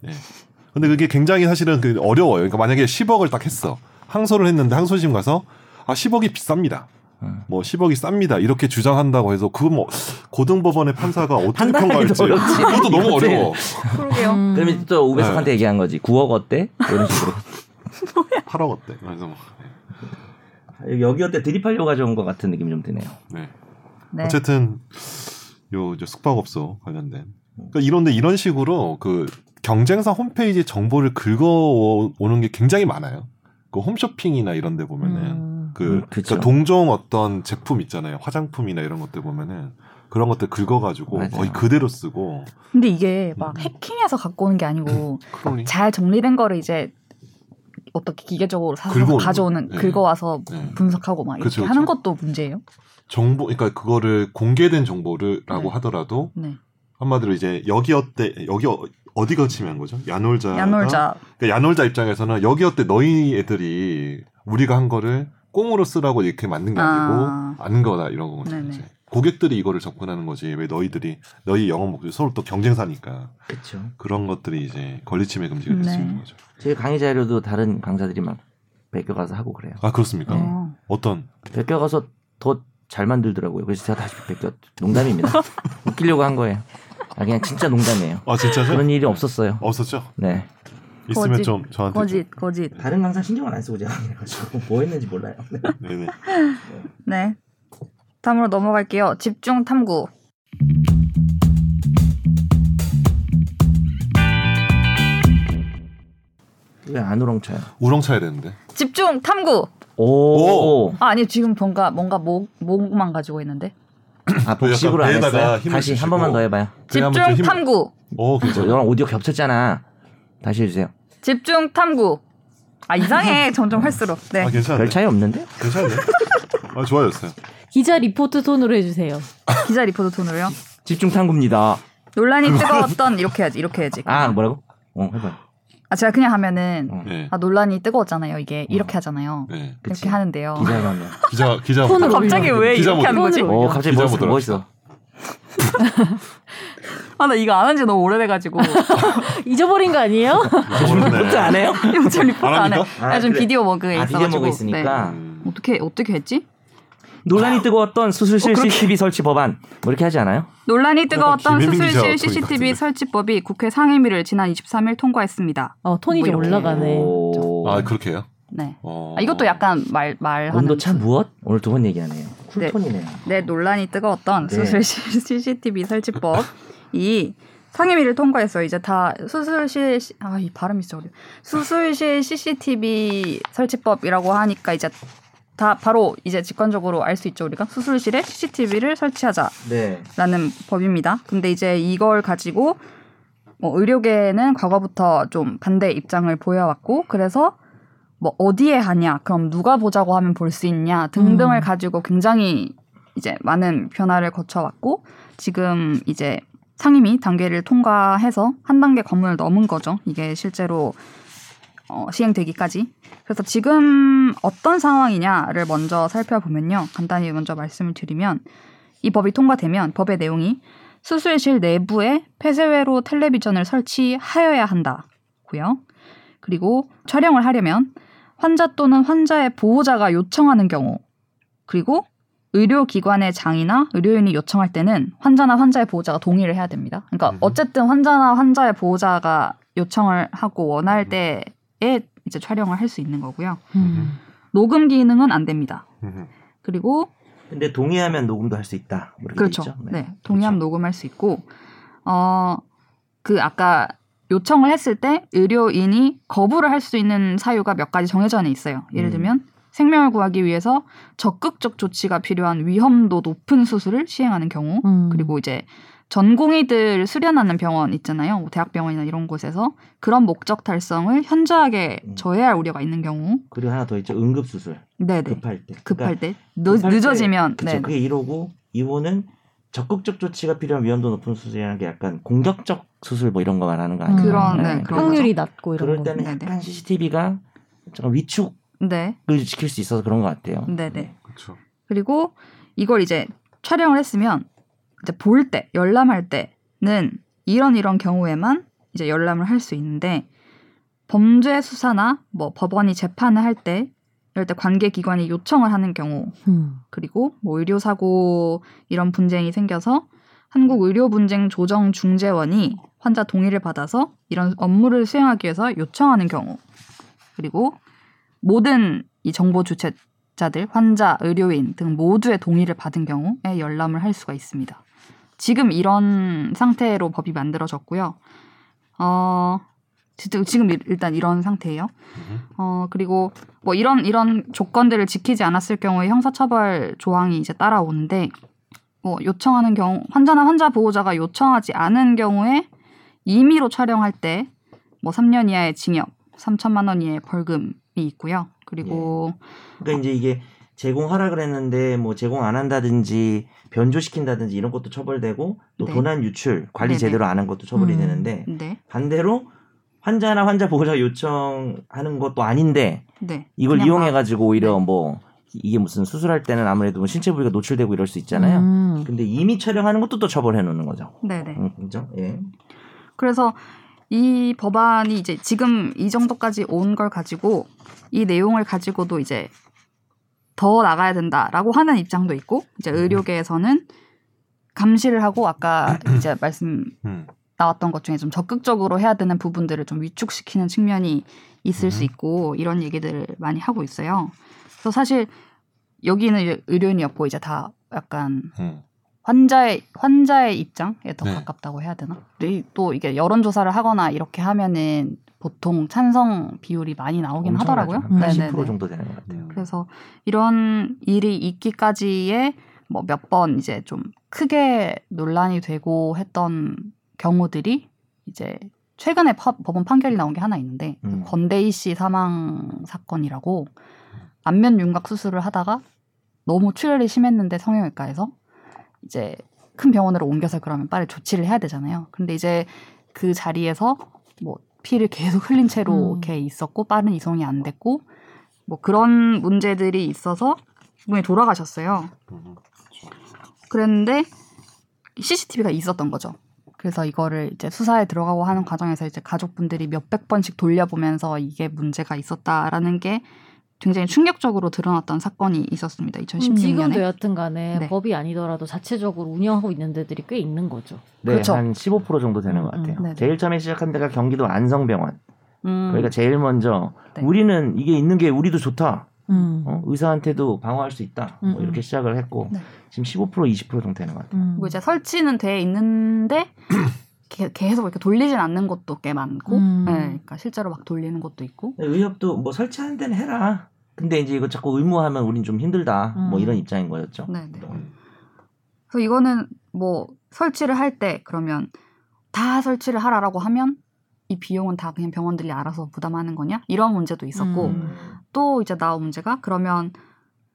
[SPEAKER 3] 근데 그게 굉장히 사실은 그 어려워요. 그러니까 만약에 10억을 딱 했어. 항소를 했는데 항소심 가서 아 10억이 비쌉니다.
[SPEAKER 2] 음.
[SPEAKER 3] 뭐 10억이 쌉니다. 이렇게 주장한다고 해서 그 뭐 고등법원의 판사가 어떻게
[SPEAKER 2] 판단하기도
[SPEAKER 3] 평가할지
[SPEAKER 2] 어렵지.
[SPEAKER 3] 그것도 너무
[SPEAKER 2] 이거지.
[SPEAKER 3] 어려워.
[SPEAKER 1] 그러게요.
[SPEAKER 2] 그러면 또
[SPEAKER 3] 네.
[SPEAKER 2] 우배석한테 얘기한 거지. 9억 어때? 이런 식으로.
[SPEAKER 3] 8억 어때? 그래서 뭐,
[SPEAKER 2] 여기 어때? 드립하려고 가져온 것 같은 느낌이 좀 드네요.
[SPEAKER 3] 네.
[SPEAKER 1] 네.
[SPEAKER 3] 어쨌든 요 이제 숙박업소 관련된. 그러니까 이런데 이런 식으로 그 경쟁사 홈페이지 정보를 긁어오는 게 굉장히 많아요. 그 홈쇼핑이나 이런데 보면은
[SPEAKER 4] 음.
[SPEAKER 3] 그
[SPEAKER 2] 음,
[SPEAKER 3] 그러니까
[SPEAKER 2] 그쵸.
[SPEAKER 3] 동종 어떤 제품 있잖아요. 화장품이나 이런 것들 보면은 그런 것들 긁어가지고
[SPEAKER 2] 맞아요.
[SPEAKER 3] 거의 그대로 쓰고
[SPEAKER 1] 근데 이게 막
[SPEAKER 3] 음.
[SPEAKER 1] 해킹해서 갖고 오는 게 아니고
[SPEAKER 3] 크롤링.
[SPEAKER 1] 잘 정리된 거를 이제 어떻게 기계적으로 사서
[SPEAKER 3] 긁어오는
[SPEAKER 1] 가져오는
[SPEAKER 3] 거. 네.
[SPEAKER 1] 긁어와서
[SPEAKER 3] 네.
[SPEAKER 1] 분석하고 막 이렇게
[SPEAKER 3] 그쵸,
[SPEAKER 1] 하는
[SPEAKER 3] 그쵸.
[SPEAKER 1] 것도 문제예요.
[SPEAKER 3] 정보, 그러니까 그거를 공개된 정보를라고
[SPEAKER 1] 네.
[SPEAKER 3] 하더라도
[SPEAKER 1] 네.
[SPEAKER 3] 한마디로 이제 여기 어때 여기 어- 어디 거치면 거죠? 야놀자.
[SPEAKER 1] 야놀자
[SPEAKER 3] 그러니까 야놀자 입장에서는 여기 어때 너희 애들이 우리가 한 거를 꽁으로 쓰라고 이렇게 만든 게
[SPEAKER 1] 아.
[SPEAKER 3] 아니고 아는 거다 이런 거거든요.
[SPEAKER 1] 네네.
[SPEAKER 3] 이제. 고객들이 이거를 접근하는 거지 왜 너희들이 너희 영업 목적 서로 또 경쟁사니까
[SPEAKER 2] 그렇죠.
[SPEAKER 3] 그런 것들이 이제 권리침해 금지가 될 수
[SPEAKER 1] 네.
[SPEAKER 3] 있는 거죠.
[SPEAKER 2] 제 강의 자료도 다른 강사들이 막 베껴가서 하고 그래요.
[SPEAKER 3] 아 그렇습니까?
[SPEAKER 1] 네.
[SPEAKER 3] 어떤
[SPEAKER 2] 베껴가서 더 잘 만들더라고요. 그래서 제가 다시 베껴 농담입니다. 웃기려고 한 거예요. 아, 그냥 진짜 농담이에요.
[SPEAKER 3] 아 진짜요?
[SPEAKER 2] 그런 일이 없었어요.
[SPEAKER 3] 없었죠.
[SPEAKER 2] 네.
[SPEAKER 3] 있으면
[SPEAKER 1] 거짓.
[SPEAKER 3] 좀 저한테 좀.
[SPEAKER 1] 거짓 거짓.
[SPEAKER 2] 다른 강사 신경을 안 쓰고 제가 그래가지고 뭐 했는지 몰라요.
[SPEAKER 3] 네네.
[SPEAKER 1] 네. 다음으로 넘어갈게요. 집중 탐구.
[SPEAKER 2] 왜 안 우렁차요?
[SPEAKER 3] 우렁차야 되는데.
[SPEAKER 1] 집중 탐구.
[SPEAKER 2] 오.
[SPEAKER 3] 오.
[SPEAKER 1] 아, 아니 지금 뭔가 뭔가 목 목만 가지고 있는데.
[SPEAKER 2] 아 복식으로 안
[SPEAKER 3] 배에다가
[SPEAKER 2] 했어요.
[SPEAKER 3] 힘을
[SPEAKER 2] 다시 한
[SPEAKER 3] 주시고.
[SPEAKER 2] 번만 더 해봐요.
[SPEAKER 3] 그냥 한번
[SPEAKER 1] 집중
[SPEAKER 3] 좀 힘-
[SPEAKER 1] 탐구.
[SPEAKER 3] 오
[SPEAKER 2] 저
[SPEAKER 3] 어, 괜찮아.
[SPEAKER 2] 너랑 오디오 겹쳤잖아. 다시 해주세요.
[SPEAKER 1] 집중 탐구. 아 이상해 점점 할수록. 네.
[SPEAKER 3] 아 괜찮아.
[SPEAKER 2] 별 차이 없는데?
[SPEAKER 3] 괜찮네. 아 좋아졌어요.
[SPEAKER 4] 기자 리포트 톤으로 해주세요.
[SPEAKER 1] 기자 리포트 톤으로요.
[SPEAKER 2] 집중 탐구입니다.
[SPEAKER 1] 논란이 뜨거웠던 이렇게 해야지 이렇게 해야지.
[SPEAKER 2] 아 뭐라고? 어 해봐요.
[SPEAKER 1] 아 제가 그냥 하면은
[SPEAKER 2] 어.
[SPEAKER 3] 네.
[SPEAKER 1] 아 논란이 뜨거웠잖아요. 이게 이렇게 하잖아요.
[SPEAKER 3] 어. 네.
[SPEAKER 2] 그치.
[SPEAKER 1] 이렇게 하는데요.
[SPEAKER 2] 기자가 하면.
[SPEAKER 3] 기자 기자. 뭐-
[SPEAKER 4] 톤으로
[SPEAKER 1] 갑자기
[SPEAKER 4] 올려.
[SPEAKER 1] 왜
[SPEAKER 3] 기자
[SPEAKER 1] 이렇게 하는 거지?
[SPEAKER 4] 톤으로.
[SPEAKER 2] 오 갑자기
[SPEAKER 3] 기자
[SPEAKER 2] 멋있어.
[SPEAKER 3] 보더라.
[SPEAKER 2] 멋있어.
[SPEAKER 1] 아 나 이거 안 한 지 너무 오래돼가지고
[SPEAKER 4] 잊어버린 거 아니에요?
[SPEAKER 2] 혼자
[SPEAKER 3] 모르네.
[SPEAKER 2] 안 해요?
[SPEAKER 1] 요즘 리포트
[SPEAKER 3] 안
[SPEAKER 1] 안 해.
[SPEAKER 3] 합니까?
[SPEAKER 1] 아, 좀
[SPEAKER 2] 그래.
[SPEAKER 1] 비디오 머그에
[SPEAKER 2] 아 비디오
[SPEAKER 1] 있어가지고.
[SPEAKER 2] 먹고 있으니까.
[SPEAKER 3] 음.
[SPEAKER 1] 네. 어떻게 어떻게 했지?
[SPEAKER 2] 논란이 뜨거웠던
[SPEAKER 3] 어,
[SPEAKER 2] 수술실 CCTV 설치 법안 뭐 이렇게 하지 않아요?
[SPEAKER 1] 논란이 뜨거웠던
[SPEAKER 3] 김혜민 기자
[SPEAKER 1] 수술실
[SPEAKER 3] 톤이
[SPEAKER 1] CCTV
[SPEAKER 3] 같은데.
[SPEAKER 1] 설치법이 국회 상임위를 지난 23일 통과했습니다.
[SPEAKER 4] 어, 톤이 좀
[SPEAKER 1] 뭐 이렇게.
[SPEAKER 4] 올라가네.
[SPEAKER 1] 뭐.
[SPEAKER 2] 오.
[SPEAKER 3] 아 그렇게요?
[SPEAKER 1] 네.
[SPEAKER 3] 어.
[SPEAKER 1] 아, 이것도 약간 말 말하는
[SPEAKER 2] 온도 참 아, 무엇? 오늘 두 번 얘기하네요.
[SPEAKER 1] 네.
[SPEAKER 2] 쿨톤이네요.
[SPEAKER 1] 네, 논란이 뜨거웠던
[SPEAKER 2] 네.
[SPEAKER 1] 수술실 CCTV 설치법이 상임위를 통과했어요. 이제 다 수술실 아 이 발음이 진짜 어려. 수술실 CCTV 설치법이라고 하니까 이제 다 바로 이제 직관적으로 알 수 있죠 우리가 수술실에 CCTV를 설치하자.
[SPEAKER 2] 네.
[SPEAKER 1] 라는 법입니다. 근데 이제 이걸 가지고 뭐 의료계는 과거부터 좀 반대 입장을 보여왔고 그래서 뭐 어디에 하냐 그럼 누가 보자고 하면 볼 수 있냐 등등을
[SPEAKER 4] 음.
[SPEAKER 1] 가지고 굉장히 이제 많은 변화를 거쳐왔고 지금 이제 상임위 단계를 통과해서 한 단계 관문을 넘은 거죠. 이게 실제로 어, 시행되기까지. 그래서 지금 어떤 상황이냐를 먼저 살펴보면요. 간단히 먼저 말씀을 드리면 이 법이 통과되면 법의 내용이 수술실 내부에 폐쇄외로 텔레비전을 설치하여야 한다고요. 그리고 촬영을 하려면 환자 또는 환자의 보호자가 요청하는 경우 그리고 의료기관의 장이나 의료인이 요청할 때는 환자나 환자의 보호자가 동의를 해야 됩니다. 그러니까
[SPEAKER 3] 음.
[SPEAKER 1] 어쨌든 환자나 환자의 보호자가 요청을 하고 원할 때에 이제 촬영을 할 수 있는 거고요.
[SPEAKER 4] 음.
[SPEAKER 1] 녹음 기능은 안 됩니다.
[SPEAKER 3] 음.
[SPEAKER 1] 그리고
[SPEAKER 2] 근데 동의하면 녹음도 할 수 있다. 뭐 이렇게 돼
[SPEAKER 1] 그렇죠.
[SPEAKER 2] 있죠?
[SPEAKER 1] 네. 동의하면 녹음할 수 있고, 어, 그 아까 요청을 했을 때 의료인이 거부를 할 수 있는 사유가 몇 가지 정해져 있어요. 예를
[SPEAKER 2] 음.
[SPEAKER 1] 들면 생명을 구하기 위해서 적극적 조치가 필요한 위험도 높은 수술을 시행하는 경우,
[SPEAKER 4] 음.
[SPEAKER 1] 그리고 이제 전공의들 수련하는 병원 있잖아요. 뭐 대학병원이나 이런 곳에서 그런 목적 달성을 현저하게
[SPEAKER 2] 음.
[SPEAKER 1] 저해할 우려가 있는 경우,
[SPEAKER 2] 그리고 하나 더 있죠. 응급 수술.
[SPEAKER 1] 네네.
[SPEAKER 2] 급할 때.
[SPEAKER 1] 급할 때,
[SPEAKER 2] 그러니까 급할 때,
[SPEAKER 1] 늦어지면,
[SPEAKER 2] 그쵸.
[SPEAKER 1] 네.
[SPEAKER 2] 그게 1호고 2호는 적극적 조치가 필요한 위험도 높은 수술이라는 게 약간 공격적 수술 뭐 이런 거 말하는 거 아니에요? 그러니까
[SPEAKER 1] 그런, 네, 그런
[SPEAKER 4] 확률이 낮고
[SPEAKER 2] 그럴
[SPEAKER 4] 이런 거.
[SPEAKER 2] 때는
[SPEAKER 1] 네, 네.
[SPEAKER 2] 약간 CCTV가 약간 위축을
[SPEAKER 1] 네.
[SPEAKER 2] 지킬 수 있어서 그런 것 같아요.
[SPEAKER 1] 네네.
[SPEAKER 3] 그렇죠.
[SPEAKER 1] 그리고 이걸 이제 촬영을 했으면 이제 볼 때, 열람할 때는 이런 이런 경우에만 이제 열람을 할 수 있는데 범죄 수사나 뭐 법원이 재판을 할 때 이럴 때 관계 기관이 요청을 하는 경우
[SPEAKER 4] 음.
[SPEAKER 1] 그리고 뭐 의료 사고 이런 분쟁이 생겨서 한국 의료 분쟁 조정 중재원이 환자 동의를 받아서 이런 업무를 수행하기 위해서 요청하는 경우 그리고 모든 이 정보 주체자들 환자 의료인 등 모두의 동의를 받은 경우에 열람을 할 수가 있습니다. 지금 이런 상태로 법이 만들어졌고요. 어 지금- 지금 일- 일단 이런 상태예요.
[SPEAKER 3] 음.
[SPEAKER 1] 어 그리고 뭐 이런 이런 조건들을 지키지 않았을 경우에 형사처벌 조항이 이제 따라오는데 뭐 요청하는 경우 환자나 환자 보호자가 요청하지 않은 경우에 임의로 촬영할 때 뭐 3년 이하의 징역, 3천만 원 이하의 벌금이 있고요. 그리고
[SPEAKER 2] 그러니까 이제 이게 제공하라 그랬는데 뭐 제공 안 한다든지 변조시킨다든지 이런 것도 처벌되고 또
[SPEAKER 1] 네.
[SPEAKER 2] 도난 유출 관리
[SPEAKER 1] 네네.
[SPEAKER 2] 제대로 안 한 것도 처벌이
[SPEAKER 4] 음.
[SPEAKER 2] 되는데
[SPEAKER 1] 네.
[SPEAKER 2] 반대로 환자나 환자 보호자 요청하는 것도 아닌데
[SPEAKER 1] 네. 그냥
[SPEAKER 2] 이걸
[SPEAKER 1] 네.
[SPEAKER 2] 이용해 가지고 오히려 뭐 이게 무슨 수술할 때는 아무래도 뭐 신체 부위가 노출되고 이럴 수 있잖아요.
[SPEAKER 4] 음.
[SPEAKER 1] 그
[SPEAKER 2] 근데 이미 촬영하는 것도 또 처벌해 놓는 거죠.
[SPEAKER 1] 막- 네네.
[SPEAKER 2] 음, 그죠? 예.
[SPEAKER 1] 그래서 이 법안이 이제 지금 이 정도까지 온 걸 가지고 이 내용을 가지고도 이제
[SPEAKER 2] 음.
[SPEAKER 1] 더 나가야 된다라고 하는 입장도 있고 이제 의료계에서는 감시를 하고 아까 이제 말씀
[SPEAKER 3] 음.
[SPEAKER 1] 나왔던 것 중에 좀 적극적으로 해야 되는 부분들을 좀 위축시키는 측면이 있을 수
[SPEAKER 3] 음.
[SPEAKER 1] 있고 이런 얘기들을 많이 하고 있어요. 그래서 사실 여기는 이제 의료인이었고 이제 다 약간
[SPEAKER 3] 음.
[SPEAKER 1] 환자의 환자의 입장에 더
[SPEAKER 3] 네.
[SPEAKER 1] 가깝다고 해야 되나? 근데 또 이게 여론 조사를 하거나 이렇게 하면은 보통 찬성 비율이 많이 나오긴 하더라고요.
[SPEAKER 4] 한
[SPEAKER 1] 네네네.
[SPEAKER 2] 80% 정도 되는 것 같아요.
[SPEAKER 3] 음.
[SPEAKER 1] 그래서 이런 일이 있기까지에 뭐 몇 번 이제 좀 크게 논란이 되고 했던 경우들이 이제 최근에 파- 법원 판결이 나온 게 하나 있는데
[SPEAKER 2] 음.
[SPEAKER 1] 권대희 씨 사망 사건이라고 안면 윤곽 수술을 하다가 너무 출혈이 심했는데 성형외과에서 이제 큰 병원으로 옮겨서 그러면 빨리 조치를 해야 되잖아요. 근데 이제 그 자리에서 뭐 피를 계속 흘린 채로
[SPEAKER 4] 음.
[SPEAKER 1] 이렇게 있었고 빠른 이송이 안 됐고 뭐 그런 문제들이 있어서 분이 돌아가셨어요.
[SPEAKER 3] 음.
[SPEAKER 1] 그랬는데 CCTV가 있었던 거죠. 그래서 이거를 이제 수사에 들어가고 하는 과정에서 이제 가족분들이 몇백 번씩 돌려보면서 이게 문제가 있었다라는 게 굉장히 충격적으로 드러났던 사건이 있었습니다. 2016년에.
[SPEAKER 4] 지금도 여하튼간에
[SPEAKER 1] 네.
[SPEAKER 4] 법이 아니더라도 자체적으로 운영하고 있는 데들이 꽤 있는 거죠.
[SPEAKER 2] 네,
[SPEAKER 1] 그렇죠.
[SPEAKER 2] 한 15% 정도 되는 것
[SPEAKER 4] 음,
[SPEAKER 2] 같아요.
[SPEAKER 1] 음, 네네.
[SPEAKER 2] 제일 처음에 시작한 데가 경기도 안성병원.
[SPEAKER 1] 음,
[SPEAKER 2] 그러니까 제일 먼저
[SPEAKER 1] 네.
[SPEAKER 2] 우리는 이게 있는 게 우리도 좋다.
[SPEAKER 4] 음.
[SPEAKER 2] 어? 의사한테도 방어할 수 있다. 뭐
[SPEAKER 4] 음,
[SPEAKER 2] 이렇게
[SPEAKER 4] 음.
[SPEAKER 2] 시작을 했고
[SPEAKER 1] 네.
[SPEAKER 2] 지금 15% 20% 정도 되는 것 같아요.
[SPEAKER 4] 음.
[SPEAKER 1] 그리고 이제 설치는 돼 있는데 게- 계속 이렇게 돌리진 않는 것도 꽤 많고,
[SPEAKER 4] 음.
[SPEAKER 1] 네, 그러니까 실제로 막 돌리는 것도 있고,
[SPEAKER 2] 의협도 뭐 설치하는 데는 해라. 근데 이제 이거 자꾸 의무하면 우린 좀 힘들다. 뭐
[SPEAKER 4] 음.
[SPEAKER 2] 이런 입장인 거였죠.
[SPEAKER 1] 네, 네. 그래서 이거는 뭐 설치를 할 때 그러면 다 설치를 하라라고 하면 이 비용은 다 그냥 병원들이 알아서 부담하는 거냐 이런 문제도 있었고
[SPEAKER 4] 음.
[SPEAKER 1] 또 이제 나온 문제가 그러면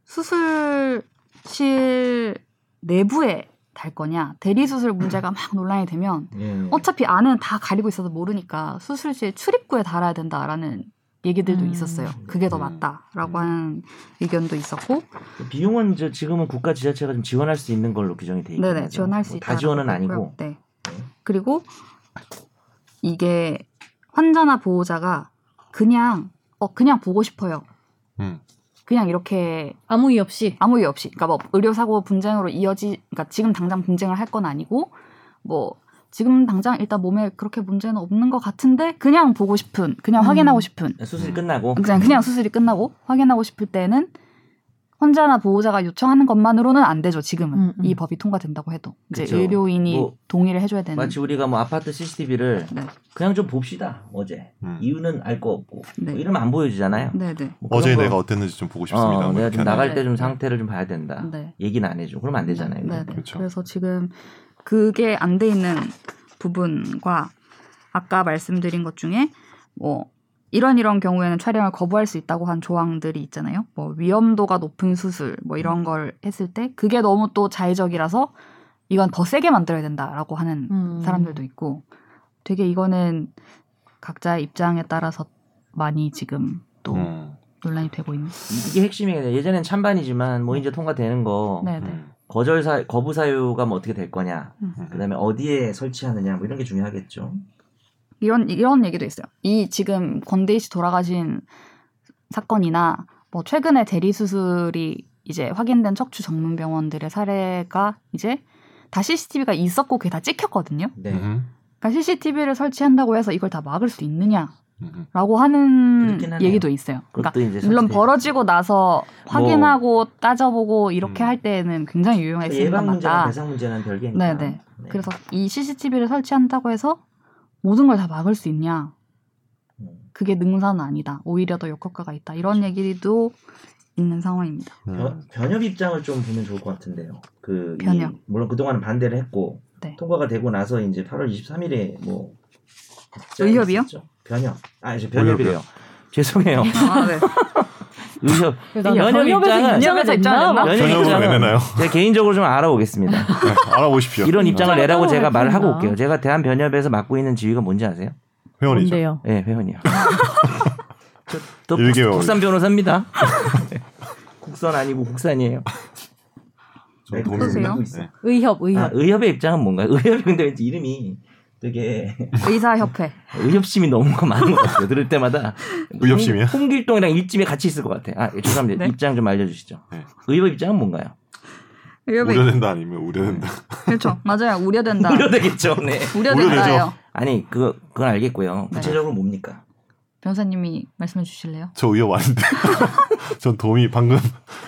[SPEAKER 1] 수술실 내부에 달 거냐 대리 수술 문제가 막 논란이 되면
[SPEAKER 2] 예.
[SPEAKER 1] 어차피 안은 다 가리고 있어도 모르니까 수술실 출입구에 달아야 된다라는 얘기들도
[SPEAKER 4] 음.
[SPEAKER 1] 있었어요. 그게 더
[SPEAKER 3] 음.
[SPEAKER 1] 맞다라고 하는 의견도 있었고
[SPEAKER 2] 그 비용은 저 지금은 국가 지자체가 좀 지원할 수 있는 걸로 규정이 돼 있긴
[SPEAKER 1] 네네
[SPEAKER 2] 하죠.
[SPEAKER 1] 지원할 수
[SPEAKER 2] 뭐
[SPEAKER 1] 있
[SPEAKER 2] 다 지원은 아니고.
[SPEAKER 1] 네. 그리고 이게 환자나 보호자가 그냥 어 그냥 보고 싶어요.
[SPEAKER 3] 음.
[SPEAKER 1] 그냥 이렇게
[SPEAKER 4] 아무 이유 없이
[SPEAKER 1] 아무 이유 없이 그러니까 뭐 의료 사고 분쟁으로 이어지 그러니까 지금 당장 분쟁을 할 건 아니고 뭐 지금 당장 일단 몸에 그렇게 문제는 없는 것 같은데 그냥 보고 싶은 그냥
[SPEAKER 4] 음.
[SPEAKER 1] 확인하고 싶은
[SPEAKER 2] 수술이
[SPEAKER 3] 음.
[SPEAKER 2] 예, 끝나고
[SPEAKER 1] 그냥 그냥 수술이 끝나고 확인하고 싶을 때는 환자나 보호자가 요청하는 것만으로는 안 되죠 지금은
[SPEAKER 4] 음, 음.
[SPEAKER 1] 이 법이 통과된다고 해도 이제
[SPEAKER 2] 그쵸.
[SPEAKER 1] 의료인이
[SPEAKER 2] 뭐
[SPEAKER 1] 동의를 해줘야 되는
[SPEAKER 2] 마치 우리가 뭐 아파트 CCTV를
[SPEAKER 1] 네.
[SPEAKER 2] 그냥 좀 봅시다 어제
[SPEAKER 3] 음.
[SPEAKER 2] 이유는 알 거 없고
[SPEAKER 1] 네.
[SPEAKER 2] 뭐 이러면 안 보여주잖아요.
[SPEAKER 1] 네네
[SPEAKER 2] 뭐 그런
[SPEAKER 3] 어제
[SPEAKER 2] 거-
[SPEAKER 3] 내가 어땠는지 좀 보고 싶습니다.
[SPEAKER 2] 어,
[SPEAKER 3] 뭐
[SPEAKER 2] 내가
[SPEAKER 3] 이렇게
[SPEAKER 2] 좀
[SPEAKER 3] 하는
[SPEAKER 2] 나갈
[SPEAKER 1] 네.
[SPEAKER 2] 때 좀 상태를 좀 봐야 된다.
[SPEAKER 1] 네.
[SPEAKER 2] 얘기는 안 해줘. 그러면 안 아, 되잖아요.
[SPEAKER 1] 네, 네.
[SPEAKER 3] 그렇죠.
[SPEAKER 1] 그래서 지금 그게 안 돼 있는 부분과 아까 말씀드린 것 중에 뭐 이런 이런 경우에는 촬영을 거부할 수 있다고 한 조항들이 있잖아요. 뭐 위험도가 높은 수술 뭐
[SPEAKER 2] 음.
[SPEAKER 1] 이런 걸 했을 때 그게 너무 또 자의적이라서 이건 더 세게 만들어야 된다라고 하는
[SPEAKER 4] 음.
[SPEAKER 1] 사람들도 있고 되게 이거는 각자의 입장에 따라서 많이 지금 또
[SPEAKER 3] 음.
[SPEAKER 1] 논란이 되고 있는.
[SPEAKER 2] 이게 핵심이에요. 예전엔 찬반이지만 뭐 이제 통과되는 거
[SPEAKER 1] 네, 네.
[SPEAKER 3] 음.
[SPEAKER 2] 거절 사 거부 사유가 뭐 어떻게 될 거냐.
[SPEAKER 3] 음.
[SPEAKER 2] 그다음에 어디에 설치하느냐 뭐 이런 게 중요하겠죠.
[SPEAKER 1] 이런 이런 얘기도 있어요. 이 지금 권대희 씨 돌아가신 사건이나 뭐 최근에 대리 수술이 이제 확인된 척추 전문 병원들의 사례가 이제 다 CCTV가 있었고 그게 다 찍혔거든요.
[SPEAKER 2] 네.
[SPEAKER 3] 음.
[SPEAKER 1] 그러니까 CCTV를 설치한다고 해서 이걸 다 막을 수 있느냐라고
[SPEAKER 3] 음.
[SPEAKER 1] 하는
[SPEAKER 2] 그렇긴 하네요.
[SPEAKER 1] 얘기도 있어요. 그러니까
[SPEAKER 2] 그것도 이제
[SPEAKER 3] 네,
[SPEAKER 1] 물론
[SPEAKER 2] 선택.
[SPEAKER 1] 벌어지고 나서 확인하고 따져보고 이렇게
[SPEAKER 3] 뭐 음.
[SPEAKER 1] 할 때는 굉장히 유용하게 쓰는
[SPEAKER 2] 그 예방
[SPEAKER 1] 건
[SPEAKER 2] 문제랑
[SPEAKER 1] 맞다.
[SPEAKER 2] 배상 문제는 별개니까.
[SPEAKER 1] 네, 네.
[SPEAKER 2] 네.
[SPEAKER 1] 그래서 이 CCTV를 설치한다고 해서 모든 걸 다 막을 수 있냐?
[SPEAKER 2] 음.
[SPEAKER 1] 그게 능사는 아니다. 오히려 더 역효과가 있다. 이런
[SPEAKER 3] 그렇죠.
[SPEAKER 1] 얘기도 있는 상황입니다.
[SPEAKER 3] 음.
[SPEAKER 2] 변- 변협 입장을 좀 보면 좋을 것 같은데요. 그 이-
[SPEAKER 1] 변협.
[SPEAKER 2] 물론 그동안 은 반대를 했고
[SPEAKER 1] 네.
[SPEAKER 2] 통과가 되고 나서 이제 8월 23일에 뭐
[SPEAKER 1] 의협이요?
[SPEAKER 2] 있었죠. 변협. 아, 이제 변협이래요. 죄송해요.
[SPEAKER 1] 아, 네.
[SPEAKER 2] 의협.
[SPEAKER 4] 그래서
[SPEAKER 2] 연협 입장은-
[SPEAKER 1] 연협에서 입장을
[SPEAKER 4] 냈나?
[SPEAKER 1] 냈나?
[SPEAKER 4] 막
[SPEAKER 2] 연예인
[SPEAKER 3] 저녁으로
[SPEAKER 2] 입장은
[SPEAKER 3] 내내나요?
[SPEAKER 2] 아, 제가 개인적으로 좀 알아보겠습니다.
[SPEAKER 3] 알아보십시오.
[SPEAKER 2] 이런 입장을
[SPEAKER 4] 아,
[SPEAKER 2] 내라고
[SPEAKER 4] 아,
[SPEAKER 2] 제가 말을 하고
[SPEAKER 4] 그렇구나.
[SPEAKER 2] 올게요. 제가 대한변협에서 맡고 있는 지위가 뭔지 아세요?
[SPEAKER 3] 음. 회원이죠.
[SPEAKER 1] 네.
[SPEAKER 4] 뭔데요?
[SPEAKER 2] 예, 회원이요. 저- 또
[SPEAKER 3] 일개월.
[SPEAKER 2] 국- 국산 변호사입니다. 국선 아니고 국산이에요.
[SPEAKER 3] 좀
[SPEAKER 2] 네,
[SPEAKER 3] 도움이
[SPEAKER 1] 그러세요?
[SPEAKER 3] 되나요?
[SPEAKER 2] 있어요.
[SPEAKER 3] 네.
[SPEAKER 4] 의협, 의협.
[SPEAKER 2] 아, 의협의 입장은 뭔가요? 의협이 근데 왠지 이름이 되게
[SPEAKER 1] 의사협회.
[SPEAKER 2] 의협심이 너무 많은 것 같아요. 들을 때마다.
[SPEAKER 3] 의협심이요?
[SPEAKER 2] 홍- 홍길동이랑 일찜에 같이 있을 것 같아. 아, 죄송합니다.
[SPEAKER 1] 네.
[SPEAKER 2] 입장 좀 알려주시죠.
[SPEAKER 3] 네.
[SPEAKER 2] 의협 입장은 뭔가요?
[SPEAKER 1] 위협이
[SPEAKER 3] 우려된다 아니면 우려된다.
[SPEAKER 1] 그렇죠. 맞아요. 우려된다.
[SPEAKER 2] 우려되겠죠. 네.
[SPEAKER 1] 우려된다예요.
[SPEAKER 2] 아니 그거 그건 알겠고요.
[SPEAKER 4] 네.
[SPEAKER 2] 구체적으로 뭡니까?
[SPEAKER 1] 변호사님이 말씀해 주실래요?
[SPEAKER 3] 저 의협 아닌데. 전 도움이 방금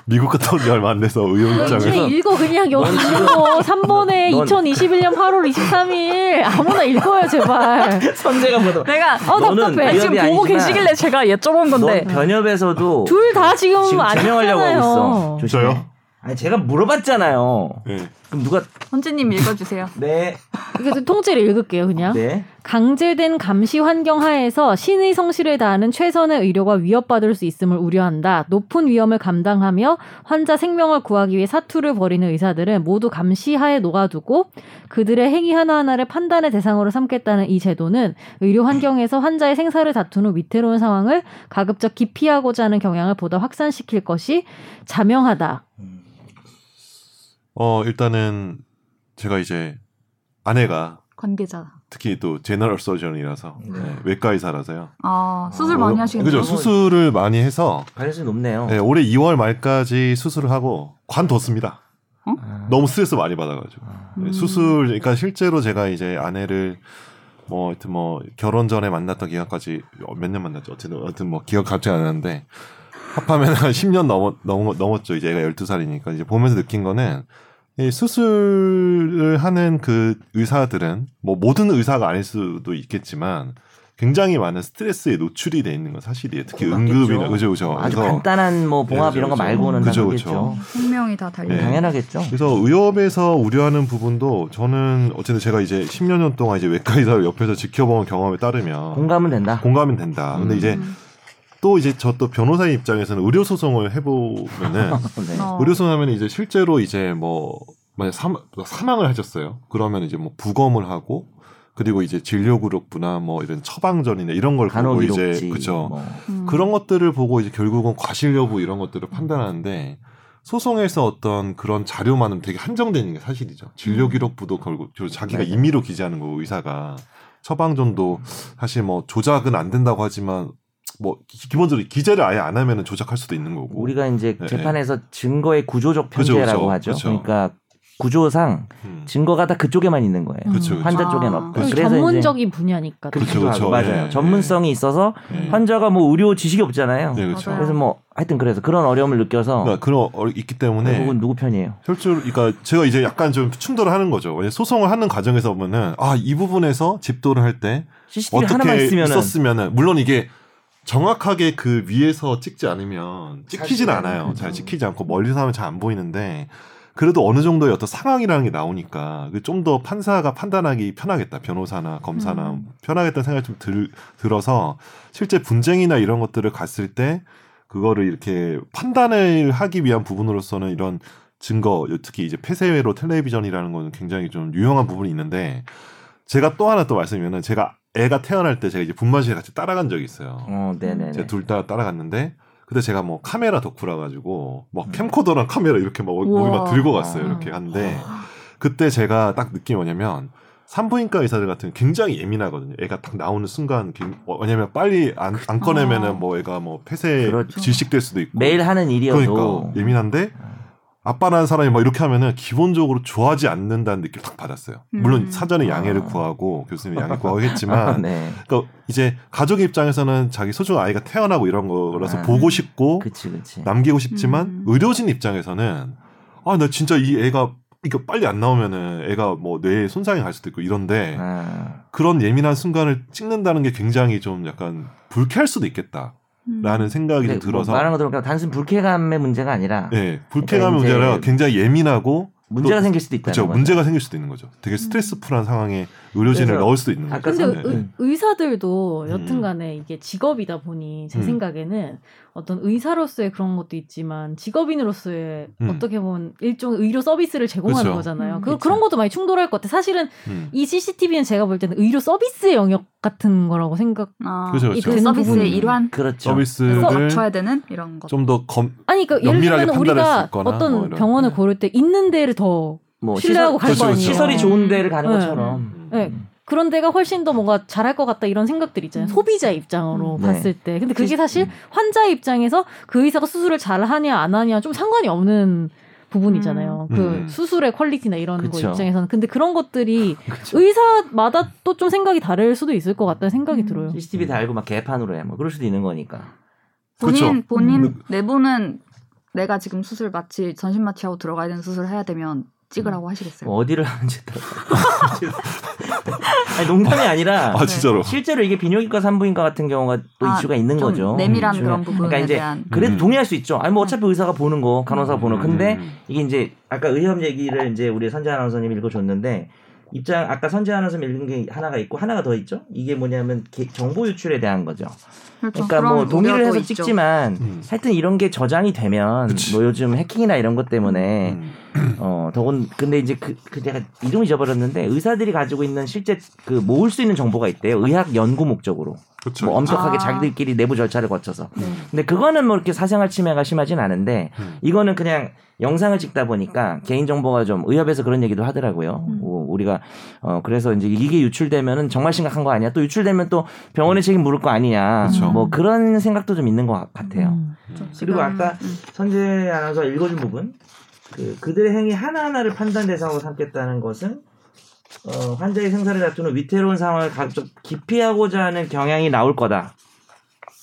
[SPEAKER 3] 미국 갔다 온 지 얼마 안 돼서 의협 입장에서
[SPEAKER 2] 그래서-
[SPEAKER 4] 왜 읽어 그냥 여기
[SPEAKER 2] 넌 지금-
[SPEAKER 4] 읽어 3번에
[SPEAKER 2] 넌-
[SPEAKER 4] 2021년 8월 23일 아무나 읽어요 제발
[SPEAKER 2] 선재가 뭐다.
[SPEAKER 1] 내가
[SPEAKER 4] 어
[SPEAKER 2] 너는
[SPEAKER 4] 답답해
[SPEAKER 2] 의협이
[SPEAKER 4] 지금
[SPEAKER 2] 아니지만
[SPEAKER 4] 보고 계시길래 제가 여쭤본
[SPEAKER 2] 넌
[SPEAKER 4] 건데
[SPEAKER 2] 변협에서도
[SPEAKER 4] 네. 아, 둘 다 지금,
[SPEAKER 2] 지금
[SPEAKER 4] 안
[SPEAKER 2] 제명하려고 하고
[SPEAKER 4] 읽잖아요
[SPEAKER 2] 있어. 조심해.
[SPEAKER 3] 저요?
[SPEAKER 2] 아니 제가 물어봤잖아요.
[SPEAKER 3] 예.
[SPEAKER 2] 그럼 누가
[SPEAKER 1] 헌지님 읽어주세요.
[SPEAKER 2] 네,
[SPEAKER 4] 그래서 통째로 읽을게요 그냥
[SPEAKER 2] 네,
[SPEAKER 4] 강제된 감시 환경 하에서 신의 성실에 다하는 최선의 의료가 위협받을 수 있음을 우려한다. 높은 위험을 감당하며 환자 생명을 구하기 위해 사투를 벌이는 의사들은 모두 감시 하에 녹아두고 그들의 행위 하나하나를 판단의 대상으로 삼겠다는 이 제도는 의료 환경에서 환자의 생사를 다툰 후 위태로운 상황을 가급적 기피하고자 하는 경향을 보다 확산시킬 것이 자명하다.
[SPEAKER 2] 음,
[SPEAKER 3] 어 일단은 제가 이제 아내가
[SPEAKER 1] 관계자.
[SPEAKER 3] 특히 또 제너럴 서전이라서
[SPEAKER 2] 네.
[SPEAKER 3] 외과 의사라서요.
[SPEAKER 1] 아 수술
[SPEAKER 2] 어,
[SPEAKER 1] 많이
[SPEAKER 3] 어,
[SPEAKER 1] 하시겠네요.
[SPEAKER 3] 그죠 수술을 많이 해서
[SPEAKER 2] 관련성이 높네요.
[SPEAKER 3] 예, 올해 2월 말까지 수술을 하고 관뒀습니다.
[SPEAKER 2] 아,
[SPEAKER 3] 너무 스트레스 많이 받아가지고
[SPEAKER 2] 아,
[SPEAKER 3] 예,
[SPEAKER 1] 음.
[SPEAKER 3] 수술 그러니까 실제로 제가 이제 아내를 뭐 하여튼 뭐 결혼 전에 만났던 기간까지 몇 년 만났죠. 어쨌든 어쨌든 뭐 기억 갑자기 안 나는데 합하면 한 10년 넘었 넘 넘었죠. 이제 애가 12살이니까 이제 보면서 느낀 거는 이 수술을 하는 그 의사들은 뭐 모든 의사가 아닐 수도 있겠지만 굉장히 많은 스트레스에 노출이 돼 있는 건 사실이에요. 특히
[SPEAKER 2] 맞겠죠.
[SPEAKER 3] 응급이나 그죠 어, 그죠.
[SPEAKER 2] 아주
[SPEAKER 3] 그래서
[SPEAKER 2] 간단한 뭐 봉합
[SPEAKER 3] 네,
[SPEAKER 2] 이런 거
[SPEAKER 3] 그죠,
[SPEAKER 2] 말고는 다
[SPEAKER 3] 그죠,
[SPEAKER 2] 그렇겠죠. 음,
[SPEAKER 1] 생명이 다 달려.
[SPEAKER 3] 네.
[SPEAKER 2] 당연하겠죠.
[SPEAKER 3] 그래서 의협에서 우려하는 부분도 저는 어쨌든 제가 이제 10년 년 동안 이제 외과 의사를 옆에서 지켜본 경험에 따르면
[SPEAKER 2] 공감은 된다.
[SPEAKER 3] 공감은 된다. 근데
[SPEAKER 2] 음.
[SPEAKER 3] 이제 또 이제 저 또 변호사 의 입장에서는 의료 소송을 해보면은
[SPEAKER 2] 네.
[SPEAKER 1] 어.
[SPEAKER 3] 의료 소송하면 이제 실제로 이제 뭐 만약 사망, 사망을 하셨어요. 그러면 이제 뭐 부검을 하고 그리고 이제 진료 그룹부나 뭐 이런 처방전이나 이런 걸 보고 이제
[SPEAKER 2] 간호기록지.
[SPEAKER 3] 그죠.
[SPEAKER 2] 뭐.
[SPEAKER 1] 음.
[SPEAKER 3] 그런 것들을 보고 이제 결국은 과실 여부 이런 것들을 판단하는데 소송에서 어떤 그런 자료만은 되게 한정되는 게 사실이죠.
[SPEAKER 2] 음.
[SPEAKER 3] 진료 기록부도 결국 결국 자기가
[SPEAKER 2] 맞아요.
[SPEAKER 3] 임의로 기재하는 거고 의사가 처방전도 사실 뭐 조작은 안 된다고 하지만 뭐 기- 기본적으로 기재를 아예 안 하면은 조작할 수도 있는 거고.
[SPEAKER 2] 우리가 이제
[SPEAKER 3] 네.
[SPEAKER 2] 재판에서 증거의 구조적
[SPEAKER 3] 그죠,
[SPEAKER 2] 편제라고
[SPEAKER 3] 그죠,
[SPEAKER 2] 하죠.
[SPEAKER 3] 그죠.
[SPEAKER 2] 그러니까 구조상
[SPEAKER 3] 음.
[SPEAKER 2] 증거가 다 그쪽에만 있는 거예요.
[SPEAKER 3] 그렇죠. 그렇죠.
[SPEAKER 2] 환자
[SPEAKER 1] 아.
[SPEAKER 2] 쪽엔 없고.
[SPEAKER 4] 그리고
[SPEAKER 2] 그래서
[SPEAKER 4] 전문적인 분야니까.
[SPEAKER 2] 이제 그렇죠,
[SPEAKER 3] 그렇죠, 그렇죠.
[SPEAKER 2] 맞아요.
[SPEAKER 3] 예,
[SPEAKER 2] 전문성이 있어서
[SPEAKER 3] 예.
[SPEAKER 2] 환자가 뭐 의료 지식이 없잖아요.
[SPEAKER 3] 네, 그렇죠.
[SPEAKER 1] 맞아요.
[SPEAKER 2] 그래서 뭐 하여튼 그래서 그런 어려움을 느껴서
[SPEAKER 3] 그러니까 그런 어, 있기 때문에
[SPEAKER 2] 결국은 누구 편이에요?
[SPEAKER 3] 실제로 그러니까 제가 이제 약간 좀 충돌을 하는 거죠. 왜냐면 소송을 하는 과정에서 보면은 아 이 부분에서 집도를 할때
[SPEAKER 2] CCTV 하나만
[SPEAKER 3] 어떻게
[SPEAKER 2] 있으면은
[SPEAKER 3] 썼으면은 물론 이게 정확하게 그 위에서 찍지 않으면 찍히진
[SPEAKER 2] 찍히지
[SPEAKER 3] 않아요.
[SPEAKER 2] 않죠.
[SPEAKER 3] 잘 찍히지 않고 멀리서 하면 잘 안 보이는데 그래도 어느 정도의 어떤 상황이라는 게 나오니까 그 좀 더 판사가 판단하기 편하겠다. 변호사나 검사나
[SPEAKER 1] 음.
[SPEAKER 3] 편하겠다는 생각이 좀 들, 들어서 실제 분쟁이나 이런 것들을 갔을 때 그거를 이렇게 판단을 하기 위한 부분으로서는 이런 증거, 특히 이제 폐쇄회로 텔레비전이라는 거는 굉장히 좀 유용한 부분이 있는데 제가 또 하나 또 말씀드리면은 제가 애가 태어날 때 제가 이제 분만실에 같이 따라간 적이 있어요.
[SPEAKER 2] 어, 네네네.
[SPEAKER 3] 제가 둘 다 따라갔는데 그때 제가 뭐 카메라 덕후라 가지고
[SPEAKER 2] 음.
[SPEAKER 3] 막 캠코더랑 카메라 이렇게 막뭐 목에 막
[SPEAKER 1] 우와.
[SPEAKER 3] 들고 갔어요
[SPEAKER 4] 아.
[SPEAKER 3] 이렇게 갔는데 그때 제가 딱 느낀 게 뭐냐면 산부인과 의사들 같은 경우 굉장히 예민하거든요. 애가 딱 나오는 순간 굉- 어, 왜냐면 빨리 안, 안 꺼내면은 뭐 애가 뭐 폐쇄
[SPEAKER 2] 그렇죠.
[SPEAKER 3] 질식될 수도 있고
[SPEAKER 2] 매일 하는 일이어도 음.
[SPEAKER 3] 그러니까 예민한데 아빠라는 사람이 막 이렇게 하면은 기본적으로 좋아하지 않는다는 느낌을 딱 받았어요. 물론
[SPEAKER 1] 음.
[SPEAKER 3] 사전에 양해를
[SPEAKER 2] 아.
[SPEAKER 3] 구하고 교수님 양해 구하고
[SPEAKER 2] 아,
[SPEAKER 3] 했지만
[SPEAKER 2] 네.
[SPEAKER 3] 그러니까 이제 가족 입장에서는 자기 소중한 아이가 태어나고 이런 거라서
[SPEAKER 2] 아.
[SPEAKER 3] 보고 싶고
[SPEAKER 2] 그치 그치.
[SPEAKER 3] 어? 남기고 싶지만
[SPEAKER 1] 음.
[SPEAKER 3] 의료진 입장에서는 아 나 진짜 이 애가 이거 빨리 안 나오면은 애가 뭐 뇌에 손상이 갈 수도 있고 이런데
[SPEAKER 2] 아,
[SPEAKER 3] 그런 예민한 순간을 찍는다는 게 굉장히 좀 약간 불쾌할 수도 있겠다라는
[SPEAKER 1] 음.
[SPEAKER 3] 생각이 좀
[SPEAKER 2] 근데 뭐
[SPEAKER 3] 들어서
[SPEAKER 2] 말하는 거 들으니까 단순 불쾌감의 문제가 아니라
[SPEAKER 3] 예
[SPEAKER 2] 그러니까
[SPEAKER 3] 불쾌감이
[SPEAKER 2] 이제
[SPEAKER 3] 문제라 굉장히 예민하고
[SPEAKER 2] 문제가
[SPEAKER 3] 또-
[SPEAKER 2] 생길 수도 있다는
[SPEAKER 3] 그렇죠
[SPEAKER 2] 거죠.
[SPEAKER 3] 문제가 생길 수도 있는 거죠 되게 스트레스풀한 상황에
[SPEAKER 2] 음.
[SPEAKER 3] 의료진을
[SPEAKER 2] 그래서
[SPEAKER 3] 넣을 수도 있는
[SPEAKER 2] 아까
[SPEAKER 3] 거죠
[SPEAKER 4] 근데
[SPEAKER 2] 선-
[SPEAKER 3] 네.
[SPEAKER 2] 음.
[SPEAKER 4] 의, 의사들도
[SPEAKER 3] 음.
[SPEAKER 4] 여튼간에 이게 직업이다 보니 제
[SPEAKER 3] 음.
[SPEAKER 4] 생각에는 어떤 의사로서의 그런 것도 있지만 직업인으로서의
[SPEAKER 3] 음. 그렇죠.
[SPEAKER 4] 어떻게 보면 일종의 의료 서비스를 제공하는
[SPEAKER 3] 그쵸.
[SPEAKER 4] 거잖아요.
[SPEAKER 1] 음.
[SPEAKER 4] 그, 그런 것도 많이 충돌할 것 같아. 사실은
[SPEAKER 3] 음.
[SPEAKER 4] 이 CCTV는 제가 볼 때는 의료 서비스의 영역 같은 거라고 생각.
[SPEAKER 1] 아,
[SPEAKER 3] 그렇죠, 그죠, 그죠.
[SPEAKER 1] 그 서비스의
[SPEAKER 3] 부분은
[SPEAKER 1] 일환
[SPEAKER 2] 그렇죠.
[SPEAKER 3] 서비스를
[SPEAKER 1] 갖춰야 되는 이런 것.
[SPEAKER 3] 좀 더 검,
[SPEAKER 4] 아니 그러니까 예를
[SPEAKER 3] 면밀하게
[SPEAKER 4] 들면
[SPEAKER 3] 판단할
[SPEAKER 4] 우리가
[SPEAKER 3] 수 있거나
[SPEAKER 4] 어떤
[SPEAKER 3] 뭐 이런,
[SPEAKER 4] 병원을
[SPEAKER 3] 네.
[SPEAKER 4] 고를 때 있는 데를 더
[SPEAKER 2] 뭐
[SPEAKER 4] 신뢰하고 갈
[SPEAKER 3] 그렇죠,
[SPEAKER 4] 거 아니에요.
[SPEAKER 3] 그렇죠.
[SPEAKER 2] 시설이 좋은 데를 가는
[SPEAKER 4] 네.
[SPEAKER 2] 것처럼 음.
[SPEAKER 4] 네, 그런 데가 훨씬 더 뭔가 잘할 것 같다 이런 생각들
[SPEAKER 1] 음.
[SPEAKER 4] 있잖아요. 소비자 입장으로
[SPEAKER 2] 음.
[SPEAKER 3] 네.
[SPEAKER 4] 봤을 때. 근데 그게 사실
[SPEAKER 2] 음.
[SPEAKER 4] 환자 입장에서 그 의사가 수술을 잘 하냐 안 하냐 좀 상관이 없는 부분이잖아요.
[SPEAKER 3] 음.
[SPEAKER 4] 그
[SPEAKER 3] 음.
[SPEAKER 4] 수술의 퀄리티나 이런
[SPEAKER 2] 그쵸.
[SPEAKER 4] 거 입장에서는 근데 그런 것들이
[SPEAKER 2] 그렇죠.
[SPEAKER 4] 의사마다 또 좀 생각이 다를 수도 있을 것 같다는 생각이
[SPEAKER 1] 음.
[SPEAKER 4] 들어요.
[SPEAKER 2] CCTV 달고 막 개판으로 해. 뭐 그럴 수도 있는 거니까.
[SPEAKER 1] 본인
[SPEAKER 3] 그쵸.
[SPEAKER 1] 본인
[SPEAKER 3] 음.
[SPEAKER 1] 내부는 내가 지금 수술 마치 전신 마취하고 들어가야 되는 수술 을 해야 되면 찍으라고
[SPEAKER 3] 네.
[SPEAKER 1] 하시겠어요?
[SPEAKER 2] 뭐 어디를 하는지 따라. 아니 농담이 아니라 네.
[SPEAKER 3] 아 진짜로.
[SPEAKER 2] 실제로 이게 비뇨기과 산부인과 같은 경우가 또
[SPEAKER 1] 아,
[SPEAKER 2] 이슈가 있는
[SPEAKER 1] 좀
[SPEAKER 2] 거죠.
[SPEAKER 1] 내밀한
[SPEAKER 2] 음,
[SPEAKER 1] 그런
[SPEAKER 2] 중요한-
[SPEAKER 1] 부분에
[SPEAKER 2] 그러니까 이제
[SPEAKER 1] 대한
[SPEAKER 2] 그래도
[SPEAKER 3] 음.
[SPEAKER 2] 동의할 수 있죠. 아니 뭐
[SPEAKER 4] 음.
[SPEAKER 2] 어차피 의사가 보는 거, 간호사가 보는 거. 근데
[SPEAKER 3] 음.
[SPEAKER 2] 이게 이제 아까 의협 얘기를 이제 우리 선재 아나운서님 읽어줬는데 입장 아까 선재 아나운서님 읽은 게 하나가 있고 하나가 더 있죠. 이게 뭐냐면 개- 정보 유출에 대한 거죠.
[SPEAKER 1] 그렇죠.
[SPEAKER 2] 그러니까 뭐
[SPEAKER 1] 그런
[SPEAKER 2] 동의를
[SPEAKER 1] 우려도
[SPEAKER 2] 해서
[SPEAKER 1] 있죠.
[SPEAKER 2] 찍지만
[SPEAKER 3] 음.
[SPEAKER 2] 하여튼 이런 게 저장이 되면
[SPEAKER 3] 그치.
[SPEAKER 2] 뭐 요즘 해킹이나 이런 것 때문에
[SPEAKER 3] 음.
[SPEAKER 2] 어 더군 근데 이제 그, 그 내가 이름 잊어버렸는데 의사들이 가지고 있는 실제 그 모을 수 있는 정보가 있대요. 의학 연구 목적으로
[SPEAKER 3] 그렇죠.
[SPEAKER 2] 뭐 엄격하게
[SPEAKER 1] 아.
[SPEAKER 2] 자기들끼리 내부 절차를 거쳐서
[SPEAKER 1] 네.
[SPEAKER 2] 근데 그거는 뭐 이렇게 사생활 침해가 심하진 않은데
[SPEAKER 3] 음.
[SPEAKER 2] 이거는 그냥 영상을 찍다 보니까 개인 정보가 좀 의협에서 그런 얘기도 하더라고요.
[SPEAKER 1] 음.
[SPEAKER 2] 뭐 우리가 어 그래서 이제 이게 유출되면은 정말 심각한 거 아니야? 또 유출되면 또 병원의 책임 물을 거 아니냐?
[SPEAKER 3] 그쵸.
[SPEAKER 2] 뭐 그런 생각도 좀 있는 것 같- 같아요.
[SPEAKER 4] 음.
[SPEAKER 1] 좀
[SPEAKER 2] 그리고
[SPEAKER 1] 지금,
[SPEAKER 2] 아까
[SPEAKER 1] 음.
[SPEAKER 2] 선재 아나운서 읽어준 부분 그 그들의 행위 하나하나를 판단 대상으로 삼겠다는 것은 어, 환자의 생사를 다투는 위태로운 상황을 가급적 기피하고자 하는 경향이 나올 거다.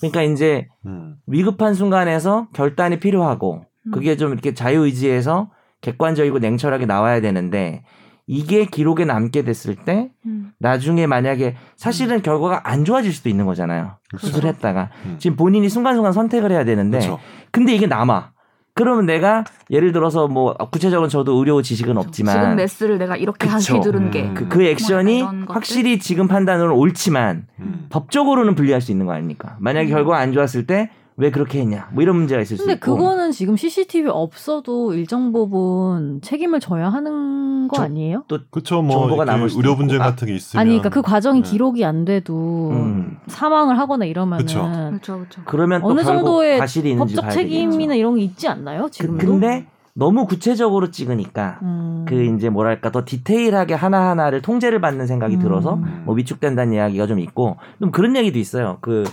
[SPEAKER 2] 그러니까 이제
[SPEAKER 3] 음.
[SPEAKER 2] 위급한 순간에서 결단이 필요하고
[SPEAKER 1] 음.
[SPEAKER 2] 그게 좀 이렇게 자유의지에서 객관적이고 냉철하게 나와야 되는데 이게 기록에 남게 됐을 때
[SPEAKER 1] 음.
[SPEAKER 2] 나중에 만약에 사실은 결과가 안 좋아질 수도 있는 거잖아요.
[SPEAKER 3] 그렇죠.
[SPEAKER 2] 수술했다가
[SPEAKER 3] 음.
[SPEAKER 2] 지금 본인이 순간순간 선택을 해야 되는데
[SPEAKER 3] 그렇죠.
[SPEAKER 2] 근데 이게 남아. 그러면 내가 예를 들어서 뭐 구체적으로 저도 의료 지식은
[SPEAKER 1] 그렇죠. 지금
[SPEAKER 2] 없지만
[SPEAKER 1] 내스를 내가 이렇게 하기
[SPEAKER 2] 그쵸.
[SPEAKER 1] 들은 게
[SPEAKER 3] 음.
[SPEAKER 2] 그, 그 액션이
[SPEAKER 1] 이런 것들?
[SPEAKER 2] 확실히 지금 판단으로 옳지만
[SPEAKER 3] 음.
[SPEAKER 2] 법적으로는 불리할 수 있는 거 아닙니까? 만약에 결과가 안 좋았을 때 왜 그렇게 했냐 뭐 이런 문제가 있을 수
[SPEAKER 4] 근데
[SPEAKER 2] 있고
[SPEAKER 4] 그거는 지금 CCTV 없어도 일정 부분 책임을 져야 하는 거
[SPEAKER 2] 저-
[SPEAKER 4] 아니에요?
[SPEAKER 3] 그렇죠. 뭐
[SPEAKER 2] 정보가
[SPEAKER 3] 이렇게
[SPEAKER 2] 남을 수도
[SPEAKER 3] 의료
[SPEAKER 2] 있고.
[SPEAKER 3] 분쟁
[SPEAKER 2] 아.
[SPEAKER 3] 같은 게 있으면
[SPEAKER 4] 아니, 그러니까 그 과정이
[SPEAKER 3] 네.
[SPEAKER 4] 기록이 안 돼도
[SPEAKER 2] 음.
[SPEAKER 4] 사망을 하거나 이러면은
[SPEAKER 3] 그쵸.
[SPEAKER 1] 그렇죠, 그렇죠.
[SPEAKER 2] 그러면 또
[SPEAKER 4] 어느
[SPEAKER 2] 결국
[SPEAKER 4] 정도의
[SPEAKER 2] 과실이 있는지
[SPEAKER 4] 법적
[SPEAKER 2] 봐야 되겠죠.
[SPEAKER 4] 책임이나 이런 게 있지 않나요?
[SPEAKER 2] 그,
[SPEAKER 4] 지금도.
[SPEAKER 2] 근데 너무 구체적으로 찍으니까
[SPEAKER 4] 음.
[SPEAKER 2] 그 이제 뭐랄까 더 디테일하게 하나하나를 통제를 받는 생각이
[SPEAKER 4] 음.
[SPEAKER 2] 들어서
[SPEAKER 3] 음.
[SPEAKER 2] 뭐 위축된다는 이야기가 좀 있고 좀 그런 얘기도 있어요. 그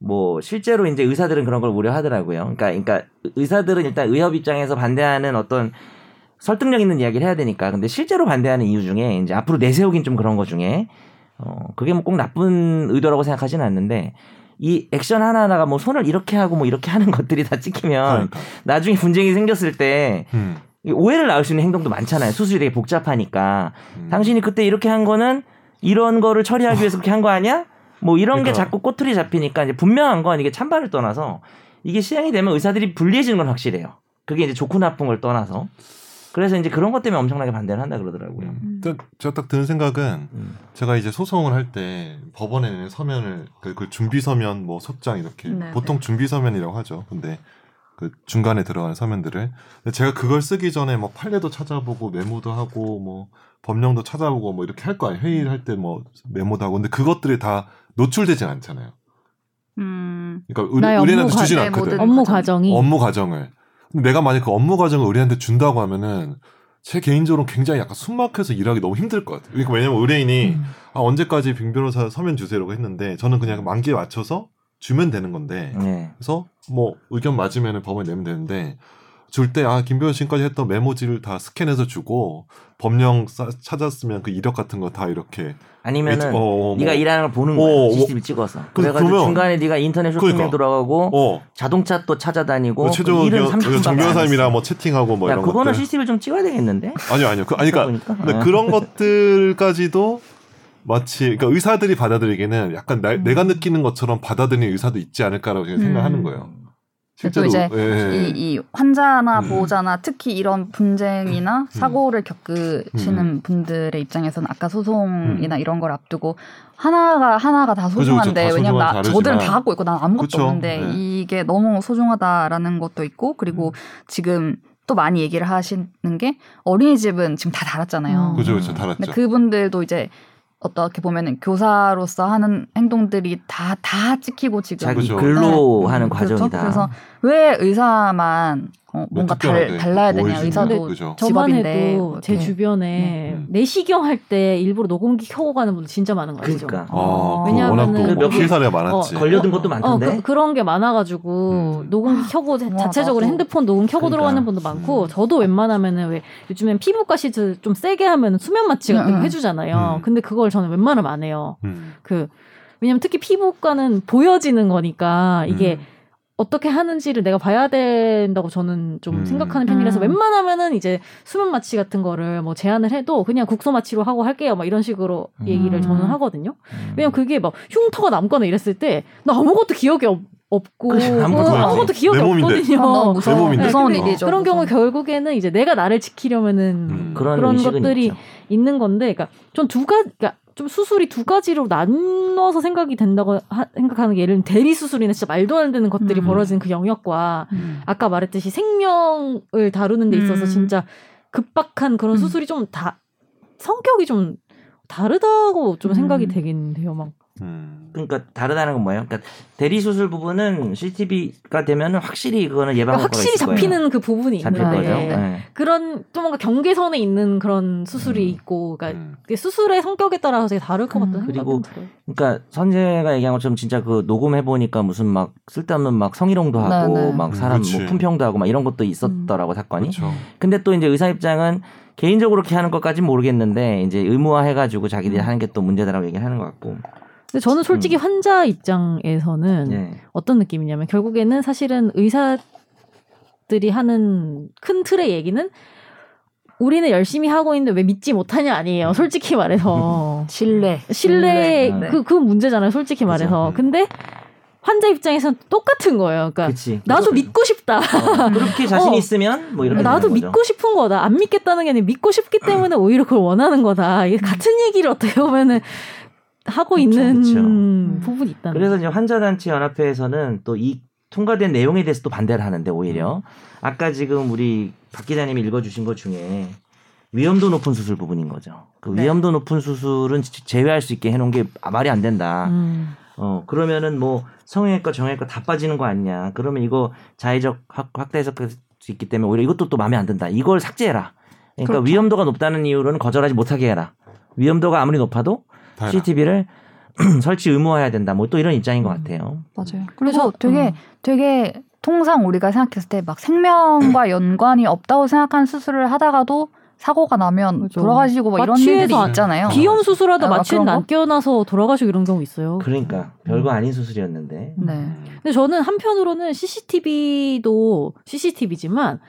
[SPEAKER 2] 뭐 실제로 이제 의사들은 그런 걸 우려하더라고요. 그러니까 그러니까 의사들은 일단 의협 입장에서 반대하는 어떤 설득력 있는 이야기를 해야 되니까 근데 실제로 반대하는 이유 중에 이제 앞으로 내세우긴 좀 그런 거 중에 어 그게 뭐 꼭 나쁜 의도라고 생각하진 않는데 이 액션 하나하나가 뭐 손을 이렇게 하고 뭐 이렇게 하는 것들이 다 찍히면
[SPEAKER 3] 그러니까.
[SPEAKER 2] 나중에 분쟁이 생겼을 때
[SPEAKER 3] 음.
[SPEAKER 2] 이 오해를 낳을 수 있는 행동도 많잖아요. 수술이 되게 복잡하니까.
[SPEAKER 3] 음.
[SPEAKER 2] 당신이 그때 이렇게 한 거는 이런 거를 처리하기 위해서 그렇게 한 거 아니야? 뭐 이런 게
[SPEAKER 3] 그러니까.
[SPEAKER 2] 자꾸 꼬투리 잡히니까 이제 분명한 건 이게 찬반을 떠나서 이게 시행이 되면 의사들이 불리해지는 건 확실해요. 그게 이제 좋고 나쁜 걸 떠나서. 그래서 이제 그런 것 때문에 엄청나게 반대를 한다 그러더라고요.
[SPEAKER 3] 음. 일단 제가 딱 드는 생각은
[SPEAKER 2] 음.
[SPEAKER 3] 제가 이제 소송을 할 때 법원에 는 서면을 그, 그 준비 서면 뭐 속장 이렇게
[SPEAKER 1] 네,
[SPEAKER 3] 보통 준비 서면이라고 하죠. 근데 그 중간에 들어가는 서면들을 근데 제가 그걸 쓰기 전에 뭐 판례도 찾아보고 메모도 하고 뭐 법령도 찾아보고 뭐 이렇게 할 거 아니에요. 회의를 할 때 뭐 메모도 하고 근데 그것들이 다 노출되진 않잖아요.
[SPEAKER 1] 음.
[SPEAKER 3] 그러니까 의뢰,
[SPEAKER 4] 나의 업무
[SPEAKER 3] 의뢰한테 주진
[SPEAKER 1] 과- 네,
[SPEAKER 3] 않거든.
[SPEAKER 1] 모든
[SPEAKER 4] 업무
[SPEAKER 1] 과정이.
[SPEAKER 4] 과정이
[SPEAKER 3] 업무 과정을. 근데 내가 만약 그 업무 과정을 의뢰한테 준다고 하면은 제 개인적으로 굉장히 약간 숨막혀서 일하기 너무 힘들 것 같아요. 그러니까 왜냐면 의뢰인이
[SPEAKER 4] 음.
[SPEAKER 3] 아, 언제까지 빙 변호사 서면 주세요라고 했는데 저는
[SPEAKER 2] 음.
[SPEAKER 3] 그냥 만기에 맞춰서 주면 되는 건데
[SPEAKER 2] 네.
[SPEAKER 3] 그래서 뭐 의견 맞으면 법원에 내면 되는데 줄 때 아 김변호 씨까지 했던 메모지를 다 스캔해서 주고 법령 싸- 찾았으면 그 이력 같은 거 다 이렇게
[SPEAKER 2] 아니면은
[SPEAKER 3] 어, 어, 뭐.
[SPEAKER 2] 네가 일하는 걸 보는
[SPEAKER 3] 어,
[SPEAKER 2] 거야.
[SPEAKER 3] 어.
[SPEAKER 2] CCTV 찍어서.
[SPEAKER 3] 그-
[SPEAKER 2] 그래가지고
[SPEAKER 3] 그러면-
[SPEAKER 2] 중간에 네가 인터넷 쇼핑에
[SPEAKER 3] 그러니까.
[SPEAKER 2] 들어가고
[SPEAKER 3] 어
[SPEAKER 2] 자동차 또 찾아다니고
[SPEAKER 3] 뭐 최종
[SPEAKER 2] 그 일은
[SPEAKER 3] 의견
[SPEAKER 2] 30분밖에
[SPEAKER 3] 정
[SPEAKER 2] 안 했어.
[SPEAKER 3] 변호사님이랑 뭐 채팅하고 뭐
[SPEAKER 2] 야,
[SPEAKER 3] 이런
[SPEAKER 2] 그거는
[SPEAKER 3] 것들
[SPEAKER 2] CCTV 좀 찍어야 되겠는데?
[SPEAKER 3] 아니요 아니요 그 아니 그러니까
[SPEAKER 2] 보니까. 아.
[SPEAKER 3] 근데 그런 것들까지도 마치 그러니까 의사들이 받아들이기는 약간 나-
[SPEAKER 4] 음.
[SPEAKER 3] 내가 느끼는 것처럼 받아들이는 의사도 있지 않을까라고 제가 생각하는
[SPEAKER 1] 음.
[SPEAKER 3] 거예요.
[SPEAKER 1] 또
[SPEAKER 3] 실제로
[SPEAKER 1] 이제
[SPEAKER 3] 예.
[SPEAKER 1] 이, 이 환자나
[SPEAKER 3] 음.
[SPEAKER 1] 보호자나 특히 이런 분쟁이나 사고를 겪으시는
[SPEAKER 3] 음.
[SPEAKER 1] 분들의 입장에서는 아까 소송이나 이런 걸 앞두고 하나가 하나가 다
[SPEAKER 3] 그죠,
[SPEAKER 1] 소중한데
[SPEAKER 3] 그죠. 다
[SPEAKER 1] 왜냐면 나
[SPEAKER 3] 소중하고
[SPEAKER 1] 저들은 다
[SPEAKER 3] 다르지만.
[SPEAKER 1] 갖고 있고 난 아무것도
[SPEAKER 3] 그쵸.
[SPEAKER 1] 없는데
[SPEAKER 3] 네.
[SPEAKER 1] 이게 너무 소중하다라는 것도 있고 그리고
[SPEAKER 3] 음.
[SPEAKER 1] 지금 또 많이 얘기를 하시는 게 어린이집은 지금 다 달았잖아요.
[SPEAKER 4] 음.
[SPEAKER 3] 그죠 그죠
[SPEAKER 2] 음.
[SPEAKER 3] 달았죠.
[SPEAKER 1] 근데 그분들도 이제 어떻게 보면은 교사로서 하는 행동들이 다 다 찍히고 지금
[SPEAKER 2] 자기
[SPEAKER 3] 그죠.
[SPEAKER 2] 글로
[SPEAKER 4] 음,
[SPEAKER 1] 네.
[SPEAKER 2] 하는
[SPEAKER 1] 그렇죠.
[SPEAKER 2] 과정이다.
[SPEAKER 1] 그래서 왜 의사만 어, 뭔가
[SPEAKER 3] 네,
[SPEAKER 1] 달, 달라야 되냐 의사도
[SPEAKER 3] 그죠?
[SPEAKER 4] 저만
[SPEAKER 1] 직업인데
[SPEAKER 4] 해도
[SPEAKER 1] 뭐
[SPEAKER 4] 제
[SPEAKER 1] 이렇게.
[SPEAKER 4] 주변에
[SPEAKER 3] 네. 음.
[SPEAKER 4] 내시경 할 때 일부러 녹음기 켜고 가는 분들 진짜 많은 거 아시죠?
[SPEAKER 2] 그러니까
[SPEAKER 3] 아, 그 워낙
[SPEAKER 4] 왜냐하면은
[SPEAKER 2] 그몇
[SPEAKER 3] 또몇
[SPEAKER 2] 개-
[SPEAKER 3] 피해 사례가 많았지.
[SPEAKER 4] 어,
[SPEAKER 2] 걸려든 것도
[SPEAKER 4] 어,
[SPEAKER 2] 많던데.
[SPEAKER 4] 그, 그런 게 많아가지고
[SPEAKER 3] 음.
[SPEAKER 4] 녹음기 켜고 자-
[SPEAKER 1] 우와,
[SPEAKER 4] 자체적으로
[SPEAKER 1] 나도.
[SPEAKER 4] 핸드폰 녹음 켜고
[SPEAKER 3] 그러니까.
[SPEAKER 4] 들어가는 분도 많고
[SPEAKER 3] 음.
[SPEAKER 4] 저도 웬만하면은 왜 요즘엔 피부과 시트 좀 세게 하면 수면 마취 같은
[SPEAKER 1] 음,
[SPEAKER 4] 거
[SPEAKER 1] 음.
[SPEAKER 4] 해주잖아요.
[SPEAKER 3] 음.
[SPEAKER 4] 근데 그걸 저는 웬만하면 안 해요.
[SPEAKER 3] 음.
[SPEAKER 4] 그 왜냐면 특히 피부과는 보여지는 거니까 그러니까 이게
[SPEAKER 3] 음.
[SPEAKER 4] 어떻게 하는지를 내가 봐야 된다고 저는 좀
[SPEAKER 3] 음.
[SPEAKER 4] 생각하는 편이라서
[SPEAKER 1] 음.
[SPEAKER 4] 웬만하면은 이제 수면 마취 같은 거를 뭐 제안을 해도 그냥 국소 마취로 하고 할게요 막 이런 식으로 얘기를
[SPEAKER 1] 음.
[SPEAKER 4] 저는 하거든요.
[SPEAKER 2] 음.
[SPEAKER 4] 왜냐면 그게 막 흉터가 남거나 이랬을 때 나 아무것도 기억이 없, 고 어,
[SPEAKER 2] 그치, 아무것도
[SPEAKER 3] 안
[SPEAKER 4] 아무것도
[SPEAKER 3] 해.
[SPEAKER 4] 기억이
[SPEAKER 3] 내 몸인데.
[SPEAKER 4] 없거든요.
[SPEAKER 1] 아, 너무
[SPEAKER 3] 내
[SPEAKER 1] 무서운,
[SPEAKER 3] 몸인데.
[SPEAKER 1] 무서운
[SPEAKER 3] 네, 근데
[SPEAKER 1] 일이죠.
[SPEAKER 4] 그런 경우
[SPEAKER 1] 무서운.
[SPEAKER 4] 결국에는 이제 내가 나를 지키려면은
[SPEAKER 3] 음.
[SPEAKER 2] 그런,
[SPEAKER 4] 그런
[SPEAKER 2] 의식은
[SPEAKER 4] 것들이
[SPEAKER 2] 있죠.
[SPEAKER 4] 있는 건데, 그러니까 좀 두 가지, 그러니까 좀 수술이 두 가지로 나눠서 생각이 된다고 하- 생각하는 게 예를 들면 대리 수술이나 진짜 말도 안 되는 것들이
[SPEAKER 1] 음.
[SPEAKER 4] 벌어진 그 영역과
[SPEAKER 3] 음.
[SPEAKER 4] 아까 말했듯이 생명을 다루는 데 있어서
[SPEAKER 1] 음.
[SPEAKER 4] 진짜 급박한 그런
[SPEAKER 1] 음.
[SPEAKER 4] 수술이 좀 다 성격이 좀 다르다고 좀
[SPEAKER 1] 음.
[SPEAKER 4] 생각이 되긴 해요, 막.
[SPEAKER 3] 음.
[SPEAKER 2] 그러니까 다르다는 건 뭐예요? 그러니까 대리 수술 부분은 CTV가 되면은 확실히 그거는 예방
[SPEAKER 4] 그러니까
[SPEAKER 2] 효과가
[SPEAKER 4] 확실히
[SPEAKER 2] 있을 거예요.
[SPEAKER 4] 잡히는 그 부분이
[SPEAKER 2] 잡힐
[SPEAKER 1] 아,
[SPEAKER 4] 있는데
[SPEAKER 2] 거죠.
[SPEAKER 1] 예.
[SPEAKER 2] 네.
[SPEAKER 4] 그런 좀 뭔가 경계선에 있는 그런 수술이
[SPEAKER 3] 음.
[SPEAKER 4] 있고, 그러니까
[SPEAKER 3] 음.
[SPEAKER 4] 그게 수술의 성격에 따라서 되게 다를 것
[SPEAKER 1] 음.
[SPEAKER 4] 같다는
[SPEAKER 2] 그리고
[SPEAKER 4] 생각이 들어요.
[SPEAKER 2] 그러니까 선재가 얘기한 것처럼 진짜 그 녹음해 보니까 무슨 막 쓸데없는 막 성희롱도 하고
[SPEAKER 1] 네, 네.
[SPEAKER 2] 막
[SPEAKER 3] 음,
[SPEAKER 2] 사람
[SPEAKER 3] 그치.
[SPEAKER 2] 뭐 품평도 하고 막 이런
[SPEAKER 4] 음.
[SPEAKER 2] 것도 있었더라고 사건이.
[SPEAKER 3] 그렇죠.
[SPEAKER 2] 근데 또 이제 의사 입장은 개인적으로 이렇게 하는 것까진 모르겠는데 이제 의무화 해가지고 자기들이
[SPEAKER 4] 음.
[SPEAKER 2] 하는 게 또 문제다라고 얘기를 하는 것 같고.
[SPEAKER 4] 근데 저는 솔직히
[SPEAKER 2] 음.
[SPEAKER 4] 환자 입장에서는
[SPEAKER 2] 예.
[SPEAKER 4] 어떤 느낌이냐면 결국에는 사실은 의사들이 하는 큰 틀의 얘기는 우리는 열심히 하고 있는데 왜 믿지 못하냐
[SPEAKER 2] 음.
[SPEAKER 4] 아니에요. 솔직히 말해서
[SPEAKER 1] 신뢰.
[SPEAKER 4] 신뢰
[SPEAKER 2] 네.
[SPEAKER 4] 그 그 문제잖아요. 솔직히 말해서
[SPEAKER 3] 음.
[SPEAKER 4] 근데 환자 입장에서는 똑같은 거예요. 그러니까
[SPEAKER 2] 그치.
[SPEAKER 4] 나도 믿고 싶다.
[SPEAKER 2] 어, 그렇게 자신
[SPEAKER 4] 어.
[SPEAKER 2] 있으면 뭐 이렇게
[SPEAKER 4] 나도
[SPEAKER 2] 되는 거죠.
[SPEAKER 4] 믿고 싶은 거다. 안 믿겠다는 게 아니라 믿고 싶기 때문에 오히려 그걸 원하는 거다. 이게 같은 얘기를 어떻게 보면은 하고 있는
[SPEAKER 2] 음. 그쵸.
[SPEAKER 4] 부분이 있다는
[SPEAKER 2] 그래서 이제 환자단체 연합회에서는 또 이 통과된 내용에 대해서 또 반대를 하는데
[SPEAKER 4] 음.
[SPEAKER 2] 오히려 아까 지금 우리 박 기자님이 읽어주신 것 중에 위험도 높은 수술 부분인 거죠. 그
[SPEAKER 1] 네.
[SPEAKER 2] 위험도 높은 수술은 지- 제외할 수 있게 해놓은 게 아, 말이 안 된다.
[SPEAKER 4] 음.
[SPEAKER 2] 어 그러면은 뭐 성형외과, 정형외과 다 빠지는 거 아니냐. 그러면 이거 자의적 확, 확대 해석할 수 있기 때문에 오히려 이것도 또 마음에 안 든다. 이걸 삭제해라. 그러니까
[SPEAKER 1] 그렇죠.
[SPEAKER 2] 위험도가 높다는 이유로는 거절하지 못하게 해라. 위험도가 아무리 높아도
[SPEAKER 3] 다행이다.
[SPEAKER 2] CCTV를 설치 의무화해야 된다. 뭐 또 이런 입장인 것
[SPEAKER 4] 음.
[SPEAKER 2] 같아요.
[SPEAKER 1] 맞아요.
[SPEAKER 4] 그래서,
[SPEAKER 1] 그리고 되게
[SPEAKER 4] 음.
[SPEAKER 1] 되게 통상 우리가 생각했을 때 막 생명과 연관이 없다고 생각하는 수술을 하다가도 사고가 나면
[SPEAKER 4] 그죠.
[SPEAKER 1] 돌아가시고 막 이런
[SPEAKER 4] 마취해서
[SPEAKER 1] 일들이
[SPEAKER 4] 안-
[SPEAKER 1] 있잖아요.
[SPEAKER 4] 비염 수술하다
[SPEAKER 1] 아,
[SPEAKER 4] 마취는
[SPEAKER 1] 그런 거?
[SPEAKER 4] 안 깨어나서 돌아가시고 이런 경우 있어요.
[SPEAKER 2] 그러니까 별거 아닌 수술이었는데.
[SPEAKER 1] 네.
[SPEAKER 3] 음.
[SPEAKER 4] 근데 저는 한편으로는 CCTV도 CCTV지만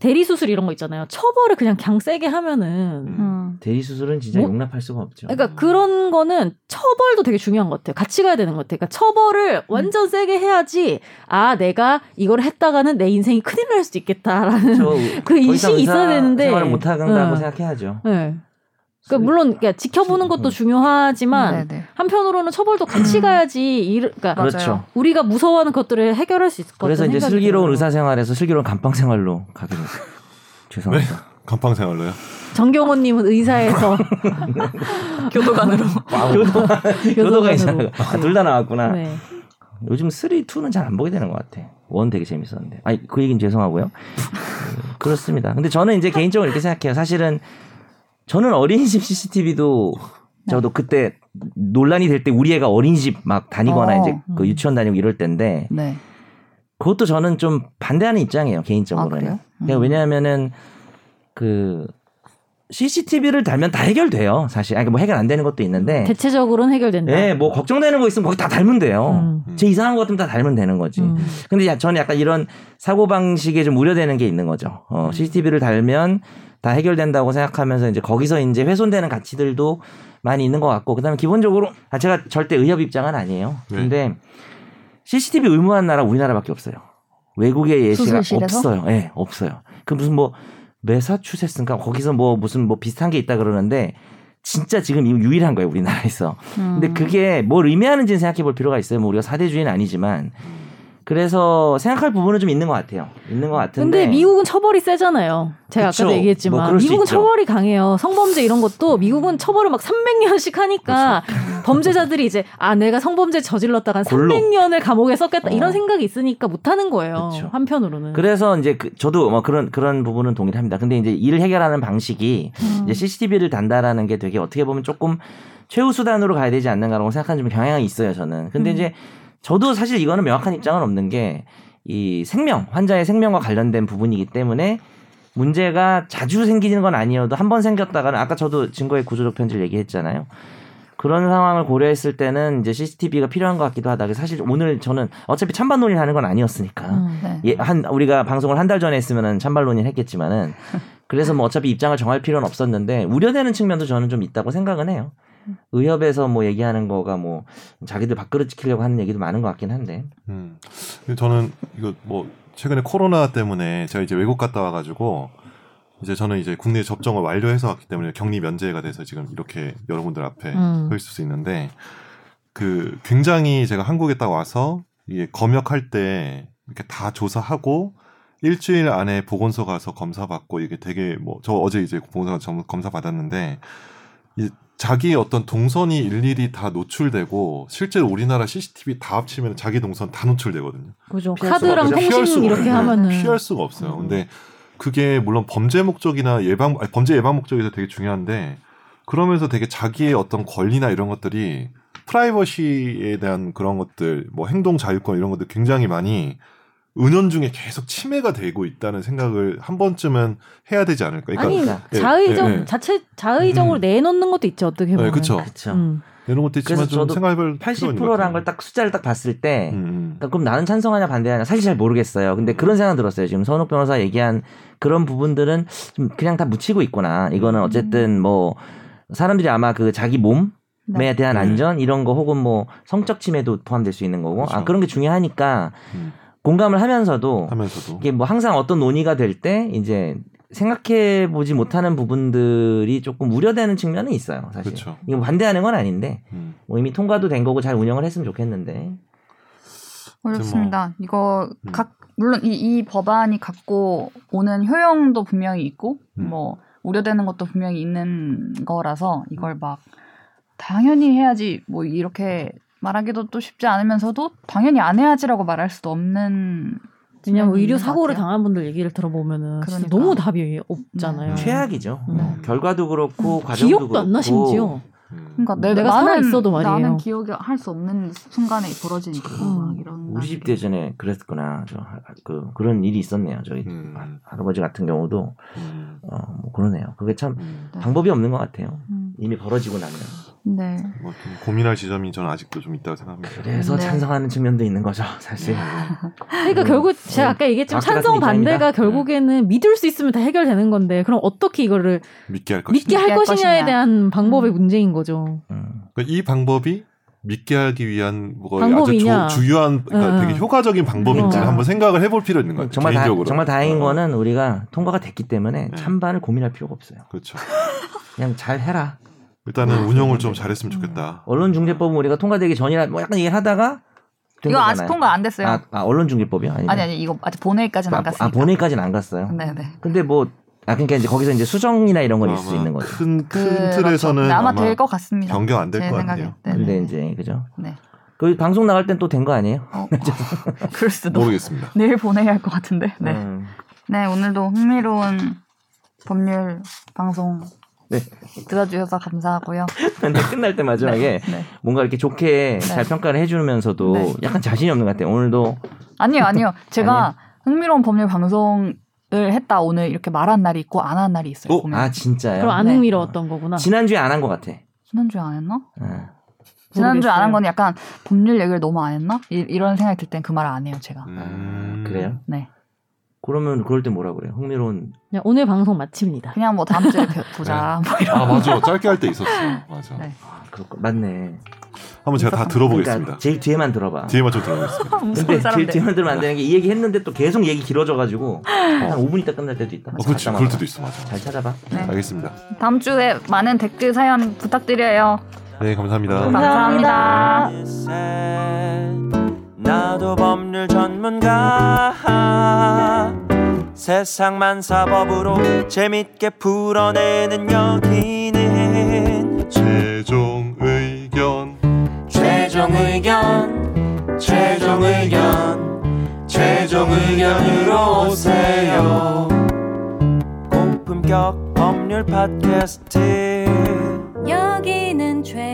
[SPEAKER 4] 대리 수술 이런 거 있잖아요. 처벌을 그냥 강 세게 하면은
[SPEAKER 1] 음.
[SPEAKER 2] 대리 수술은 진짜
[SPEAKER 4] 뭐?
[SPEAKER 2] 용납할 수가 없죠.
[SPEAKER 4] 그러니까 그런 거는 처벌도 되게 중요한 것 같아요. 같이 가야 되는 것 같아요. 그러니까
[SPEAKER 2] 음.
[SPEAKER 4] 처벌을 완전 세게 해야지 아 내가 이걸 했다가는 내 인생이 큰일 날 수도 있겠다라는
[SPEAKER 2] 저
[SPEAKER 4] 그
[SPEAKER 2] 그렇죠. 더 이상
[SPEAKER 4] 인식이
[SPEAKER 2] 의사
[SPEAKER 4] 있어야 되는데
[SPEAKER 2] 생활을 못 한다고
[SPEAKER 4] 응.
[SPEAKER 2] 생각해야죠.
[SPEAKER 4] 네. 그러니까 물론 그러니까 지켜보는
[SPEAKER 2] 음.
[SPEAKER 4] 것도 중요하지만
[SPEAKER 1] 네네.
[SPEAKER 4] 한편으로는 처벌도 같이 가야지 이 그러니까
[SPEAKER 1] 맞아요.
[SPEAKER 2] 그렇죠.
[SPEAKER 4] 우리가 무서워하는 것들을 해결할 수 있을 것
[SPEAKER 2] 그래서
[SPEAKER 4] 같아요.
[SPEAKER 2] 이제 슬기로운 의사 생활에서 슬기로운 감방 생활로 가게 됐어요.
[SPEAKER 3] 네,
[SPEAKER 2] 죄송합니다.
[SPEAKER 3] 간판 생활로요.
[SPEAKER 4] 정경호님은 의사에서 교도관으로
[SPEAKER 2] 교도가 이상하고 아, 둘다 나왔구나.
[SPEAKER 4] 네.
[SPEAKER 2] 요즘 3, 2는 잘 안 보게 되는 것 같아. 원 되게 재밌었는데. 아니, 그 얘기는 죄송하고요. 음, 그렇습니다. 근데 저는 이제 개인적으로 이렇게 생각해요. 사실은 저는 어린이집 CCTV도
[SPEAKER 1] 네.
[SPEAKER 2] 저도 그때 논란이 될 때 우리 애가 어린이집 막 다니거나
[SPEAKER 1] 어.
[SPEAKER 2] 이제 그
[SPEAKER 4] 음.
[SPEAKER 2] 유치원 다니고 이럴 때인데
[SPEAKER 1] 네.
[SPEAKER 2] 그것도 저는 좀 반대하는 입장이에요.
[SPEAKER 1] 아
[SPEAKER 2] 개인적으로는.
[SPEAKER 1] 그래요? 음.
[SPEAKER 2] 그러니까 왜냐하면은 그 CCTV를 달면 다 해결돼요. 사실. 아니, 뭐 해결 안 되는 것도 있는데.
[SPEAKER 1] 음,
[SPEAKER 4] 대체적으로는 해결된다.
[SPEAKER 2] 예, 뭐 걱정되는 거 있으면 거기 다 달면 돼요.
[SPEAKER 4] 음.
[SPEAKER 3] 음.
[SPEAKER 2] 제 이상한 것 같으면 다 달면 되는 거지.
[SPEAKER 4] 음.
[SPEAKER 2] 근데 야- 저는 약간 이런 사고 방식에 좀 우려되는 게 있는 거죠. 어,
[SPEAKER 1] 음.
[SPEAKER 2] CCTV를 달면 다 해결된다고 생각하면서 이제 거기서 이제 훼손되는 가치들도 많이 있는 것 같고 그다음에 기본적으로 아 제가 절대 의협 입장은 아니에요.
[SPEAKER 3] 네.
[SPEAKER 2] 근데 CCTV 의무한 나라 우리나라밖에 없어요. 외국의 예시가
[SPEAKER 1] 수술실에서?
[SPEAKER 2] 없어요. 예, 없어요. 그 무슨 뭐 매사추세츠인가 거기서 뭐 무슨 뭐 비슷한 게 있다 그러는데 진짜 지금 이 유일한 거예요 우리나라에서. 근데
[SPEAKER 1] 음.
[SPEAKER 2] 그게 뭘 의미하는지는 생각해 볼 필요가 있어요. 뭐 우리가 사대주의는 아니지만 그래서 생각할 부분은 좀 있는 것 같아요. 있는 것 같은데.
[SPEAKER 4] 근데 미국은 처벌이 세잖아요. 제가
[SPEAKER 2] 그쵸.
[SPEAKER 4] 아까도 얘기했지만
[SPEAKER 2] 뭐 그럴 수
[SPEAKER 4] 미국은
[SPEAKER 2] 있죠.
[SPEAKER 4] 처벌이 강해요. 성범죄 이런 것도 미국은 처벌을 막 300년씩 하니까 범죄자들이 이제 아 내가 성범죄 저질렀다간
[SPEAKER 2] 그렇죠. 골로.
[SPEAKER 4] 300년을 감옥에 썼겠다
[SPEAKER 2] 어.
[SPEAKER 4] 이런 생각이 있으니까 못 하는 거예요.
[SPEAKER 2] 그쵸.
[SPEAKER 4] 한편으로는.
[SPEAKER 2] 그래서 이제 그- 저도 뭐 그런 그런 부분은 동일합니다. 근데 이제 일을 해결하는 방식이
[SPEAKER 4] 음.
[SPEAKER 2] 이제 CCTV를 단다라는 게 되게 어떻게 보면 조금 최후 수단으로 가야 되지 않는가라고 생각하는 좀 경향이 있어요 저는. 근데
[SPEAKER 4] 음.
[SPEAKER 2] 이제 저도 사실 이거는 명확한 입장은 없는 게 이 생명 환자의 생명과 관련된 부분이기 때문에 문제가 자주 생기는 건 아니어도 한 번 생겼다가는 아까 저도 증거의 구조적 편지를 얘기했잖아요. 그런 상황을 고려했을 때는 이제 CCTV가 필요한 것 같기도 하다. 그래서 사실 오늘 저는 어차피 찬반 논의를 하는 건 아니었으니까
[SPEAKER 4] 음.
[SPEAKER 1] 네.
[SPEAKER 2] 예, 한 우리가 방송을 한 달 전에 했으면은 찬반론인 했겠지만은 그래서 뭐 어차피 입장을 정할 필요는 없었는데 우려되는 측면도 저는 좀 있다고 생각은 해요. 의협에서 뭐 얘기하는 거가 뭐 자기들 밥그릇 지키려고 하는 얘기도 많은 것 같긴 한데
[SPEAKER 3] 음. 근데 저는 이거 뭐 최근에 코로나 때문에 제가 이제 외국 갔다 와가지고 이제 저는 이제 국내 접종을 완료해서 왔기 때문에 격리 면제가 돼서 지금 이렇게 여러분들 앞에
[SPEAKER 4] 음.
[SPEAKER 3] 서 있을 수 있는데 그 굉장히 제가 한국에 딱 와서 이게 검역할 때 이렇게 다 조사하고 일주일 안에 보건소 가서 검사 받고 이게 되게 뭐 저 어제 이제 보건소 가서 점- 검사 받았는데 이 자기 어떤 동선이 일일이 다 노출되고 실제로 우리나라 CCTV 다 합치면 자기 동선 다 노출되거든요.
[SPEAKER 4] 그죠.
[SPEAKER 2] 피할 수가
[SPEAKER 4] 카드랑
[SPEAKER 2] 없죠.
[SPEAKER 3] 피할
[SPEAKER 4] 통신
[SPEAKER 3] 수가
[SPEAKER 4] 이렇게
[SPEAKER 3] 없어요.
[SPEAKER 4] 하면은
[SPEAKER 3] 피할 수가 없어요.
[SPEAKER 2] 음.
[SPEAKER 3] 근데 그게 물론 범죄 목적이나 예방 아니, 범죄 예방 목적에서 되게 중요한데 그러면서 되게 자기의 어떤 권리나 이런 것들이 프라이버시에 대한 그런 것들 뭐 행동 자유권 이런 것들 굉장히 많이 은연중에 계속 침해가 되고 있다는 생각을 한 번쯤은 해야 되지 않을까. 그러니까
[SPEAKER 4] 아니
[SPEAKER 2] 그러니까.
[SPEAKER 4] 자의적
[SPEAKER 3] 예, 예.
[SPEAKER 4] 자체 자의적으로
[SPEAKER 3] 음.
[SPEAKER 4] 내놓는 것도 있죠 어떻게 보면.
[SPEAKER 3] 네, 그렇죠.
[SPEAKER 2] 그렇죠.
[SPEAKER 4] 음.
[SPEAKER 3] 이런 것도 있지만
[SPEAKER 2] 그래서
[SPEAKER 3] 좀
[SPEAKER 2] 저도
[SPEAKER 3] 생각해볼 필요가 있는 것
[SPEAKER 2] 80%란
[SPEAKER 3] 같아요.
[SPEAKER 2] 걸 딱 숫자를 딱 봤을 때
[SPEAKER 3] 그러니까. 음, 음.
[SPEAKER 2] 그러니까 그럼 나는 찬성하냐 반대하냐 사실 잘 모르겠어요. 근데 그런 생각 들었어요. 지금 선욱 변호사 얘기한 그런 부분들은 좀 그냥 다 묻히고 있구나.
[SPEAKER 3] 음.
[SPEAKER 2] 이거는 어쨌든 뭐 사람들이 아마 그 자기 몸 에
[SPEAKER 1] 네.
[SPEAKER 2] 대한
[SPEAKER 3] 네.
[SPEAKER 2] 안전 이런 거 혹은 뭐 성적 침해도 포함될 수 있는 거고 아
[SPEAKER 3] 그렇죠. 아.
[SPEAKER 2] 그런 게 중요하니까
[SPEAKER 3] 음.
[SPEAKER 2] 공감을 하면서도
[SPEAKER 3] 하면서도
[SPEAKER 2] 이게 뭐 항상 어떤 논의가 될 때 이제 생각해 보지 못하는 부분들이 조금 우려되는 측면은 있어요 사실
[SPEAKER 3] 그렇죠.
[SPEAKER 2] 이거 반대하는 건 아닌데
[SPEAKER 3] 음.
[SPEAKER 2] 뭐 이미 통과도 된 거고 잘 운영을 했으면 좋겠는데 뭐,
[SPEAKER 1] 어렵습니다. 이거
[SPEAKER 3] 음.
[SPEAKER 1] 각 물론 이, 이 법안이 갖고 오는 효용도 분명히 있고
[SPEAKER 3] 음.
[SPEAKER 1] 뭐 우려되는 것도 분명히 있는 거라서
[SPEAKER 2] 음.
[SPEAKER 1] 이걸 막 당연히 해야지 뭐 이렇게 말하기도 또 쉽지 않으면서도 당연히 안 해야지라고 말할 수도 없는
[SPEAKER 4] 왜냐면
[SPEAKER 1] 측면이
[SPEAKER 4] 의료
[SPEAKER 1] 있는 것
[SPEAKER 4] 사고를
[SPEAKER 1] 같아요.
[SPEAKER 4] 당한 분들 얘기를 들어보면은 진짜
[SPEAKER 1] 그러니까.
[SPEAKER 4] 너무 답이 없잖아요.
[SPEAKER 1] 음.
[SPEAKER 2] 네. 최악이죠
[SPEAKER 4] 음.
[SPEAKER 2] 뭐 결과도 그렇고 과정도
[SPEAKER 4] 기억도
[SPEAKER 2] 그렇고
[SPEAKER 4] 안 나 심지어.
[SPEAKER 3] 음.
[SPEAKER 1] 그러니까 내,
[SPEAKER 4] 내가
[SPEAKER 1] 나는,
[SPEAKER 4] 살아있어도 말이에요.
[SPEAKER 1] 나는 기억이 할 수 없는 순간에 벌어지니까 막 이런
[SPEAKER 2] 우리 집 대전에 그랬구나 저 그 그런 일이 있었네요 저희
[SPEAKER 3] 음.
[SPEAKER 2] 할- 할아버지 같은 경우도
[SPEAKER 3] 음.
[SPEAKER 2] 어 뭐 그러네요 그게 참
[SPEAKER 3] 음.
[SPEAKER 1] 네.
[SPEAKER 2] 방법이 없는 것 같아요
[SPEAKER 1] 음,
[SPEAKER 2] 이미 벌어지고 나면
[SPEAKER 1] 네.
[SPEAKER 3] 뭐좀 고민할 지점이 저는 아직도 좀 있다고 생각합니다.
[SPEAKER 2] 그래서
[SPEAKER 1] 네.
[SPEAKER 2] 찬성하는 측면도 있는 거죠 사실
[SPEAKER 4] 그러니까
[SPEAKER 2] 음.
[SPEAKER 4] 결국 제가
[SPEAKER 2] 음.
[SPEAKER 4] 아까 얘기했지만
[SPEAKER 2] 정확히
[SPEAKER 4] 찬성
[SPEAKER 2] 같은
[SPEAKER 4] 반대가
[SPEAKER 2] 입장입니다. 네.
[SPEAKER 4] 결국에는 믿을 수 있으면 다 해결되는 건데 그럼 어떻게 이거를
[SPEAKER 3] 믿게 할 것이다.
[SPEAKER 4] 믿게 할
[SPEAKER 1] 믿게 할
[SPEAKER 4] 것이냐에
[SPEAKER 1] 것이냐.
[SPEAKER 4] 대한 방법의
[SPEAKER 1] 음.
[SPEAKER 4] 문제인 거죠.
[SPEAKER 2] 음.
[SPEAKER 3] 그러니까 이 방법이 믿게 하기 위한 뭐가
[SPEAKER 4] 방법이냐.
[SPEAKER 3] 아주 주, 유한 그러니까
[SPEAKER 4] 응.
[SPEAKER 3] 되게 효과적인 방법인지
[SPEAKER 4] 응.
[SPEAKER 3] 한번 생각을 해볼 필요 있는 것 같아요.
[SPEAKER 2] 정말 다,
[SPEAKER 3] 음, 개인적으로.
[SPEAKER 2] 정말 다행인
[SPEAKER 3] 어,
[SPEAKER 2] 거는 우리가 통과가 됐기 때문에
[SPEAKER 3] 네.
[SPEAKER 2] 찬반을 고민할 필요가 없어요
[SPEAKER 3] 그렇죠.
[SPEAKER 2] 그냥 잘 해라
[SPEAKER 3] 일단은
[SPEAKER 2] 음.
[SPEAKER 3] 운영을 좀 잘했으면 좋겠다.
[SPEAKER 2] 언론중재법은 우리가 통과되기 전이라 뭐 약간 얘기를 하다가 된
[SPEAKER 1] 이거 아직
[SPEAKER 2] 거잖아요.
[SPEAKER 1] 통과 안 됐어요.
[SPEAKER 2] 아, 아, 언론중재법이요 아니
[SPEAKER 1] 아니 아니 이거 아직 본회의까지는 안 갔으니까.
[SPEAKER 2] 아 본회의까지는 안 갔어요
[SPEAKER 1] 네네.
[SPEAKER 2] 근데 뭐 아, 그러니까 이제 거기서 이제 수정이나 이런
[SPEAKER 3] 아,
[SPEAKER 2] 건 있을 수 있는 거죠
[SPEAKER 3] 큰큰
[SPEAKER 1] 그렇죠.
[SPEAKER 3] 틀에서는
[SPEAKER 1] 네, 아마
[SPEAKER 3] 아마
[SPEAKER 1] 될 것 같습니다.
[SPEAKER 3] 변경 안 될
[SPEAKER 1] 제
[SPEAKER 3] 것
[SPEAKER 1] 생각에.
[SPEAKER 3] 같아요.
[SPEAKER 2] 근데
[SPEAKER 1] 네네.
[SPEAKER 2] 이제 그죠
[SPEAKER 1] 네.
[SPEAKER 2] 그 방송 나갈 땐 또 된 거 아니에요
[SPEAKER 1] 어, 그럴 수도.
[SPEAKER 3] 모르겠습니다.
[SPEAKER 1] 내일 보내야 할 것 같은데. 네.
[SPEAKER 2] 음.
[SPEAKER 1] 네 오늘도 흥미로운 법률 방송
[SPEAKER 2] 네.
[SPEAKER 1] 들어주셔서 감사하고요.
[SPEAKER 2] 근데 끝날 때 마지막에
[SPEAKER 1] 네.
[SPEAKER 2] 뭔가 이렇게 좋게 잘 평가를 해주면서도
[SPEAKER 1] 네.
[SPEAKER 2] 약간 자신이 없는 것 같아요. 오늘도
[SPEAKER 1] 아니요 아니요 제가 흥미로운 법률 방송을 했다 오늘 이렇게 말한 날이 있고 안 한 날이 있어요.
[SPEAKER 2] 어?
[SPEAKER 1] 보면.
[SPEAKER 2] 아 진짜요?
[SPEAKER 4] 그럼 안
[SPEAKER 1] 네.
[SPEAKER 4] 흥미로웠던 거구나.
[SPEAKER 2] 지난주에 안 한 것 같아.
[SPEAKER 1] 지난주에 안 했나?
[SPEAKER 2] 아.
[SPEAKER 1] 지난주 에 안 한
[SPEAKER 4] 모르겠어요.
[SPEAKER 1] 건 약간 법률 얘기를 너무 안 했나? 이, 이런 생각이 들 땐 그 말 안 해요, 제가.
[SPEAKER 2] 아,
[SPEAKER 3] 음.
[SPEAKER 2] 그래요?
[SPEAKER 1] 네.
[SPEAKER 2] 그러면 그럴 때 뭐라 그래요? 흥미로운
[SPEAKER 4] 그냥 네, 오늘 방송 마칩니다.
[SPEAKER 1] 그냥 뭐 다음 주에 벼- 보자. 뭐 이런.
[SPEAKER 3] 아 맞아 짧게 할 때 있었어요. 맞아.
[SPEAKER 1] 네.
[SPEAKER 2] 아, 그렇 맞네.
[SPEAKER 3] 한번 제가 다
[SPEAKER 2] 그러니까
[SPEAKER 3] 들어보겠습니다.
[SPEAKER 2] 제일 뒤에만 들어봐.
[SPEAKER 3] 뒤에만 좀 들어보겠습니다.
[SPEAKER 1] 무서운
[SPEAKER 2] 근데 제일
[SPEAKER 1] 사람들.
[SPEAKER 2] 뒤에만 들으면 안 되는 게 이 얘기 했는데 또 계속 얘기 길어져가지고 한 5분 있다 끝날 때도 있다.
[SPEAKER 3] 어, 그렇죠.
[SPEAKER 2] 잠깐만.
[SPEAKER 3] 그럴 때도 있어 맞아.
[SPEAKER 2] 잘 찾아봐.
[SPEAKER 1] 네.
[SPEAKER 3] 알겠습니다.
[SPEAKER 1] 다음 주에 많은 댓글 사연 부탁드려요.
[SPEAKER 3] 네 감사합니다.
[SPEAKER 1] 감사합니다.
[SPEAKER 5] sad. 나도 법률 오늘 전문가 세상만 사법으로 재밌게 풀어내는 여기는
[SPEAKER 3] 최종 의견
[SPEAKER 5] 최종 의견 최종 의견 최종 의견으로 오세요 고품격 법률 팟캐스트
[SPEAKER 4] 여기는 최